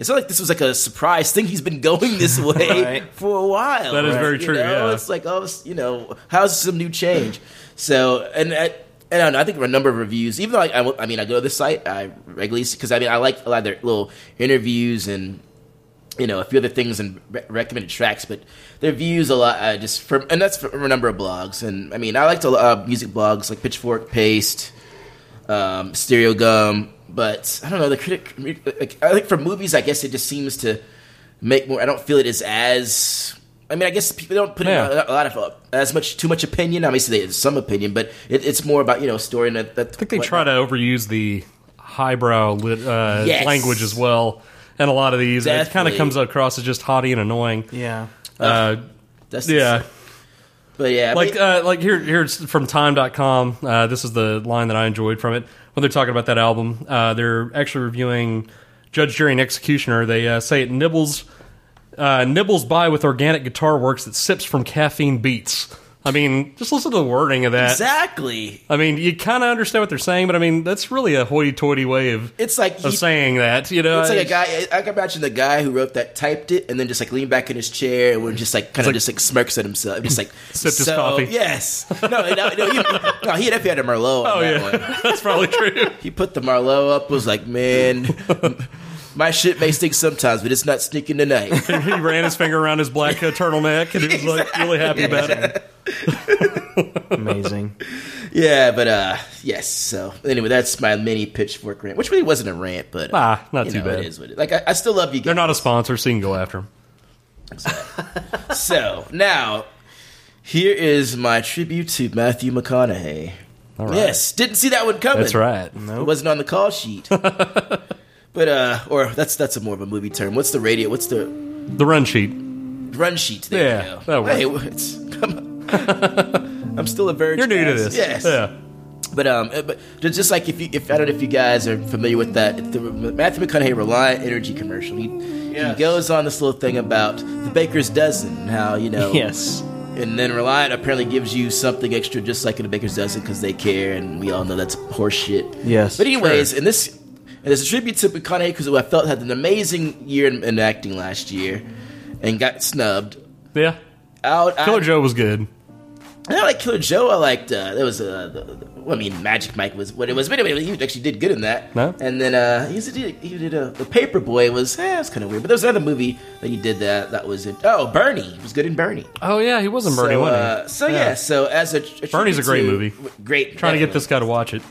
Speaker 8: It's not like this was like a surprise thing. He's been going this way for a while.
Speaker 6: That is very
Speaker 8: You
Speaker 6: true,
Speaker 8: know?
Speaker 6: yeah.
Speaker 8: it's like, oh, it's- you know, how's this some new change? So, and I, and I, don't know, I think a number of reviews, even though I, I, I mean, I go to this site, I regularly because I mean, I like a lot of their little interviews and you know a few other things and re- recommended tracks, but their views a lot uh, just from and that's from a number of blogs. And I mean, I like to uh, music blogs like Pitchfork, Paste, um, Stereo Gum, but I don't know the critic. Like, I think for movies, I guess it just seems to make more. I don't feel it is as. I mean, I guess people don't put in
Speaker 6: Yeah.
Speaker 8: a, a lot of uh, as much too much opinion. Obviously, there's some opinion, but it, it's more about you know story. And that, that,
Speaker 6: I think they try to overuse the highbrow lit, uh,
Speaker 8: Yes.
Speaker 6: language as well, and a lot of these and it kind of
Speaker 8: Definitely.
Speaker 6: comes across as just haughty and annoying.
Speaker 1: Yeah.
Speaker 6: Uh,
Speaker 8: That's-
Speaker 6: yeah.
Speaker 8: But yeah, I
Speaker 6: like
Speaker 8: mean-
Speaker 6: uh, like here here's from time.com. Uh, this is the line that I enjoyed from it when they're talking about that album. Uh, they're actually reviewing Judge Jury and Executioner. They uh, say it nibbles uh, nibbles by with organic guitar works that sips from caffeine beats. I mean, just listen to the wording of that.
Speaker 8: Exactly.
Speaker 6: I mean, you kind of understand what they're saying, but I mean, that's really a hoity-toity way of
Speaker 8: it's like
Speaker 6: of
Speaker 8: he-
Speaker 6: saying uh, that. You know,
Speaker 8: it's like a guy. I I can imagine the guy who wrote that typed it and then just like leaned back in his chair and would just like kind of just like smirks at himself, just like
Speaker 6: Sipped his
Speaker 8: "So,
Speaker 6: coffee."
Speaker 8: Yes, no, no, no, you, no. He definitely had a Merlot. On
Speaker 6: Oh,
Speaker 8: that
Speaker 6: yeah.
Speaker 8: one.
Speaker 6: that's probably true.
Speaker 8: He put the Merlot up. Was like, man, my shit may stink sometimes, but it's not stinking tonight.
Speaker 6: he ran his finger around his black uh, turtleneck, and he was like really happy about it.
Speaker 1: Amazing.
Speaker 8: Yeah, but uh, yes. So anyway, that's my mini pitchfork rant, which really wasn't a rant, but uh,
Speaker 6: Ah, not
Speaker 8: you
Speaker 6: too
Speaker 8: know,
Speaker 6: bad.
Speaker 8: It is what it, like I, I still love you guys.
Speaker 6: They're not a sponsor, so you can go after them.
Speaker 8: so now here is my tribute to Matthew McConaughey.
Speaker 6: right.
Speaker 8: Yes, didn't see that one coming.
Speaker 6: That's right.
Speaker 8: It wasn't on the call sheet. but uh, or that's that's a more of a movie term. What's the radio? What's the
Speaker 6: The run sheet.
Speaker 8: run sheet? There
Speaker 6: Yeah,
Speaker 8: you
Speaker 6: that
Speaker 8: go.
Speaker 6: works.
Speaker 8: Hey, what's- come on. I'm still a very
Speaker 6: You're new to
Speaker 8: trans-
Speaker 6: this.
Speaker 8: Yes.
Speaker 6: Yeah.
Speaker 8: But um, uh, but ju- just like if you, if I don't know if you guys are familiar with that, the Matthew McConaughey Reliant Energy commercial. He, he goes on this little thing about the baker's dozen, and how you know.
Speaker 1: Yes.
Speaker 8: And then Reliant apparently gives you something extra, just like in a baker's dozen, because they care, and we all know that's horseshit.
Speaker 1: Yes.
Speaker 8: But anyways, and this and it's a tribute to McConaughey because I felt had an amazing year in, in acting last year, and got snubbed.
Speaker 6: Yeah.
Speaker 8: Out.
Speaker 6: Killer Joe was good.
Speaker 8: I like Killer Joe. I liked uh, there was uh, the, the, well, I mean Magic Mike was what it was, but anyway, he actually did good in that.
Speaker 6: No?
Speaker 8: And then uh, he did he did a the Paperboy was eh, it was kind of weird, but there was another movie that he did that that was in, oh Bernie he was good in Bernie.
Speaker 6: Oh yeah, he was in Bernie,
Speaker 8: so,
Speaker 6: wasn't he?
Speaker 8: uh, so yeah.
Speaker 6: Yeah.
Speaker 8: so as a, a
Speaker 6: Bernie's a great movie.
Speaker 8: tribute to- Great,
Speaker 6: Trying to get this guy to watch it.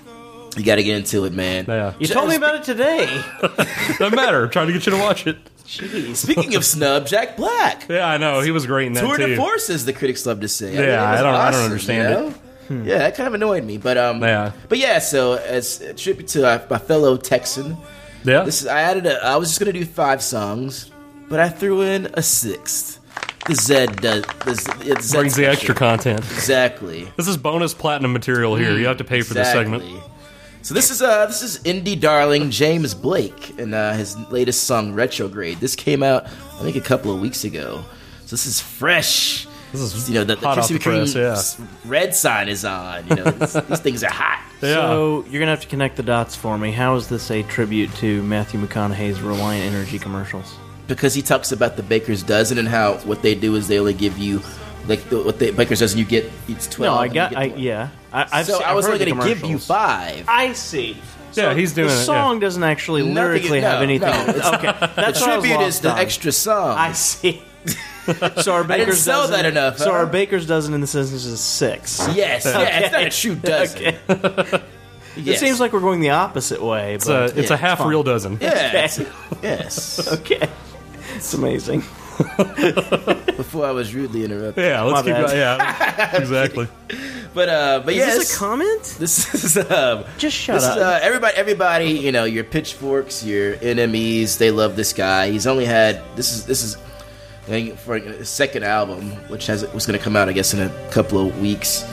Speaker 8: You got to get into it, man.
Speaker 6: Yeah.
Speaker 1: You told me about it today.
Speaker 6: Doesn't matter. Trying to get you to watch it.
Speaker 8: Jeez. Speaking of snub, Jack Black.
Speaker 6: Yeah, I know he was great in that
Speaker 8: Tour
Speaker 6: too.
Speaker 8: de force, as the critics love to say.
Speaker 6: Yeah,
Speaker 8: it was
Speaker 6: I don't- I don't understand
Speaker 8: you know?
Speaker 6: it. Hmm.
Speaker 8: Yeah, that kind of annoyed me, but um,
Speaker 6: Yeah.
Speaker 8: but yeah. So as a tribute to our, my fellow uh, Texan,
Speaker 6: Yeah.
Speaker 8: This is, I added a, I was just gonna do five songs, but I threw in a sixth. The Zed does. The Z, it's Zed's
Speaker 6: Brings the extra content.
Speaker 8: Exactly.
Speaker 6: This is bonus platinum material here. You have to pay for
Speaker 8: Exactly.
Speaker 6: this segment.
Speaker 8: So this is uh this is indie darling James Blake and uh, his latest song Retrograde. This came out I think a couple of weeks ago. So this is fresh. This is you know the, the
Speaker 1: hot off
Speaker 8: Krispy
Speaker 1: the press,
Speaker 8: Kreme
Speaker 1: yeah.
Speaker 8: s- red sign is on. You know these, these things are hot.
Speaker 1: So you're gonna have to connect the dots for me. How is this a tribute to Matthew McConaughey's Reliant Energy commercials?
Speaker 8: because he talks about the baker's dozen and how what they do is they only give you like the, what the baker's dozen you get it's twelve.
Speaker 1: no, I
Speaker 8: and
Speaker 1: got.
Speaker 8: you
Speaker 1: I,
Speaker 8: get the one.
Speaker 1: yeah, I, I've
Speaker 8: so
Speaker 1: se-
Speaker 8: I was
Speaker 1: I've
Speaker 8: only
Speaker 1: heard the
Speaker 8: going to give you
Speaker 1: commercials.
Speaker 8: five.
Speaker 1: I see. So The song doesn't actually
Speaker 8: Nothing-
Speaker 1: lyrically
Speaker 8: no,
Speaker 1: have anything.
Speaker 8: no, it's-
Speaker 1: okay, that's
Speaker 8: the
Speaker 1: what I was
Speaker 8: tribute
Speaker 1: lost
Speaker 8: is the
Speaker 1: on.
Speaker 8: extra song.
Speaker 1: I see. So our
Speaker 8: I
Speaker 1: baker's
Speaker 8: didn't sell
Speaker 1: dozen,
Speaker 8: that enough.
Speaker 1: So
Speaker 8: huh?
Speaker 1: our baker's dozen in this instance is six.
Speaker 8: yes, yeah, it's not a true dozen.
Speaker 1: It
Speaker 8: Yes.
Speaker 1: seems like we're going the opposite way.
Speaker 6: It's
Speaker 1: but
Speaker 6: a- it's a half
Speaker 1: fine.
Speaker 6: real dozen.
Speaker 8: Yeah,
Speaker 1: Okay.
Speaker 8: it's- yes.
Speaker 1: okay. It's amazing.
Speaker 8: Before I was rudely interrupted.
Speaker 6: Yeah, let's keep going. Yeah, exactly.
Speaker 8: But uh, but
Speaker 1: Is
Speaker 8: yes,
Speaker 1: this a comment?
Speaker 8: This is um,
Speaker 1: Just shut
Speaker 8: this
Speaker 1: up.
Speaker 8: Is, uh, everybody, everybody, you know your pitchforks, your enemies. They love this guy. He's only had this is this is I think, for his second album, which has was going to come out, I guess, in a couple of weeks.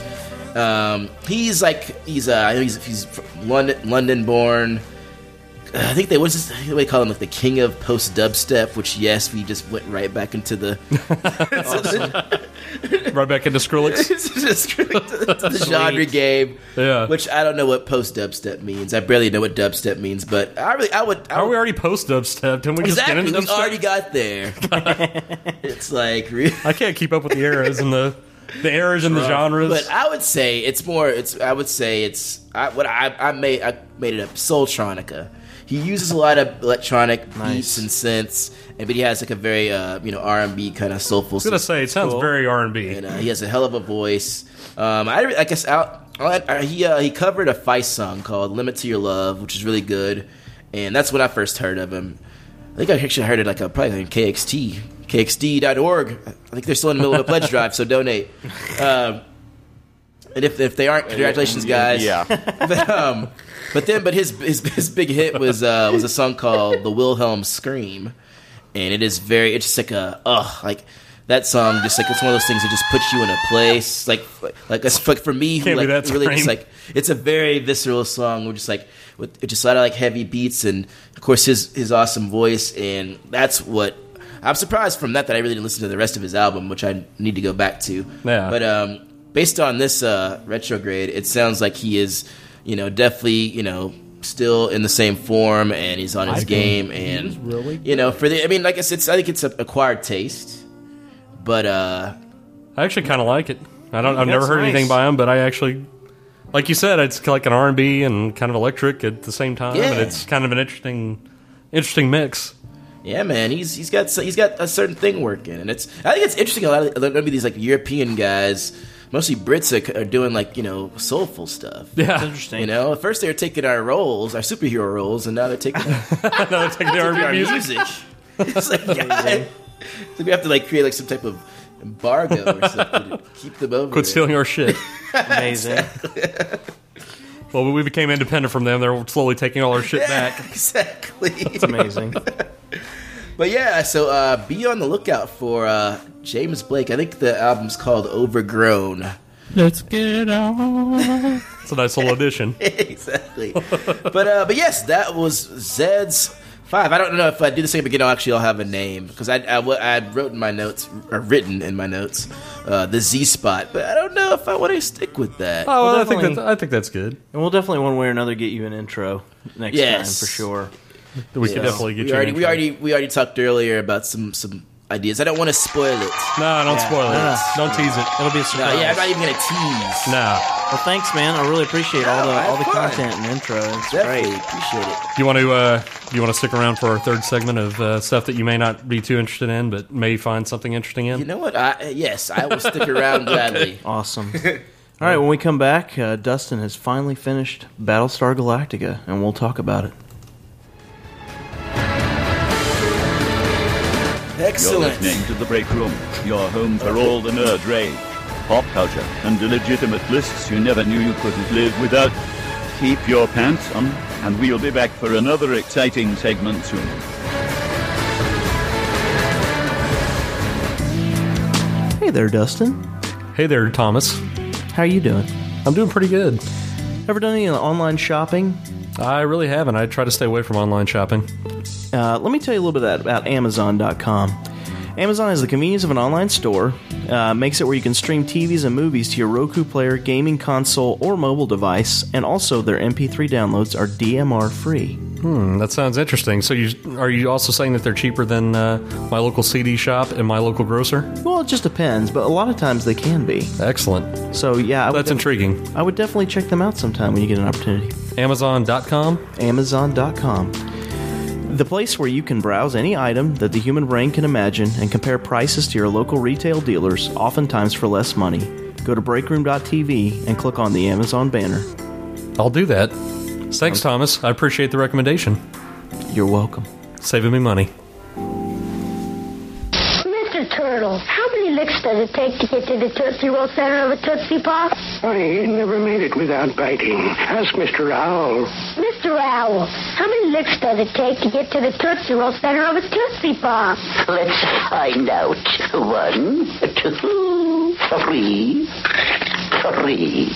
Speaker 8: Um, he's like he's uh, I know he's he's from London London born. I think they what's this, what do they call him like the king of post dubstep, which yes, we just went right back into the
Speaker 6: Right back into Skrillex.
Speaker 8: It's just the genre game.
Speaker 6: Yeah.
Speaker 8: Which I don't know what post dubstep means. I barely know what dubstep means, but I really I would I
Speaker 6: Are
Speaker 8: would,
Speaker 6: we already post dubstep? Didn't we
Speaker 8: Oh.
Speaker 6: just
Speaker 8: exactly
Speaker 6: get
Speaker 8: we
Speaker 6: into dubstep?
Speaker 8: already got there. it's like
Speaker 6: I can't keep up with the eras and the the eras and the genres.
Speaker 8: But I would say it's more it's I would say it's I what I I made I made it up Soultronica. He uses a lot of electronic beats and synths, and but he has like a very uh, you know R and B kind of
Speaker 6: I
Speaker 8: soulful.
Speaker 6: was gonna say it sounds very R and B.
Speaker 8: Uh, he has a hell of a voice. Um, I, I guess out, uh, he uh, he covered a Feist song called "Limit to Your Love," which is really good, and that's when I first heard of him. I think I actually heard it like a, probably on KXT, KXT.org. I think they're still in the middle of a pledge drive, so donate. Um, and if, if they aren't, congratulations, guys.
Speaker 16: Yeah.
Speaker 8: but, um, but then, but his his, his big hit was uh, was a song called "The Wilhelm Scream," and it is very. It's just like a ugh, like that song. Just like it's one of those things that just puts you in a place. Like like it's like for me, who
Speaker 6: Can't be
Speaker 8: like
Speaker 6: that
Speaker 8: really
Speaker 6: scream.
Speaker 8: just like it's a very visceral song. We're just like with just a lot of like heavy beats and of course his his awesome voice, and that's what. I'm surprised from that that I really didn't listen to the rest of his album, which I need to go back to.
Speaker 6: Yeah.
Speaker 8: But um, based on this uh, retrograde, it sounds like he is, you know, definitely, you know, still in the same form, and he's on his
Speaker 16: I
Speaker 8: game,
Speaker 16: think he's
Speaker 8: and
Speaker 16: really
Speaker 8: you know, for the, I mean, like I said, it's, I think it's a acquired taste, but uh,
Speaker 6: I actually kind of like it. I don't.
Speaker 8: Mm,
Speaker 6: I've never
Speaker 8: that's
Speaker 6: heard
Speaker 8: nice.
Speaker 6: anything by him, but I actually, like you said, it's like an R and B and kind of electric at the same time,
Speaker 8: Yeah.
Speaker 6: and it's kind of an interesting, interesting mix.
Speaker 8: yeah, man, he's he's got he's got a certain thing working, and it's I think it's interesting. A lot of there's gonna be these like European guys. Mostly Brits are, are doing like you know soulful stuff.
Speaker 6: Yeah. That's
Speaker 8: interesting. You know, at first they were taking our roles, our superhero roles, and now they're taking our
Speaker 6: no, it's like the R and
Speaker 8: our
Speaker 6: B music.
Speaker 8: music. it's like, God. So we have to like create like some type of embargo or something to keep them over.
Speaker 6: Quit stealing our shit.
Speaker 1: Amazing.
Speaker 6: well, we became independent from them. They're slowly taking all our shit back.
Speaker 8: Exactly. It's
Speaker 1: amazing.
Speaker 8: But yeah, so uh, be on the lookout for uh, James Blake. I think the album's called Overgrown.
Speaker 4: Let's get on.
Speaker 6: It's a nice little addition.
Speaker 8: exactly. but uh, but yes, that was Zed's five. I don't know if I do the same again. I'll actually I'll have a name because I, I wa- I wrote in my notes or written in my notes uh, the Z spot, but I don't know if I want to stick with that.
Speaker 6: Oh, well, I think that's, I think that's good.
Speaker 1: And we'll definitely one way or another get you an intro next
Speaker 8: Yes.
Speaker 1: time for sure.
Speaker 6: We
Speaker 1: So-
Speaker 6: could definitely get
Speaker 8: we
Speaker 6: you. an
Speaker 8: already we
Speaker 6: intro.
Speaker 8: already we already talked earlier about some some ideas. I don't want to spoil it.
Speaker 6: No, don't spoil it. Don't tease it. Uh. It'll be
Speaker 1: Uh,
Speaker 6: a
Speaker 8: No,
Speaker 6: surprise.
Speaker 8: yeah, I'm not even gonna tease.
Speaker 6: Nah.
Speaker 1: Well, thanks, man. I really appreciate all the
Speaker 8: I had
Speaker 1: all the
Speaker 8: fun.
Speaker 1: content and intro. It's
Speaker 8: Definitely
Speaker 1: great.
Speaker 8: appreciate it.
Speaker 6: Do you want to uh, do you want to stick around for our third segment of uh, stuff that you may not be too interested in, but may find something interesting in?
Speaker 8: You know what? I, yes, I will stick around gladly.
Speaker 1: Awesome. All right, when we come back, uh, Dustin has finally finished Battlestar Galactica, and we'll talk about it.
Speaker 8: Excellent.
Speaker 17: You're listening to The Break Room, your home for all the nerd rage, pop culture, and illegitimate lists you never knew you couldn't live without. Keep your pants on and we'll be back for another exciting segment soon.
Speaker 1: Hey there, Dustin.
Speaker 6: Hey there, Thomas.
Speaker 1: How are you doing?
Speaker 6: I'm doing pretty good.
Speaker 1: Ever done any online shopping?
Speaker 6: I really haven't. I try to stay away from online shopping.
Speaker 1: Uh, let me tell you a little bit about Amazon.com. Amazon has the convenience of an online store, uh, makes it where you can stream TVs and movies to your Roku player, gaming console, or mobile device, and also their MP3 downloads are DMR free.
Speaker 6: Hmm, that sounds interesting. So, you are you also saying that they're cheaper than uh, my local CD shop and my local grocer?
Speaker 1: Well, it just depends, but a lot of times they can be.
Speaker 6: Excellent.
Speaker 1: So, yeah, I would
Speaker 6: That's
Speaker 1: def-
Speaker 6: intriguing.
Speaker 1: I would definitely check them out sometime when you get an opportunity.
Speaker 6: Amazon.com?
Speaker 1: Amazon.com. The place where you can browse any item that the human brain can imagine and compare prices to your local retail dealers, oftentimes for less money. Go to breakroom.tv and click on the Amazon banner.
Speaker 6: I'll do that. Thanks, Thomas. I appreciate the recommendation.
Speaker 1: You're welcome.
Speaker 6: Saving me money.
Speaker 16: Mr. Turtle, how many licks does it take to get to the Tootsie Roll center of a Tootsie Pop?
Speaker 18: I never made it without biting. Ask Mr. Owl.
Speaker 16: Mr. Owl, how many licks does it take to get to the Tootsie Roll center of a Tootsie Pop?
Speaker 13: Let's find out. One, two, three, three.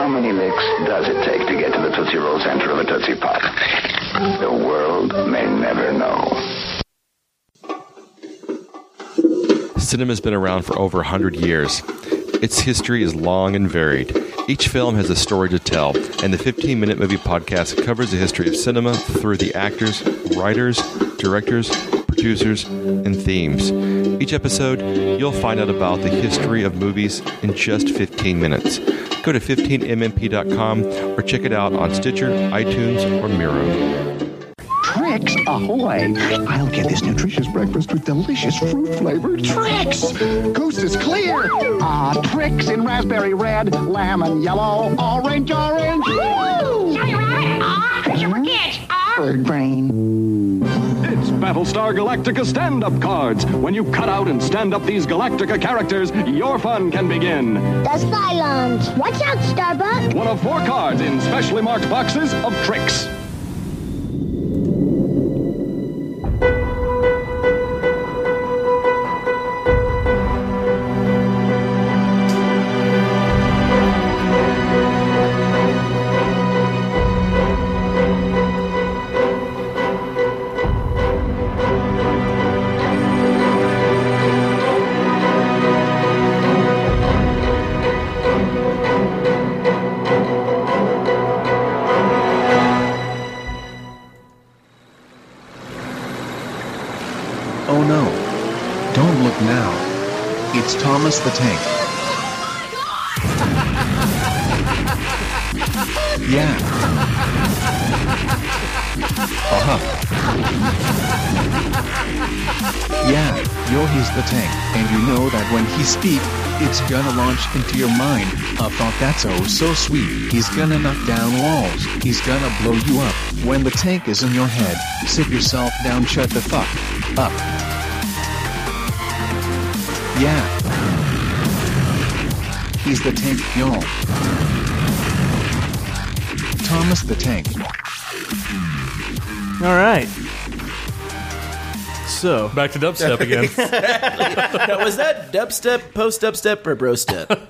Speaker 19: How many licks does it take to get to the Tootsie Roll Center of a Tootsie Pop? The world may never know.
Speaker 20: Cinema's been around for over 100 years. Its history is long and varied. Each film has a story to tell, and the 15 Minute Movie Podcast covers the history of cinema through the actors, writers, directors, producers, and themes. Each episode, you'll find out about the history of movies in just 15 minutes. Go to 15mmp.com or check it out on Stitcher, iTunes, or Miro.
Speaker 21: Trix ahoy! I'll get this nutritious breakfast with delicious fruit flavored Trix! Coast is clear! Ah, Trix in raspberry red, lemon yellow, orange, orange! Woo! Bird brain.
Speaker 22: It's Battlestar Galactica stand up cards. When you cut out and stand up these Galactica characters, your fun can begin.
Speaker 16: The Cylons. Watch out, Starbuck.
Speaker 22: One of four cards in specially marked boxes of tricks.
Speaker 23: Oh no. Don't look now. It's Thomas the Tank. Yeah. Uh huh. Yeah, yo, he's the tank, and you know that when he speak, it's gonna launch into your mind. A thought that's oh so sweet. He's gonna knock down walls. He's gonna blow you up. When the tank is in your head, sit yourself down. Shut the fuck up. Yeah. He's the tank, y'all. Thomas the Tank.
Speaker 1: All right. So
Speaker 6: back to dubstep
Speaker 8: now, was that dubstep, post dubstep, or bro step?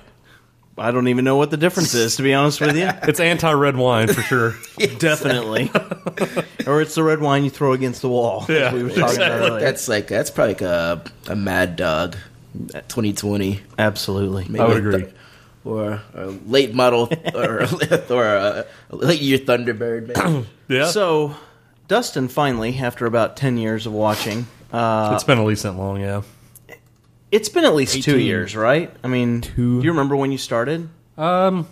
Speaker 1: I don't even know what the difference is, to be honest with you.
Speaker 6: It's anti red wine for sure.
Speaker 1: Definitely. or it's the red wine you throw against the wall. as we were talking about earlier.
Speaker 8: That's like that's probably like a, a Mad Dog, Uh, 2020.
Speaker 1: Absolutely,
Speaker 6: I would agree.
Speaker 8: or a late model, or or a late year Thunderbird. Maybe.
Speaker 6: Yeah.
Speaker 1: So, Dustin finally, after about ten years of watching, uh,
Speaker 6: it's been at least that long, yeah.
Speaker 1: it's been at least two
Speaker 6: 18.
Speaker 1: years, right? I mean, do you remember when you started?
Speaker 6: Um,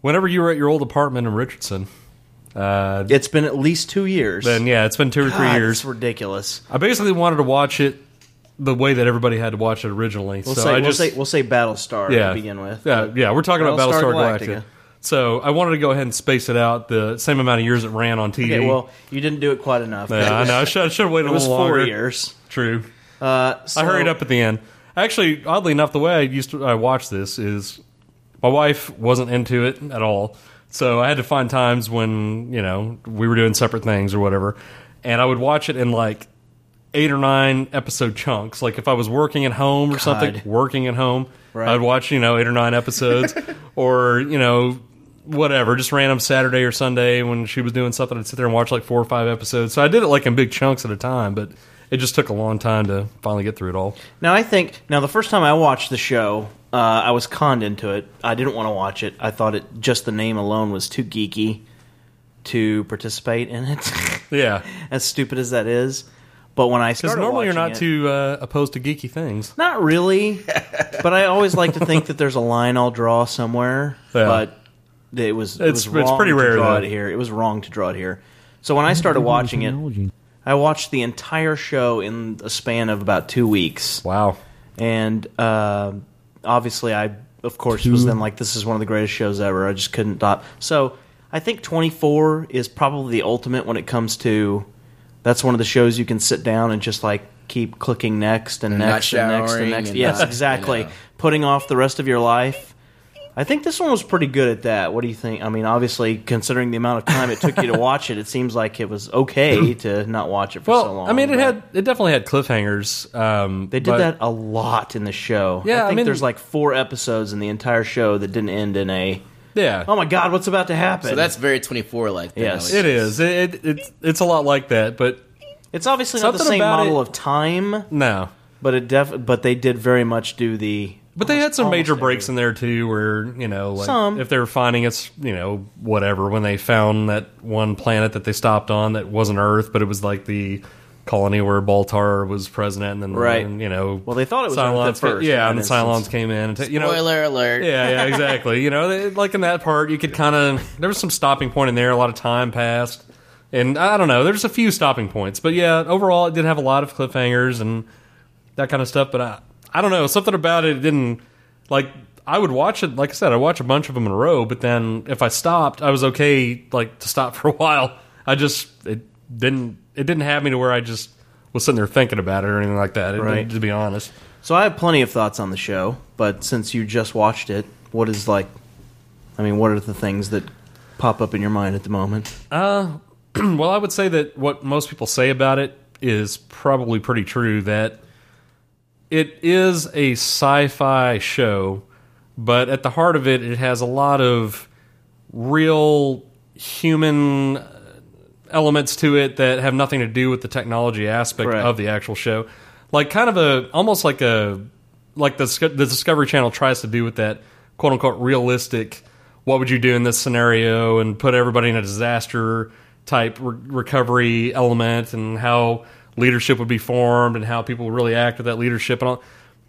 Speaker 6: whenever you were at your old apartment in Richardson, uh,
Speaker 1: it's been at least two years.
Speaker 6: Then yeah, it's been two or three
Speaker 1: God,
Speaker 6: years.
Speaker 1: It's ridiculous.
Speaker 6: I basically wanted to watch it the way that everybody had to watch it originally.
Speaker 1: We'll
Speaker 6: so
Speaker 1: say
Speaker 6: I
Speaker 1: we'll
Speaker 6: just
Speaker 1: say we'll say Battlestar
Speaker 6: yeah
Speaker 1: to begin with.
Speaker 6: Yeah, yeah, we're talking about
Speaker 1: Battlestar
Speaker 6: Battlestar Galactica.
Speaker 1: Galactica.
Speaker 6: So I wanted to go ahead and space it out the same amount of years it ran on TV.
Speaker 1: Okay, well, you didn't do it quite enough.
Speaker 6: Yeah, I know. I should, I should have waited
Speaker 1: It was
Speaker 6: a little
Speaker 1: four
Speaker 6: longer.
Speaker 1: years.
Speaker 6: True.
Speaker 1: Uh,
Speaker 6: I
Speaker 1: so-
Speaker 6: hurried up at the end. Actually, oddly enough, the way I used to I watched this is my wife wasn't into it at all. So I had to find times when, you know, we were doing separate things or whatever. And I would watch it in like eight or nine episode chunks. Like if I was working at home or something,
Speaker 8: God.
Speaker 6: working at home,
Speaker 8: Right.
Speaker 6: I'd watch, you know, eight or nine episodes or, you know, whatever, just random Saturday or Sunday when she was doing something, I'd sit there and watch like four or five episodes. So I did it like in big chunks at a time, but it just took a long time to finally get through it all.
Speaker 1: Now I think now the first time I watched the show, uh, I was conned into it. I didn't want to watch it. I thought it just the name alone was too geeky to participate in it.
Speaker 6: yeah,
Speaker 1: as stupid as that is. But when I
Speaker 6: Because
Speaker 1: started,
Speaker 6: normally you're
Speaker 1: watching
Speaker 6: not
Speaker 1: it-
Speaker 6: too uh, opposed to geeky things.
Speaker 1: Not really, but I always like to think that there's a line I'll draw somewhere.
Speaker 6: Yeah.
Speaker 1: But it was it
Speaker 6: It's-
Speaker 1: was
Speaker 6: it's
Speaker 1: wrong
Speaker 6: pretty rare,
Speaker 1: to draw
Speaker 6: though.
Speaker 1: it here. It was wrong to draw it here. So when I started watching it, I watched the entire show in a span of about two weeks.
Speaker 6: Wow!
Speaker 1: And uh, obviously, I of course was then like, "This is one of the greatest shows ever." I just couldn't stop. So I think 24 is probably the ultimate when it comes to. That's one of the shows you can sit down and just like keep clicking next and,
Speaker 8: And not
Speaker 1: next and next and
Speaker 8: showering
Speaker 1: next.
Speaker 8: and
Speaker 1: yes,
Speaker 8: not,
Speaker 1: exactly. Putting off the rest of your life. I think this one was pretty good at that. What do you think? I mean, obviously, considering the amount of time it took you to watch it, it seems like it was okay to not watch it for
Speaker 6: Well,
Speaker 1: so long.
Speaker 6: I mean, it
Speaker 1: but-
Speaker 6: had it definitely had cliffhangers. Um,
Speaker 1: they did that a lot in the show.
Speaker 6: Yeah,
Speaker 1: I
Speaker 6: I
Speaker 1: think
Speaker 6: mean-
Speaker 1: there's like four episodes in the entire show that didn't end in a.
Speaker 6: Yeah.
Speaker 1: Oh my God, what's about to happen?
Speaker 8: So that's very 24 like that.
Speaker 1: Yes.
Speaker 6: It is. It, it, it's it's a lot like that, but
Speaker 1: It's obviously not the
Speaker 6: Something
Speaker 1: same
Speaker 6: about
Speaker 1: model of time.
Speaker 6: No,
Speaker 1: but it def but they did very much do the.
Speaker 6: but they had some major breaks in there too, where you know, like
Speaker 1: Some.
Speaker 6: if they were finding it's you know whatever when they found that one planet that they stopped on that wasn't Earth, but it was like the colony where Baltar was president, and then
Speaker 1: Right.
Speaker 6: and, you know,
Speaker 1: Well, they thought it was Earth at
Speaker 6: Cylons ca-
Speaker 1: first, in
Speaker 6: yeah,
Speaker 1: that
Speaker 6: and the
Speaker 1: instance.
Speaker 6: Cylons came in, and ta- you know,
Speaker 8: Spoiler alert.
Speaker 6: Yeah, yeah, exactly. you know, they, like in that part, you could kind of there was some stopping point in there. A lot of time passed, and I don't know. There's a few stopping points, but yeah, overall, it did have a lot of cliffhangers and that kind of stuff. But I, I don't know. Something about it didn't like. I would watch it. Like I said, I watch a bunch of them in a row. But then if I stopped, I was okay. Like to stop for a while. I just it didn't it didn't have me to where I just was sitting there thinking about it or anything like that. It-
Speaker 1: Right.
Speaker 6: To be honest.
Speaker 1: So I have plenty of thoughts on the show, but since you just watched it, what is like? I mean, what are the things that pop up in your mind at the moment?
Speaker 6: Uh, well, I would say that what most people say about it is probably pretty true. That it is a sci-fi show, but at the heart of it, it has a lot of real human uh, elements to it that have nothing to do with the technology aspect
Speaker 1: Right.
Speaker 6: of the actual show. Like kind of a almost like a like the Sco- the Discovery Channel tries to do with that quote unquote realistic. What would you do in this scenario and put everybody in a disaster type re- recovery element and how leadership would be formed and how people would really act with that leadership and all.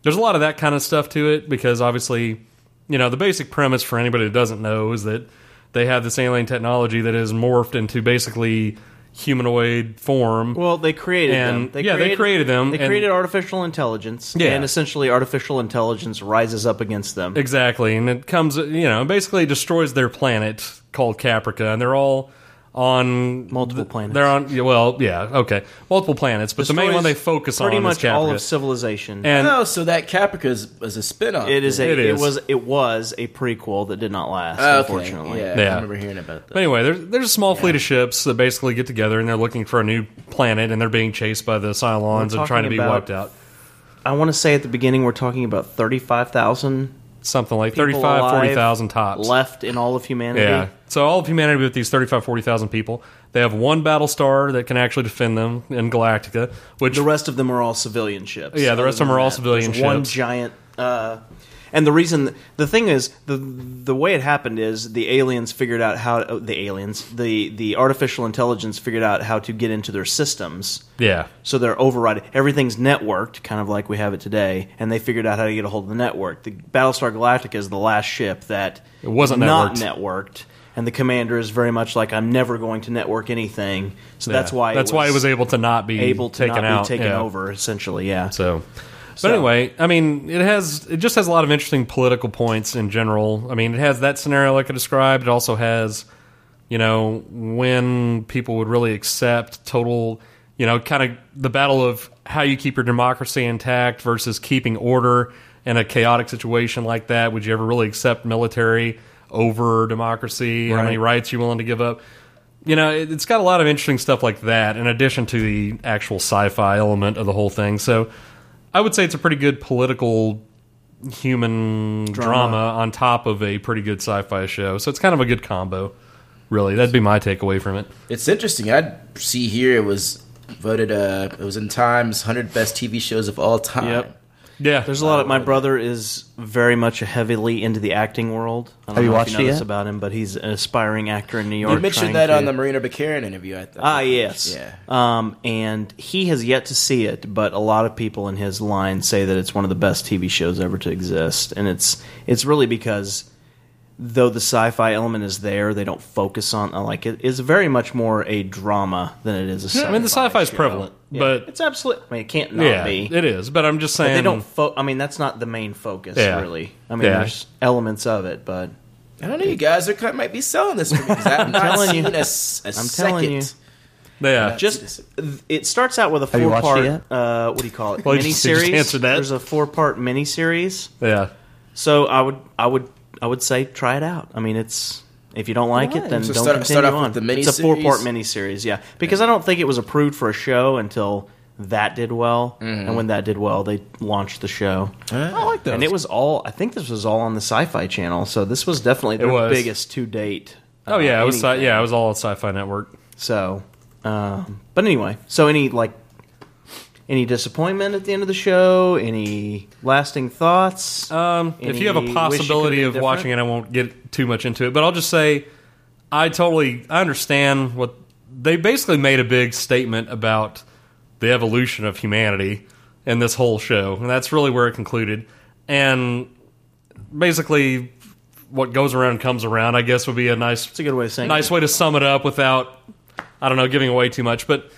Speaker 6: There's a lot of that kind of stuff to it because obviously you know, the basic premise for anybody that doesn't know is that they have this alien technology that is morphed into basically humanoid form.
Speaker 1: Well, they created
Speaker 6: and,
Speaker 1: them. They
Speaker 6: yeah, they created them.
Speaker 1: They
Speaker 6: and-
Speaker 1: created artificial intelligence,
Speaker 6: Yeah.
Speaker 1: and essentially, artificial intelligence rises up against them.
Speaker 6: Exactly, and it comes, you know, basically destroys their planet called Caprica, and they're all on multiple planets. They're on, yeah, well, yeah, okay, multiple planets, but the main one they focus
Speaker 1: pretty
Speaker 6: on
Speaker 1: much
Speaker 6: is Caprica.
Speaker 1: all of civilization.
Speaker 6: And-
Speaker 8: no, Oh, so that Caprica is, is a spin-off.
Speaker 1: it is a
Speaker 6: It
Speaker 1: it,
Speaker 6: is.
Speaker 1: was it was a prequel that did not last,
Speaker 8: Oh, Okay,
Speaker 1: unfortunately.
Speaker 8: yeah.
Speaker 6: Yeah.
Speaker 8: about
Speaker 6: But anyway, there's, there's a small fleet of ships that basically get together and they're looking for a new planet and they're being chased by the
Speaker 1: We're
Speaker 6: Cylons and trying to
Speaker 1: talking
Speaker 6: be
Speaker 1: about-
Speaker 6: wiped out.
Speaker 1: I want to say at the beginning we're talking about thirty five thousand
Speaker 6: something like 35, 40,000 tops.
Speaker 1: left in all of humanity.
Speaker 6: Yeah. So all of humanity with these 35, 40,000 people. They have one battle star that can actually defend them in Galactica, which
Speaker 1: the rest of them are all civilian ships.
Speaker 6: Yeah, the rest of them are all
Speaker 1: Other than
Speaker 6: civilian
Speaker 1: there's One
Speaker 6: ships.
Speaker 1: giant. Uh, and the reason, the thing is, the the way it happened is the aliens figured out how oh, the aliens, the the artificial intelligence figured out how to get into their systems.
Speaker 6: Yeah.
Speaker 1: So they're overriding. Everything's networked, kind of like we have it today, and they figured out how to get a hold of the network. The Battlestar Galactica is the last ship that
Speaker 6: It wasn't
Speaker 1: not
Speaker 6: networked.
Speaker 1: networked, and the commander is very much like, "I'm never going to network anything." So that's
Speaker 6: Yeah.
Speaker 1: why
Speaker 6: That's why it was able to not be
Speaker 1: able to
Speaker 6: taken
Speaker 1: not
Speaker 6: out,
Speaker 1: be taken
Speaker 6: yeah.
Speaker 1: over, essentially. Yeah.
Speaker 6: So, But
Speaker 1: So-
Speaker 6: anyway, I mean, it has it just has a lot of interesting political points in general. I mean, it has that scenario like I described. It also has, you know, when people would really accept total, you know, kind of the battle of how you keep your democracy intact versus keeping order in a chaotic situation like that. Would you ever really accept military over democracy, how many
Speaker 2: Right.
Speaker 6: rights you're willing to give up. You know, it, it's got a lot of interesting stuff like that, in addition to the actual sci-fi element of the whole thing. So, I would say it's a pretty good political human drama, on top of a pretty good sci-fi show. So it's kind of a good combo. Really, that'd be my takeaway from it.
Speaker 8: It's interesting. I see here it was voted. Uh, it was in Time's 100 best TV shows of all time.
Speaker 1: Yep.
Speaker 6: Yeah.
Speaker 1: There's a lot of my brother is very much heavily into the acting world. I don't
Speaker 8: Have you
Speaker 1: know
Speaker 8: watched
Speaker 1: if you
Speaker 8: it
Speaker 1: know
Speaker 8: yet?
Speaker 1: this about him, but he's an aspiring actor in New York.
Speaker 8: You mentioned that um,
Speaker 1: trying
Speaker 8: on
Speaker 1: to-
Speaker 8: the Marina Baccarin interview. I thought.
Speaker 1: Ah, yes.
Speaker 8: Yeah.
Speaker 1: Um, and he has yet to see it, but a lot of people in his line say that it's one of the best TV shows ever to exist, and it's it's really because though the sci-fi element is there, they don't focus on uh, like it is very much more a drama than it is a.
Speaker 6: Yeah, I mean, the
Speaker 1: sci-fi
Speaker 6: sci-fi's prevalent, but
Speaker 1: it's absolutely. I mean, it can't not
Speaker 6: Uh, yeah,
Speaker 1: be.
Speaker 6: it is. But I'm just
Speaker 1: But
Speaker 6: saying
Speaker 1: they don't. Fo- I mean, that's not the main focus,
Speaker 6: Yeah.
Speaker 1: really. I mean,
Speaker 6: Yeah.
Speaker 1: there's elements of it, but
Speaker 8: I don't know. You guys are kind, might be selling this for me 'cause I've not
Speaker 1: telling
Speaker 8: seen
Speaker 1: you.
Speaker 8: a, s- a
Speaker 1: I'm
Speaker 8: second.
Speaker 1: telling you.
Speaker 6: Yeah.
Speaker 1: Just it starts out with a
Speaker 6: Have you watched it
Speaker 1: four-part.
Speaker 6: yet?
Speaker 1: Uh, what do you call it?
Speaker 6: Well, you
Speaker 1: mini
Speaker 6: just- you just
Speaker 1: series.
Speaker 6: answered that.
Speaker 1: There's a four-part mini series.
Speaker 6: Yeah.
Speaker 1: So I would, I would, I would say try it out. I mean, it's if you don't like
Speaker 8: Right.
Speaker 1: it, then
Speaker 8: So
Speaker 1: don't
Speaker 8: start-
Speaker 1: continue
Speaker 8: start off
Speaker 1: on.
Speaker 8: with the
Speaker 1: it's a
Speaker 8: miniseries?
Speaker 1: four-part miniseries. Yeah, because I don't think it was approved for a show until that did well,
Speaker 8: Mhm.
Speaker 1: and when that did well, they launched the show.
Speaker 8: Ah. I
Speaker 1: like that. And it was all. I think this was all on the Sci-Fi Channel, so this was definitely
Speaker 6: It
Speaker 1: their
Speaker 6: was.
Speaker 1: biggest to date.
Speaker 6: Oh yeah,
Speaker 1: uh,
Speaker 6: it was sci-
Speaker 1: anything.
Speaker 6: yeah, it was all on Sci-Fi Network.
Speaker 1: So, um, but anyway, so any like any disappointment at the end of the show? Any lasting thoughts?
Speaker 6: Uh,
Speaker 1: Um,
Speaker 6: if you have a possibility of watching it, I won't get too much into it, but I'll just say I totally I understand what they basically made a big statement about the evolution of humanity in this whole show, and that's really where it concluded. And basically, what goes around comes around. I guess would be a nice, it's
Speaker 1: a good way of saying
Speaker 6: nice way to sum it up without I don't know giving away too much, but.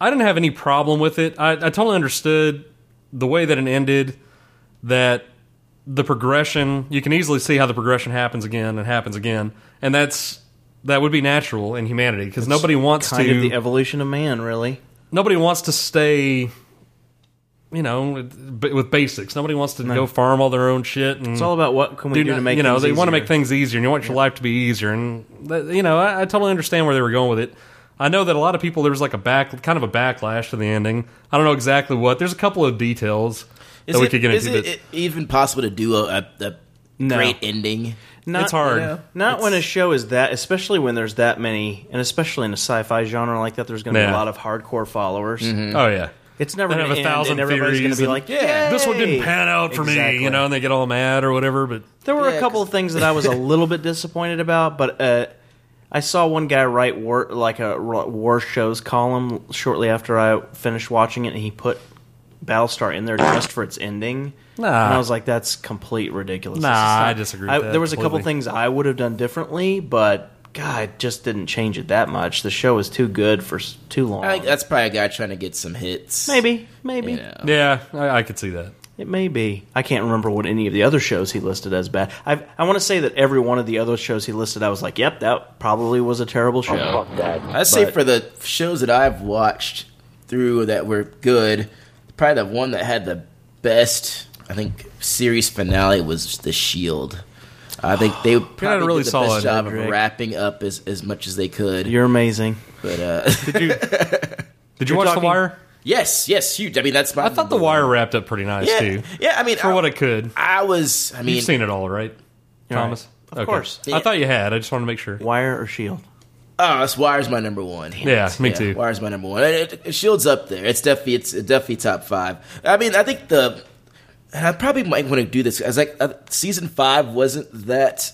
Speaker 6: I didn't have any problem with it. I, I totally understood the way that it ended, that the progression, you can easily see how the progression happens again and happens again. And that's that would be natural in humanity because nobody wants
Speaker 1: kind
Speaker 6: to
Speaker 1: of the evolution of man, really.
Speaker 6: nobody wants to stay you know with b- with basics. Nobody wants to
Speaker 1: No.
Speaker 6: go farm all their own shit and
Speaker 1: It's all about what can we do to
Speaker 6: Mm. not-
Speaker 1: make
Speaker 6: you know
Speaker 1: things
Speaker 6: they want to
Speaker 1: easier.
Speaker 6: make things easier and you want your life to be easier and that, you know I, I totally understand where they were going with it i know that a lot of people there was like a back kind of a backlash to the ending i don't know exactly what there's a couple of details
Speaker 8: Is
Speaker 6: that we
Speaker 8: it-
Speaker 6: could get
Speaker 8: is
Speaker 6: into
Speaker 8: it
Speaker 6: but-
Speaker 8: even possible to do a, a, a
Speaker 1: No.
Speaker 8: great ending?
Speaker 1: Not,
Speaker 8: it's hard.
Speaker 1: yeah. Not when a show is that, especially when there's that many, and especially in a sci-fi genre like that, there's going to be
Speaker 6: Yeah.
Speaker 1: a lot of hardcore followers.
Speaker 6: Mhm. Oh, yeah.
Speaker 1: it's never
Speaker 6: They
Speaker 1: going
Speaker 6: have
Speaker 1: to
Speaker 6: a thousand
Speaker 1: and everybody's going
Speaker 6: theories
Speaker 1: to be
Speaker 6: and-
Speaker 1: like,
Speaker 6: yeah, this one didn't
Speaker 1: "Yay!"
Speaker 6: pan out for me, you
Speaker 1: Exactly.
Speaker 6: know, and they get all mad or whatever. But
Speaker 1: There were a couple of things that I was a little bit disappointed about, but uh, I saw one guy write war, like a r- war shows column shortly after I finished watching it, and he put Battlestar in there just for its ending.
Speaker 6: Nah.
Speaker 1: And I was like, that's complete ridiculous. This is
Speaker 6: Nah,
Speaker 1: not-
Speaker 6: I disagree with that
Speaker 1: there was a couple
Speaker 6: completely.
Speaker 1: things I would have done differently, but God, it just didn't change it that much. The show was too good for s- too long.
Speaker 8: I think that's probably a guy trying to get some hits.
Speaker 1: Maybe, maybe.
Speaker 8: You know.
Speaker 6: yeah, I, I could see that.
Speaker 1: It may be. I can't remember what any of the other shows he listed as bad. I've, I want to say that every one of the other shows he listed, I was like, "Yep, that probably was a terrible show."
Speaker 8: I say for the shows that I've watched through that were good, probably the one that had the best, I think, series finale was The Shield. I think they probably
Speaker 6: really
Speaker 8: did the
Speaker 6: solid,
Speaker 8: best job
Speaker 6: Rick.
Speaker 8: of wrapping up as, as much as they could.
Speaker 1: You're amazing.
Speaker 8: But uh, did you
Speaker 6: did you watch The Wire?
Speaker 8: Yes, yes, huge. I mean, that's my. I thought
Speaker 6: The Wire wrapped up pretty nice
Speaker 8: Yeah,
Speaker 6: too.
Speaker 8: yeah, I mean,
Speaker 6: for what it could,
Speaker 8: I was. I mean-
Speaker 6: you've seen it all, right,
Speaker 8: You're
Speaker 6: Thomas?
Speaker 8: right. Of course.
Speaker 6: I thought you had. I just wanted to make sure.
Speaker 1: Wire or Shield?
Speaker 8: Oh, that's Wire's my number one. Damn
Speaker 6: Yeah,
Speaker 8: it.
Speaker 6: me too.
Speaker 8: Wire's my number one. It- it- it- Shield's up there. It's definitely it's definitely top five. I mean, I think the and I probably might want to do this. I was like, uh, season five wasn't that.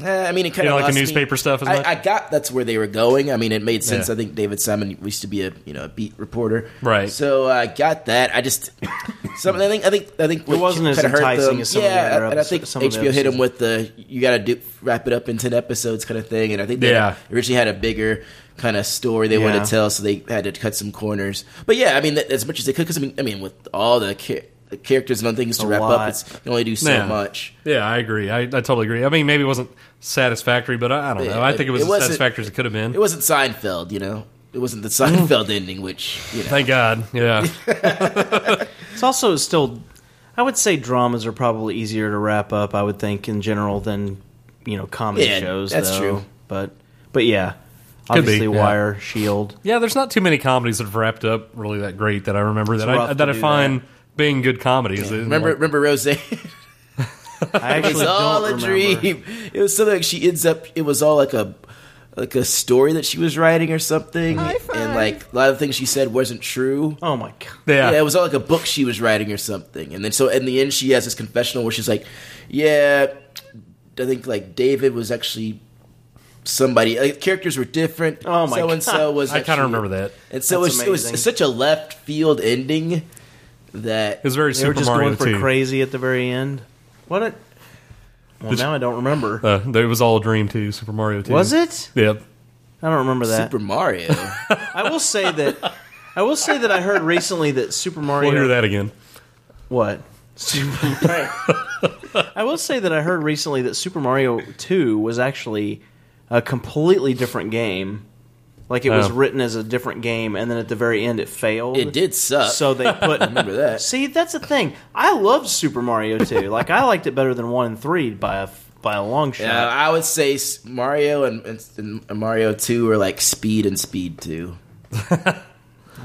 Speaker 8: eh, I mean, it kind
Speaker 6: You
Speaker 8: of
Speaker 6: don't like the newspaper stuff as
Speaker 8: I,
Speaker 6: much?
Speaker 8: I got that's where they were going. I mean, it made sense.
Speaker 6: Yeah.
Speaker 8: I think David Simon used to be a you know a beat reporter,
Speaker 6: Right.
Speaker 8: So I got that. I just something. I think I think I think
Speaker 1: It wasn't as
Speaker 8: kinda hurt
Speaker 1: enticing
Speaker 8: them.
Speaker 1: as some of
Speaker 8: yeah,
Speaker 1: the other
Speaker 8: and I
Speaker 1: episo-
Speaker 8: think
Speaker 1: some of the
Speaker 8: HBO hit
Speaker 1: episodes.
Speaker 8: them with the you got to do wrap it up in ten episodes kind of thing, and I think they
Speaker 6: Yeah.
Speaker 8: originally had a bigger kind of story they wanted
Speaker 6: Yeah.
Speaker 8: to tell, so they had to cut some corners. But yeah, I mean that, as much as they could, because I mean, I mean with all the, cha- the characters and other things to
Speaker 6: A
Speaker 8: wrap
Speaker 6: lot.
Speaker 8: up, it's, you can only do so
Speaker 6: Yeah.
Speaker 8: much.
Speaker 6: Yeah, I agree. I, I totally agree. I mean, maybe it wasn't satisfactory, but I, I don't know.
Speaker 8: Yeah,
Speaker 6: I think it was as
Speaker 8: wasn't-
Speaker 6: satisfactory as it could have been.
Speaker 8: It wasn't Seinfeld, you know. It wasn't the Seinfeld ending, which you know.
Speaker 6: Thank God. Yeah.
Speaker 1: It's also still, I would say dramas are probably easier to wrap up. I would think in general than you know comedy
Speaker 6: Yeah,
Speaker 1: shows.
Speaker 6: that's
Speaker 1: though.
Speaker 6: true.
Speaker 1: But but yeah,
Speaker 6: Could be,
Speaker 1: obviously
Speaker 6: yeah.
Speaker 1: Wire, Shield.
Speaker 6: Yeah, there's not too many comedies that have wrapped up really that great that I remember
Speaker 1: It's
Speaker 6: that I
Speaker 1: rough
Speaker 6: that
Speaker 1: to
Speaker 6: I
Speaker 1: do
Speaker 6: find being good comedies.
Speaker 8: Remember, remember Rose? I
Speaker 1: actually
Speaker 8: it's all
Speaker 1: don't
Speaker 8: a dream. It was something like she ends up. It was all like a like a story that she was writing or something, and like a lot of things she said wasn't true.
Speaker 1: Oh my god!
Speaker 8: Yeah. it was all like a book she was writing or something, and then so in the end she has this confessional where she's like, "Yeah, I think like David was actually." Somebody, like characters were different.
Speaker 1: Oh my
Speaker 8: So and so
Speaker 1: God.
Speaker 8: was.
Speaker 6: I kinda
Speaker 8: actually-
Speaker 6: remember that.
Speaker 8: And so it
Speaker 1: That's
Speaker 8: was, it was
Speaker 1: amazing.
Speaker 8: such a left field ending that it
Speaker 6: was very
Speaker 1: they were just going for crazy at the very end. What? A, well,
Speaker 6: Did-
Speaker 1: now I don't remember.
Speaker 6: Uh, it was all a dream too. Super Mario Two.
Speaker 1: Was it?
Speaker 6: Yep.
Speaker 1: I don't remember that.
Speaker 8: Super Mario.
Speaker 1: I will say that. I will say that I heard recently that Super Mario.
Speaker 6: We'll hear that again.
Speaker 1: What? I will say that I heard recently that Super Mario 2 was actually a completely different game. Like it was
Speaker 8: Oh.
Speaker 1: written as a different game, and then at the very end it failed.
Speaker 8: It did suck.
Speaker 1: So they put.
Speaker 8: I remember that.
Speaker 1: See, that's the thing. I loved Super Mario 2. like I liked it better than one and three by a by a long shot.
Speaker 8: Yeah, I would say s- Mario and, and, and Mario Two are like Speed and Speed Two.
Speaker 1: I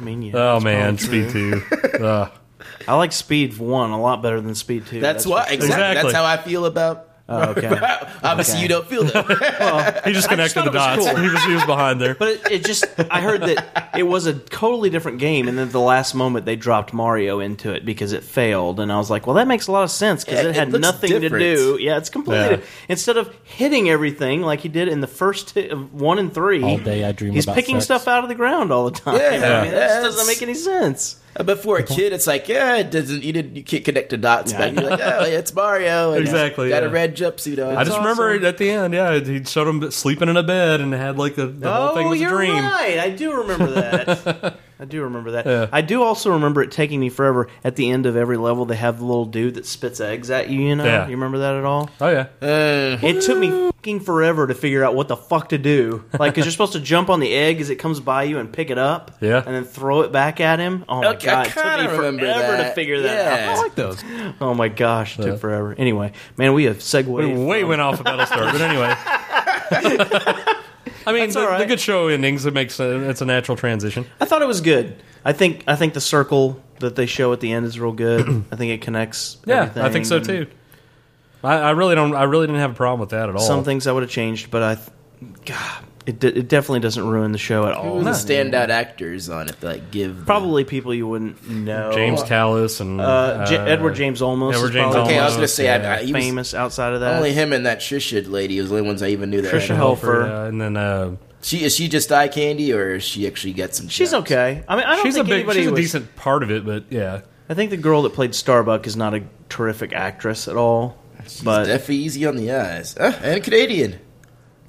Speaker 1: mean, yeah.
Speaker 8: Oh,
Speaker 1: that's
Speaker 8: man,
Speaker 1: probably
Speaker 6: Speed Uh,
Speaker 1: true. I like Speed One a lot better than Speed Two.
Speaker 8: That's why
Speaker 1: for sure.
Speaker 8: exactly. That's how I feel about.
Speaker 1: Oh, okay.
Speaker 8: Obviously,
Speaker 1: Okay.
Speaker 8: you don't feel that.
Speaker 6: He just connected the dots. He was he was behind there.
Speaker 1: But it, it just, I heard that it was a totally different game, and then at the last moment they dropped Mario into it because it failed, and I was like, well, that makes a lot of sense because
Speaker 8: Yeah,
Speaker 1: it
Speaker 8: it
Speaker 1: had
Speaker 8: looks
Speaker 1: nothing
Speaker 8: different.
Speaker 1: to do. Yeah, it's completely
Speaker 8: Yeah.
Speaker 1: different. instead of hitting everything like he did in the first t- of one and three.
Speaker 5: All day I dream
Speaker 1: He's
Speaker 5: about
Speaker 1: picking
Speaker 5: sex.
Speaker 1: stuff out of the ground all the time.
Speaker 8: Yeah,
Speaker 1: I mean, that just
Speaker 8: that's-
Speaker 1: doesn't make any sense.
Speaker 8: But for Uh, a kid, it's like yeah, it doesn't. You didn't. You can't connect the dots.
Speaker 1: Yeah,
Speaker 8: back. You're like, oh, yeah, it's Mario. and
Speaker 6: Exactly,
Speaker 8: Got a
Speaker 6: yeah.
Speaker 8: red jumpsuit on.
Speaker 6: I just remember at the end, yeah, he showed him sleeping in a bed and had like a, the whole thing was
Speaker 1: Oh, you're
Speaker 6: a dream.
Speaker 1: right. I do remember that. I do remember that.
Speaker 6: Yeah.
Speaker 1: I do also remember it taking me forever. At the end of every level, they have the little dude that spits eggs at you. You know,
Speaker 6: Yeah.
Speaker 1: you remember that at all?
Speaker 6: Oh yeah.
Speaker 1: it took me fucking forever to figure out what the fuck to do. Like, because you're supposed to jump on the egg as it comes by you and pick it up.
Speaker 6: Yeah.
Speaker 1: And then throw it back at him. Oh my
Speaker 8: Okay,
Speaker 1: god,
Speaker 8: I
Speaker 1: it took me
Speaker 8: kinda
Speaker 1: forever
Speaker 8: remember
Speaker 1: to
Speaker 8: that.
Speaker 1: figure that
Speaker 8: Yeah.
Speaker 1: out.
Speaker 8: I like
Speaker 1: those. Oh my gosh, it took forever. Anyway, man, we have segued.
Speaker 6: We way went off of Battlestar, but anyway. I mean, the, the good show endings. It makes a, it's a natural transition.
Speaker 1: I thought it was good. I think I think the circle that they show at the end is real good. I think it connects.
Speaker 6: Yeah,
Speaker 1: everything
Speaker 6: I think so
Speaker 1: and
Speaker 6: too. I, I really don't. I really didn't have a problem with that at all.
Speaker 1: Some things I would have changed, but I, th- God, it de- it definitely doesn't ruin the show at
Speaker 8: Who
Speaker 1: all.
Speaker 8: were the standout actors on it? that, Like give.
Speaker 1: Probably people you wouldn't know.
Speaker 6: James Callis and
Speaker 1: Uh, J-
Speaker 6: uh,
Speaker 1: Edward James Olmos.
Speaker 6: Edward
Speaker 1: is
Speaker 6: James
Speaker 1: probably
Speaker 8: Okay, I was gonna say I, I,
Speaker 1: famous
Speaker 8: he was-
Speaker 1: outside of that.
Speaker 8: Only him and that Trisha lady was the only ones I even knew that.
Speaker 1: Trisha
Speaker 8: had-
Speaker 1: Helfer.
Speaker 6: Yeah, and then uh,
Speaker 8: She is she just eye candy, or is she actually got some?
Speaker 1: She's okay. I mean, I don't
Speaker 6: she's
Speaker 1: think
Speaker 6: a big,
Speaker 1: anybody
Speaker 6: she's a
Speaker 1: was-
Speaker 6: decent part of it, but yeah,
Speaker 1: I think the girl that played Starbuck is not a terrific actress at all. but
Speaker 8: definitely easy on the eyes, uh, and Canadian.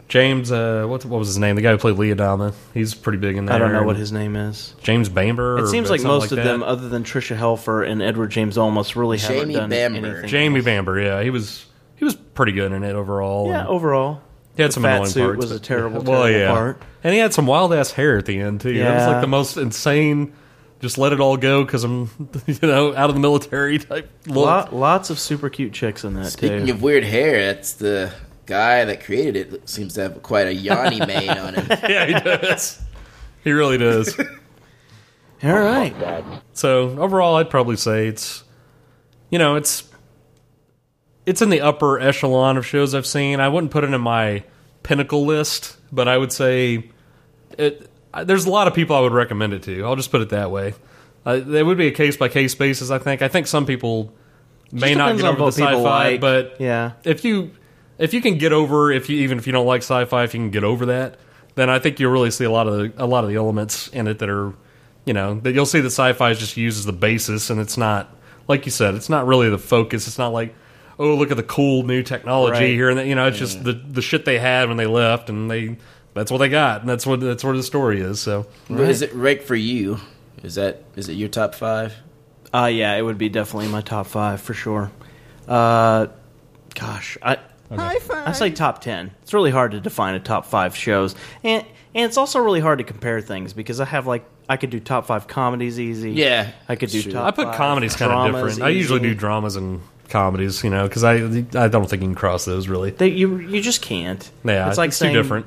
Speaker 6: James, uh, what what was his name? The guy who played Leodama. He's pretty big in there.
Speaker 1: I don't know what
Speaker 6: And
Speaker 1: his name is.
Speaker 6: James Bamber.
Speaker 1: It
Speaker 6: or
Speaker 1: seems like
Speaker 6: something
Speaker 1: most of
Speaker 6: that.
Speaker 1: them, other than Trisha Helfer and Edward James Olmos, really haven't
Speaker 8: Jamie
Speaker 1: done
Speaker 8: Bamber.
Speaker 1: anything.
Speaker 6: Jamie Bamber. Yeah, he was he was pretty good in it overall.
Speaker 1: Yeah,
Speaker 6: and
Speaker 1: overall,
Speaker 6: he had
Speaker 1: the
Speaker 6: some
Speaker 1: fat
Speaker 6: annoying
Speaker 1: suit
Speaker 6: parts.
Speaker 1: was a
Speaker 6: but-
Speaker 1: terrible,
Speaker 6: well,
Speaker 1: terrible
Speaker 6: yeah.
Speaker 1: part.
Speaker 6: and he had some wild ass hair at the end too. That was
Speaker 1: Yeah.
Speaker 6: like the most insane. Just let it all go because I'm, you know, out of the military type look.
Speaker 1: Lot, lots of super cute chicks in that
Speaker 8: Speaking
Speaker 1: too.
Speaker 8: of weird hair, that's the guy that created it. Seems to have quite a Yanni mane on him.
Speaker 6: yeah, he does. He really does.
Speaker 1: All right.
Speaker 6: So overall, I'd probably say it's, you know, it's, it's in the upper echelon of shows I've seen. I wouldn't put it in my pinnacle list, but I would say, it. I- There's a lot of people I would recommend it to. I'll just put it that way. Uh, it would be a case by case basis. I think. I think some people may
Speaker 1: Just
Speaker 6: not
Speaker 1: depends
Speaker 6: get
Speaker 1: on
Speaker 6: over the
Speaker 1: what people
Speaker 6: sci-fi,
Speaker 1: like.
Speaker 6: but
Speaker 1: yeah,
Speaker 6: if you if you can get over if you even if you don't like sci-fi if you can get over that then i think you'll really see a lot of the a lot of the elements in it that are you know that you'll see that sci-fi is just used as the basis and it's not like you said it's not really the focus it's not like oh look at the cool new technology
Speaker 1: Right.
Speaker 6: here and that you know it's just the the shit they had when they left and they that's what they got and that's what that's where the story is so
Speaker 8: What is it rank for you? Is that is it your top five?
Speaker 1: Uh, yeah, it would be definitely my top five for sure. Uh, gosh, I I say top ten. It's really hard to define a top five shows, and and it's also really hard to compare things because I have like I could do top five comedies easy.
Speaker 6: Yeah,
Speaker 1: I could do
Speaker 6: Sure.
Speaker 1: top.
Speaker 6: I put
Speaker 1: five
Speaker 6: comedies kind of
Speaker 1: dramas
Speaker 6: different. I usually
Speaker 1: easy.
Speaker 6: do dramas and comedies, you know, because I I don't think you can cross those really.
Speaker 1: They, you you just can't.
Speaker 6: Yeah,
Speaker 1: it's like
Speaker 6: it's too
Speaker 1: saying,
Speaker 6: different.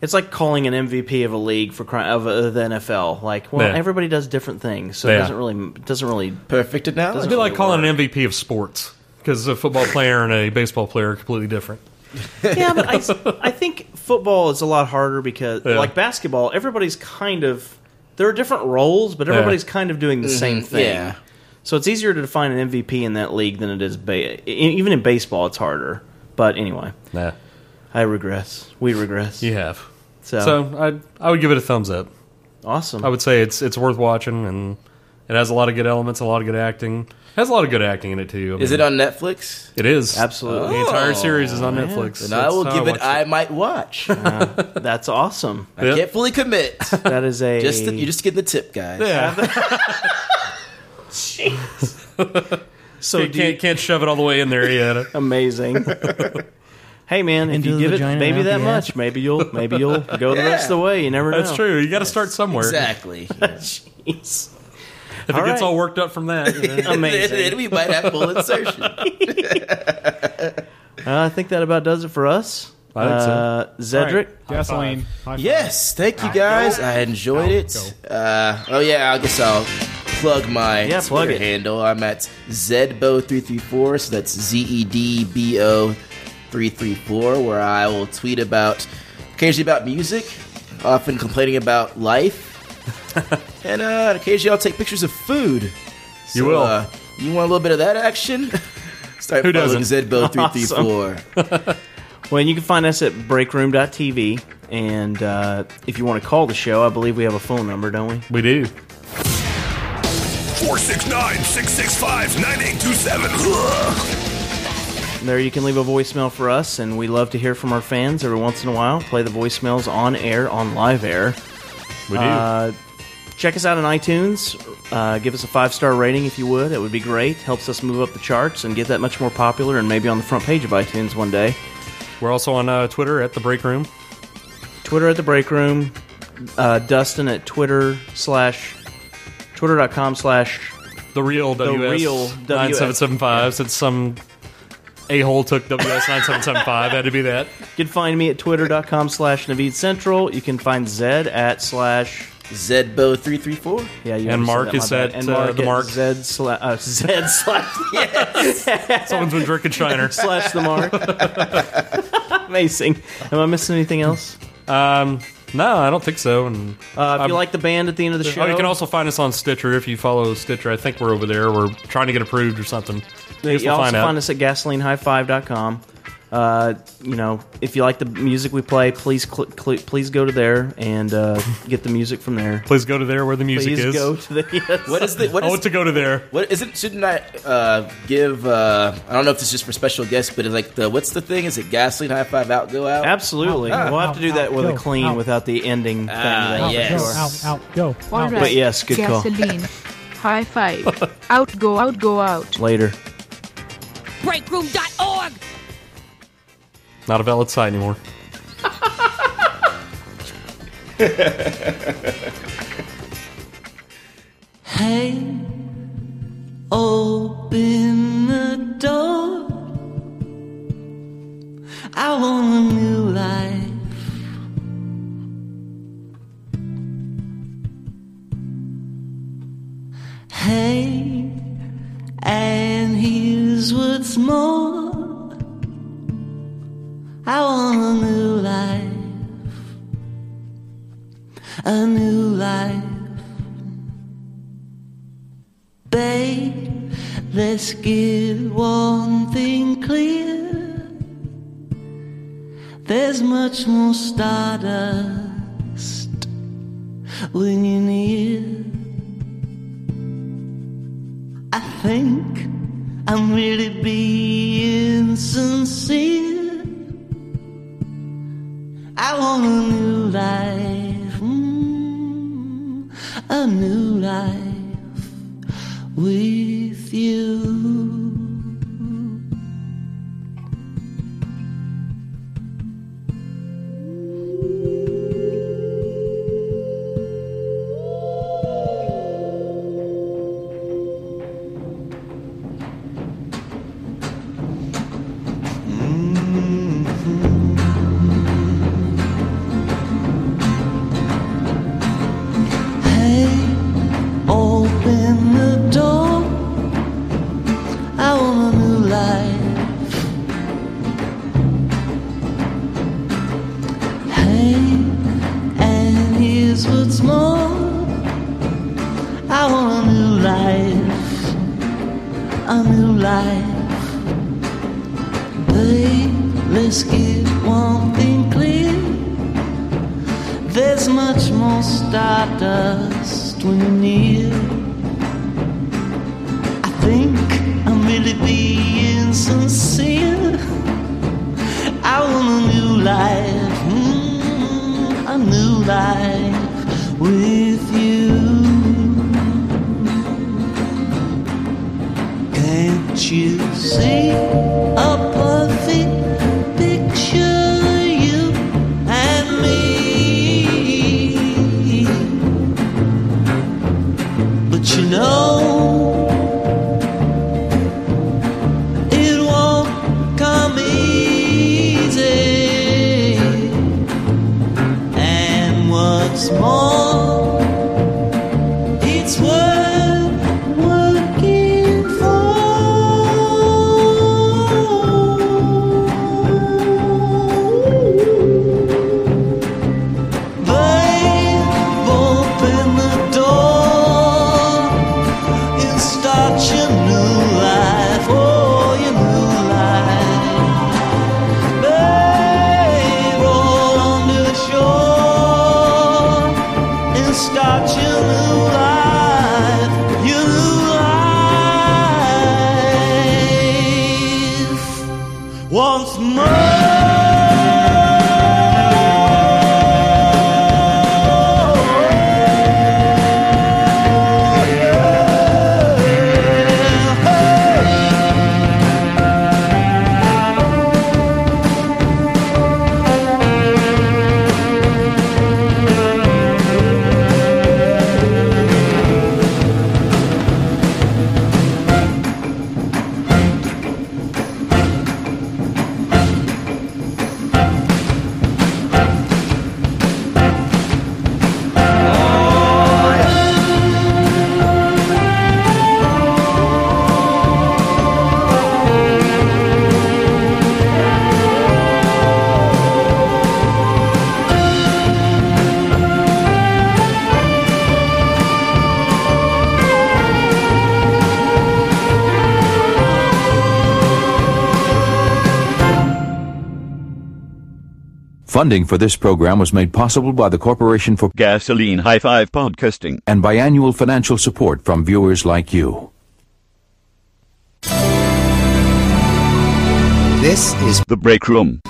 Speaker 1: It's like calling an MVP of a league for cry- of uh, the NFL. Like, well,
Speaker 6: Yeah.
Speaker 1: everybody does different things, so it
Speaker 6: Yeah.
Speaker 1: doesn't really doesn't really
Speaker 8: perfect it now.
Speaker 6: It'd be like calling an MVP of sports because a football player and a baseball player are completely different.
Speaker 1: yeah, but I, I think football is a lot harder because,
Speaker 6: Yeah.
Speaker 1: like basketball, everybody's kind of there are different roles, but everybody's
Speaker 6: Yeah.
Speaker 1: kind of doing the
Speaker 8: Mhm,
Speaker 1: same thing.
Speaker 8: yeah.
Speaker 1: So it's easier to define an MVP in that league than it is ba- e- even in baseball. It's harder, but anyway.
Speaker 6: Yeah.
Speaker 1: I regress. We regress.
Speaker 6: You have
Speaker 1: so.
Speaker 6: so I I would give it a thumbs up.
Speaker 1: Awesome.
Speaker 6: I would say it's it's worth watching and it has a lot of good elements, a lot of good acting. It has a lot of good acting in it too. I
Speaker 8: Is
Speaker 6: mean,
Speaker 8: it on Netflix?
Speaker 6: It is
Speaker 1: Absolutely.
Speaker 6: The entire series is on Netflix.
Speaker 8: And I will
Speaker 6: That's how
Speaker 8: give it.
Speaker 6: watched
Speaker 8: I might watch.
Speaker 1: that's awesome.
Speaker 8: I can't fully commit.
Speaker 1: That is a
Speaker 8: Just you're just getting the tip, guys.
Speaker 1: so
Speaker 6: can't, can't, can't shove it all the way in there yet.
Speaker 1: Amazing. Hey man, if
Speaker 6: Into
Speaker 1: you
Speaker 6: the
Speaker 1: give it
Speaker 6: vagina,
Speaker 1: maybe
Speaker 6: out
Speaker 1: that
Speaker 6: the
Speaker 1: much,
Speaker 6: ass.
Speaker 1: maybe you'll maybe you'll go the
Speaker 6: Yeah.
Speaker 1: rest of the way. You never know.
Speaker 6: That's true. You got to start somewhere.
Speaker 8: Exactly.
Speaker 1: Jeez.
Speaker 6: If it
Speaker 1: All
Speaker 6: gets
Speaker 1: right.
Speaker 6: all worked up from that, you know.
Speaker 1: Amazing.
Speaker 8: then we might have full insertion.
Speaker 1: Uh, I think that about does it for us.
Speaker 8: I think so.
Speaker 1: Uh, Zedric,
Speaker 8: All right. Gasoline. Yes, thank you guys. I enjoyed it. Uh, oh yeah, I guess I'll plug my
Speaker 1: Yeah, plug
Speaker 8: Twitter
Speaker 1: it.
Speaker 8: handle. I'm at zedbo334, so that's Z E D B O 334, where I will tweet about occasionally about music, often complaining about life, and uh, occasionally I'll take pictures of food.
Speaker 6: You will.
Speaker 8: Uh, you want a little bit of that action? Start
Speaker 1: Who
Speaker 8: following
Speaker 1: doesn't?
Speaker 8: zedbo334.
Speaker 1: Well, you can find us at breakroom.tv. And uh, if you want to call the show, I believe we have a phone number, don't we?
Speaker 6: We do.
Speaker 2: 469 665 9827.
Speaker 1: There you can leave a voicemail for us, and we love to hear from our fans every once in a while. Play the voicemails on air, on live air.
Speaker 6: We do.
Speaker 1: Uh, check us out on iTunes. Uh, give us a five star rating if you would. That would be great. Helps us move up the charts and get that much more popular and maybe on the front page of iTunes one day.
Speaker 6: We're also on uh, Twitter at the Break Room.
Speaker 1: Twitter at the break room. Uh, Dustin at Twitter slash twitter.com slash
Speaker 6: the real
Speaker 1: the
Speaker 6: WS
Speaker 1: real
Speaker 6: nine seven
Speaker 1: WS.
Speaker 6: seven five. Since some a hole took WS nine seven seven five, had to be that.
Speaker 1: You can find me at twitter.com slash Naveed Central. You can find Zed at slash
Speaker 8: Zedbo334.
Speaker 1: Yeah, you
Speaker 6: And
Speaker 1: already said that, my
Speaker 6: Mark is
Speaker 1: bad.
Speaker 6: at,
Speaker 1: and
Speaker 6: uh,
Speaker 1: Mark
Speaker 6: the
Speaker 1: at
Speaker 6: Mark.
Speaker 1: Zed slash uh, Zed slash
Speaker 6: Someone's been drinking Shiner.
Speaker 1: slash the Mark. Amazing. Am I missing anything else?
Speaker 6: Um, no, I don't think so. And
Speaker 1: Uh, if
Speaker 6: I'm-
Speaker 1: you like the band at the end of the show,
Speaker 6: Oh, you can also find us on Stitcher if you follow Stitcher. I think we're over there. We're trying to get approved or something. I guess
Speaker 1: you
Speaker 6: we'll
Speaker 1: also
Speaker 6: find
Speaker 1: find,
Speaker 6: out.
Speaker 1: us at gasolinehighfive.com. Uh, you know, if you like the music we play, please cl- cl- please go to there and uh, get the music from there.
Speaker 6: Please go to there where the music
Speaker 1: Please
Speaker 6: is.
Speaker 1: go to the. Yes.
Speaker 8: What is the? What
Speaker 6: I
Speaker 8: is
Speaker 6: want to go to there.
Speaker 8: What is it? Shouldn't I uh, give? Uh, I don't know if this is just for special guests, but it's like the what's the thing? Is it gasoline high five out go out?
Speaker 1: Absolutely,
Speaker 8: Ah.
Speaker 1: we'll have to do that with a
Speaker 8: Go.
Speaker 1: clean
Speaker 8: Out.
Speaker 1: without the ending. thing.
Speaker 8: Ah,
Speaker 1: though, for
Speaker 8: yes.
Speaker 15: Oh,
Speaker 1: sure.
Speaker 7: out, go.
Speaker 1: Out. But yes, good call.
Speaker 7: Gasoline. High five. out, go, out, go, out.
Speaker 1: Later.
Speaker 7: Breakroom.org.
Speaker 6: Not a valid site anymore.
Speaker 9: Hey, open the door. I want a new life. Hey, and here's what's more. I want a new life. A new life. Babe, let's get one thing clear. There's much more stardust when you're near. I think I'm really being sincere. I want a new life, mm, a new life with you.
Speaker 8: life. But let's get one thing clear. There's much more stardust when you're near. I think I'm really being sincere. I want a new life, mm, a new life with you. Can't you see a perfect picture? You and me. But you know, it won't come easy. And what's more, it's worth working for. They've opened the door and start your new life. Oh, your new life. Babe, roll on the shore and start your new life. Your new life once
Speaker 20: Funding for this program was made possible by the Corporation for Gasoline High Five Podcasting and by annual financial support from viewers like you.
Speaker 24: This is
Speaker 20: The Break Room,